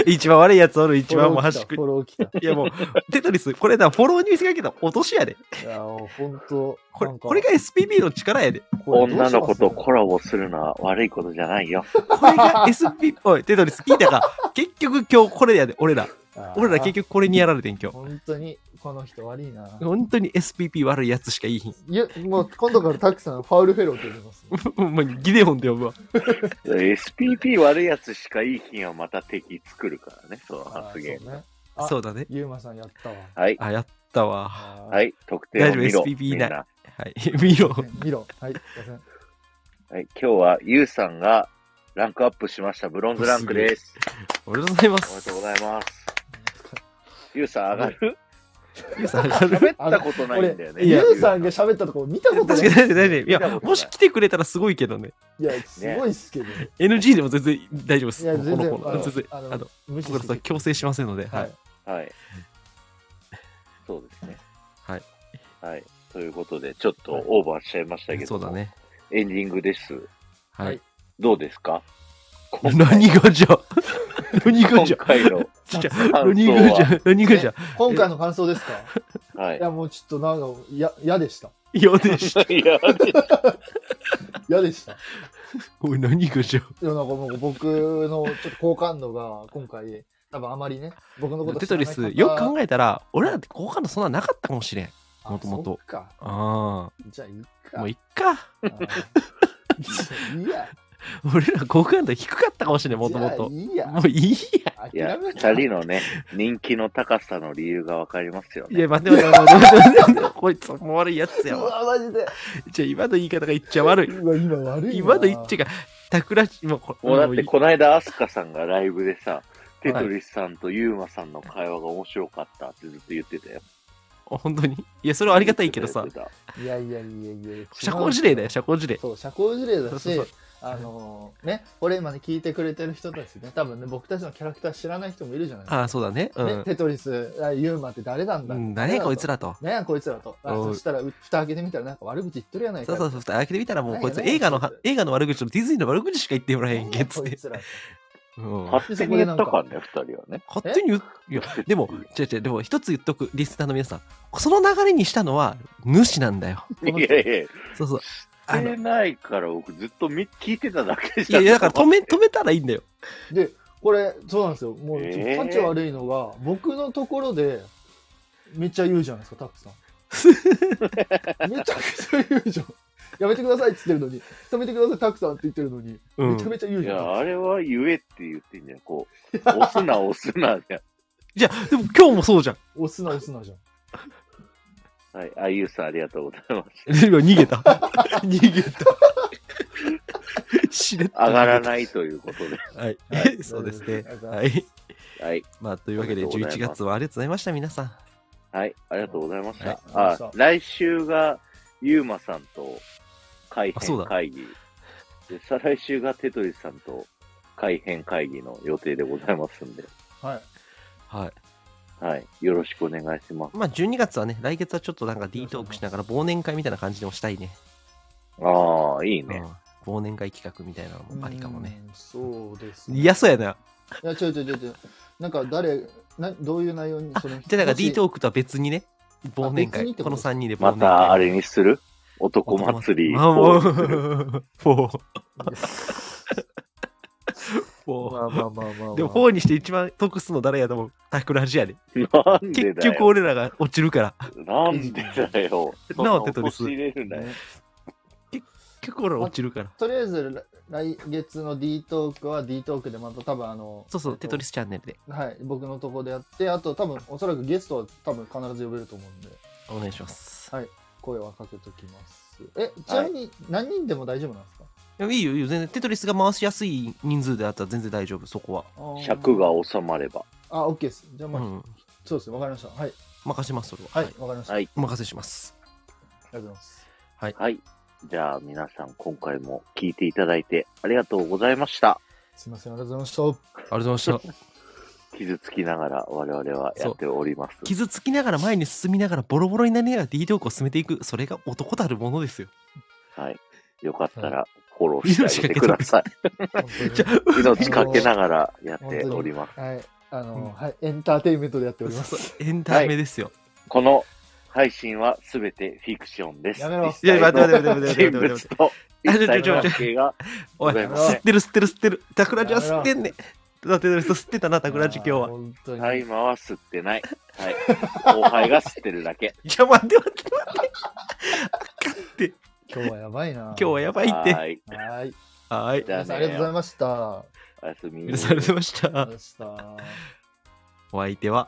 [SPEAKER 2] 一番悪いやつおる、一番もう端っこ
[SPEAKER 3] フォロー来た。フォロー
[SPEAKER 2] いやもう、テトリス、これだ、フォローに見せかけた落としやで。
[SPEAKER 3] 来たいや、本当
[SPEAKER 2] これ、これが SPB の力やで。
[SPEAKER 1] 女の子とコ
[SPEAKER 3] ラ
[SPEAKER 1] ラボするのは悪いことじゃないよ。
[SPEAKER 2] これが SP、おい、テトリス、聞いたか。結局今日これやで、俺ら。
[SPEAKER 3] ボ。
[SPEAKER 2] 俺ら結局これにやられてん今日。
[SPEAKER 3] 本当に、この人悪いな。
[SPEAKER 2] 本当に SPP 悪いやつしかいいひん。
[SPEAKER 3] いや、もう今度からたくさんファウルフェローって呼びます、
[SPEAKER 2] お前ギデオンって呼ぶわ。
[SPEAKER 1] SPP 悪いやつしかいい品はまた敵作るからね、その
[SPEAKER 3] あー
[SPEAKER 1] 発言。
[SPEAKER 3] そうね。あ
[SPEAKER 2] そうだね。
[SPEAKER 3] ゆうまさんやったわ。
[SPEAKER 1] はい。
[SPEAKER 2] あ、やったわ。
[SPEAKER 3] あー
[SPEAKER 1] はい。得点を見ろ。
[SPEAKER 2] 大丈夫 SPP いない
[SPEAKER 1] みんな
[SPEAKER 2] はい。 見ろ。
[SPEAKER 3] 見ろ。はい、すいません。
[SPEAKER 1] はい。今日は、ゆうさんがランクアップしました。ブロンズランクです。
[SPEAKER 2] おめでとうございま。
[SPEAKER 1] おめですとうございます。ゆうさん上がる
[SPEAKER 2] ゆうさん上がる
[SPEAKER 1] 喋ったことないんだよね。
[SPEAKER 3] 俺、ゆうさんが喋ったとこ見たこと
[SPEAKER 2] 確
[SPEAKER 3] ない。
[SPEAKER 2] かに大丈夫大丈夫。い
[SPEAKER 1] 見たこ、
[SPEAKER 2] や
[SPEAKER 1] とない
[SPEAKER 2] もし来てくれたらすごいけどね。
[SPEAKER 3] いや、すごいっすけど。い
[SPEAKER 2] NG でも全然大丈夫です。
[SPEAKER 3] や、
[SPEAKER 2] もう
[SPEAKER 3] 全然、
[SPEAKER 2] この子全然。あの、
[SPEAKER 3] 無
[SPEAKER 2] 僕らとは強制しませんので。は
[SPEAKER 3] はいい。。
[SPEAKER 1] はい。そうですね。
[SPEAKER 2] はい。
[SPEAKER 1] はい。ということで、ちょっとオーバーしちゃいましたけど、
[SPEAKER 2] そうだね。
[SPEAKER 1] エンディングです。
[SPEAKER 2] はい。
[SPEAKER 1] どうですか今回
[SPEAKER 2] 何がじゃ何が じ
[SPEAKER 1] 今
[SPEAKER 2] ゃ
[SPEAKER 1] 回の
[SPEAKER 2] じゃ
[SPEAKER 1] 感想は
[SPEAKER 2] 何がじゃ何がじゃ
[SPEAKER 3] 今回の感想ですか
[SPEAKER 1] はい
[SPEAKER 3] いや、もうちょっとなんか、や、嫌でした。
[SPEAKER 2] 嫌でした。
[SPEAKER 1] い。いや、
[SPEAKER 3] 嫌でした。い
[SPEAKER 2] おい、何がじゃ
[SPEAKER 3] や、なんかもう僕のちょっと好感度が今回、多分あまりね、僕のこと
[SPEAKER 2] テトリス、よく考えたら、俺らって好感度そんななかったかもしれん。
[SPEAKER 3] え
[SPEAKER 2] もともと
[SPEAKER 3] か。
[SPEAKER 2] あ
[SPEAKER 3] じゃあ、いい
[SPEAKER 2] あ、
[SPEAKER 3] か。
[SPEAKER 2] もういっか。
[SPEAKER 3] あーいや。
[SPEAKER 2] 俺ら好感度低かったかもしれん、もともと。
[SPEAKER 3] じゃあいいや。
[SPEAKER 2] もういいや。
[SPEAKER 1] いや
[SPEAKER 3] 諦めた
[SPEAKER 1] 二人のね、人気の高さの理由がわかりますよ
[SPEAKER 2] い
[SPEAKER 1] ね。
[SPEAKER 2] や、待って待って待って待って待って。こいつ、もう悪いやつや
[SPEAKER 3] う
[SPEAKER 2] わ。
[SPEAKER 3] わ、マジで。
[SPEAKER 2] じゃあ今の言い方がいっちゃ悪い。
[SPEAKER 3] うわ、今悪いな。
[SPEAKER 2] 今の言っちゃが、たくらし、もうこ
[SPEAKER 1] もうだって、
[SPEAKER 2] も
[SPEAKER 1] この間、アスカさんがライブでさ、テトリスさんとユーマさんの会話が面白かったってずっと言ってたよ。
[SPEAKER 2] う 本当に。いや、それはありがたいけどさ
[SPEAKER 1] 言っ、てた
[SPEAKER 3] いやいやいやいや違う
[SPEAKER 2] 社交辞令だよ、社交辞令。
[SPEAKER 3] そう、社交辞令だ
[SPEAKER 2] そうそう
[SPEAKER 3] し、あのーね、これ今ね、聞いてくれてる人たちね、多分ね、僕たちのキャラクター知らない人もいるじゃないです
[SPEAKER 2] あ
[SPEAKER 3] か。
[SPEAKER 2] あ、そうだね。う
[SPEAKER 3] ね
[SPEAKER 2] ん。
[SPEAKER 3] テトリス、あユーマって誰なんだ
[SPEAKER 2] うん何やこいつ。らと。
[SPEAKER 3] 誰なんだとねこいつらと。あ
[SPEAKER 2] うん
[SPEAKER 3] そしたら、う蓋開けてみたらなんか悪口言ってるやない
[SPEAKER 2] そ
[SPEAKER 3] か。
[SPEAKER 2] うそうそう、開けてみたらもう
[SPEAKER 3] ない
[SPEAKER 2] こ
[SPEAKER 3] よ
[SPEAKER 2] いつ
[SPEAKER 3] ないよ
[SPEAKER 2] 映画のは
[SPEAKER 3] それ
[SPEAKER 2] 映画の悪口とディズニーの悪口しか言ってもらえへんけっつっ
[SPEAKER 3] こい
[SPEAKER 2] て。
[SPEAKER 3] つらと
[SPEAKER 2] うん
[SPEAKER 1] 勝手に言ったからね、二人はね。
[SPEAKER 2] 勝手に言う、いや、でも、違う違う、でも一つ言っとく、リスナーの皆さん、その流れにしたのは、主なんだよ。
[SPEAKER 1] いやいやいや、
[SPEAKER 2] そうそう。あ
[SPEAKER 1] して
[SPEAKER 2] の、い
[SPEAKER 1] ないから僕ずっとみ聞いてただけじゃ
[SPEAKER 2] や
[SPEAKER 1] ん
[SPEAKER 2] いや、だから止め、止めたらいいんだよ。
[SPEAKER 3] で、これ、そうなんですよ。もう、
[SPEAKER 1] え
[SPEAKER 3] ちょっ
[SPEAKER 1] ー
[SPEAKER 3] と立ち悪いのが、僕のところで、めっちゃ言うじゃないですか、タック さん。めちゃくちゃ言うじゃん。やめてくださいって言ってるのに、止めてください、タックさんって言ってるのに、
[SPEAKER 2] う
[SPEAKER 3] めちゃ
[SPEAKER 2] ん。
[SPEAKER 3] めちゃ言う
[SPEAKER 1] い
[SPEAKER 3] じゃん。
[SPEAKER 1] や、あれは言えって言ってんじゃん。こう、押すな、押すなじゃ
[SPEAKER 2] じゃあ、でも今日もそうじゃん。
[SPEAKER 3] 押すな、押すなじゃん。
[SPEAKER 1] ん。はい、あゆうさんありがとうございます。
[SPEAKER 2] 今逃げた。逃げた。しれっと逃げた
[SPEAKER 1] 上がらないということで。
[SPEAKER 2] はい
[SPEAKER 3] は。い
[SPEAKER 2] そうですね
[SPEAKER 3] ありがとうござい。ます
[SPEAKER 2] はい。
[SPEAKER 1] はい、
[SPEAKER 2] まあ、というわけで、
[SPEAKER 1] ありがとうござい
[SPEAKER 2] 11
[SPEAKER 1] ます
[SPEAKER 2] 月はありがとうございました、皆さん。
[SPEAKER 1] はい、ありがとうございました。
[SPEAKER 2] はい
[SPEAKER 3] ありがとう
[SPEAKER 1] あ
[SPEAKER 3] ご、
[SPEAKER 1] 来週がゆうまさんと改
[SPEAKER 2] あそうだ
[SPEAKER 1] 編会議。で、再来週がテトリスさんと改編会議の予定でございますんで、
[SPEAKER 3] はい。
[SPEAKER 2] はい。
[SPEAKER 1] はい、よろしくお願いします。
[SPEAKER 2] まあ、12月はね、来月はちょっとなんか D トークしながら忘年会みたいな感じでもしたいね。
[SPEAKER 1] ああ、いいうね。
[SPEAKER 2] ん忘年会企画みたいなのもありかもね。
[SPEAKER 3] うん。そうです、
[SPEAKER 2] いや、そうやな。
[SPEAKER 3] いや、ちょいちょいちょいちょい。なんか誰、などういう内容に、その
[SPEAKER 2] じゃあ、だから D
[SPEAKER 3] ー
[SPEAKER 2] トークとは別にね、忘年
[SPEAKER 3] あ別に
[SPEAKER 2] 会、
[SPEAKER 3] って
[SPEAKER 2] こ
[SPEAKER 3] こと
[SPEAKER 2] の3人で忘
[SPEAKER 1] ま
[SPEAKER 2] 年会。
[SPEAKER 1] た、あれにする男祭り。
[SPEAKER 2] あもう、フ
[SPEAKER 1] こう
[SPEAKER 2] ォー。フ
[SPEAKER 3] ま
[SPEAKER 2] ォ
[SPEAKER 3] あまあまあまあ、ま
[SPEAKER 2] ー。
[SPEAKER 3] あ。
[SPEAKER 2] でも、フォーにして一番得すの誰やと思う。タクラジやで。
[SPEAKER 1] なんで
[SPEAKER 2] 結
[SPEAKER 1] だ
[SPEAKER 2] 局、
[SPEAKER 1] よ。
[SPEAKER 2] 俺らが落ちるから。
[SPEAKER 1] なんでだよ。そん
[SPEAKER 2] な
[SPEAKER 1] な
[SPEAKER 2] おテトリス
[SPEAKER 1] 陥れるなよ。
[SPEAKER 3] ね
[SPEAKER 2] 結局、俺ら落ちるから。
[SPEAKER 3] とりあえず、来来月の D トークは D トークでまた多分あの、
[SPEAKER 2] そうそう、
[SPEAKER 3] えっと
[SPEAKER 2] テトリスチャンネルで
[SPEAKER 3] はい、僕のとこでやって、あと多分、おそらくゲストは多分必ず呼べると思うんで、
[SPEAKER 2] お願いします。
[SPEAKER 3] 声はかけときます。え、ちなみに何人でも大丈夫なんですか、
[SPEAKER 2] いやいいよ、いいよ。全然、テトリスが回しやすい人数であったら全然大丈夫、そこは。
[SPEAKER 3] あー
[SPEAKER 1] 尺が。収まれば。
[SPEAKER 3] あ、OK です。じゃあ
[SPEAKER 2] う
[SPEAKER 3] まあ、
[SPEAKER 2] ん。
[SPEAKER 3] そうですね、わかりました。はい、
[SPEAKER 2] 任せます、それは。
[SPEAKER 3] はい
[SPEAKER 2] はい、
[SPEAKER 3] わかりました。
[SPEAKER 1] は
[SPEAKER 3] あ
[SPEAKER 1] い
[SPEAKER 3] り
[SPEAKER 2] お任せします。
[SPEAKER 3] がとうございます。
[SPEAKER 1] はい。じゃあ皆さん今回も聞いていただいてありがとうございました。
[SPEAKER 3] すみません、ありがとうございまし
[SPEAKER 2] ありがとうございま した。
[SPEAKER 1] 傷つきながら我々はやっております。
[SPEAKER 2] 傷つきながら前に進みながらボロボロになりながら D トークを進めていく、それが男たるものですよ。
[SPEAKER 1] はい。よかったらフォローしてあげてくだ さい。
[SPEAKER 3] た。
[SPEAKER 2] じゃあ、
[SPEAKER 1] 命かけながらやっております。
[SPEAKER 3] あ、はい、あの、
[SPEAKER 2] うん
[SPEAKER 3] はい、エンターテインメントでやっており
[SPEAKER 2] そ
[SPEAKER 3] ま
[SPEAKER 2] う
[SPEAKER 3] す。
[SPEAKER 2] そうエンタメですよ。
[SPEAKER 1] この配信はすべてフィクションです。
[SPEAKER 3] やめろ
[SPEAKER 1] 実際の
[SPEAKER 2] いや待って待って待って
[SPEAKER 1] 人
[SPEAKER 2] 待って
[SPEAKER 1] 物
[SPEAKER 2] 待
[SPEAKER 1] と一切
[SPEAKER 2] あちょちょちょ
[SPEAKER 1] の関係が
[SPEAKER 2] おい、
[SPEAKER 1] ございま
[SPEAKER 3] せん
[SPEAKER 2] 吸ってる吸ってる吸ってる。タクラジは吸ってんねん。だって、そ吸ってたな、タクラジ今日は。
[SPEAKER 6] 本当に。
[SPEAKER 1] タイマーは吸ってない。はい。後輩が吸ってるだ け。
[SPEAKER 2] いや、待って待って待って。
[SPEAKER 6] 今日はやばいな。
[SPEAKER 2] 今日はやばいっ
[SPEAKER 1] は
[SPEAKER 2] て。
[SPEAKER 1] ーい。
[SPEAKER 6] ばい。はーい。
[SPEAKER 2] はーい。
[SPEAKER 1] じゃあ
[SPEAKER 3] 皆さん
[SPEAKER 1] ね。
[SPEAKER 3] ありがとうございました。
[SPEAKER 1] おやすみ。
[SPEAKER 2] 皆さんありがとうございました。
[SPEAKER 6] どうした
[SPEAKER 2] お相手は、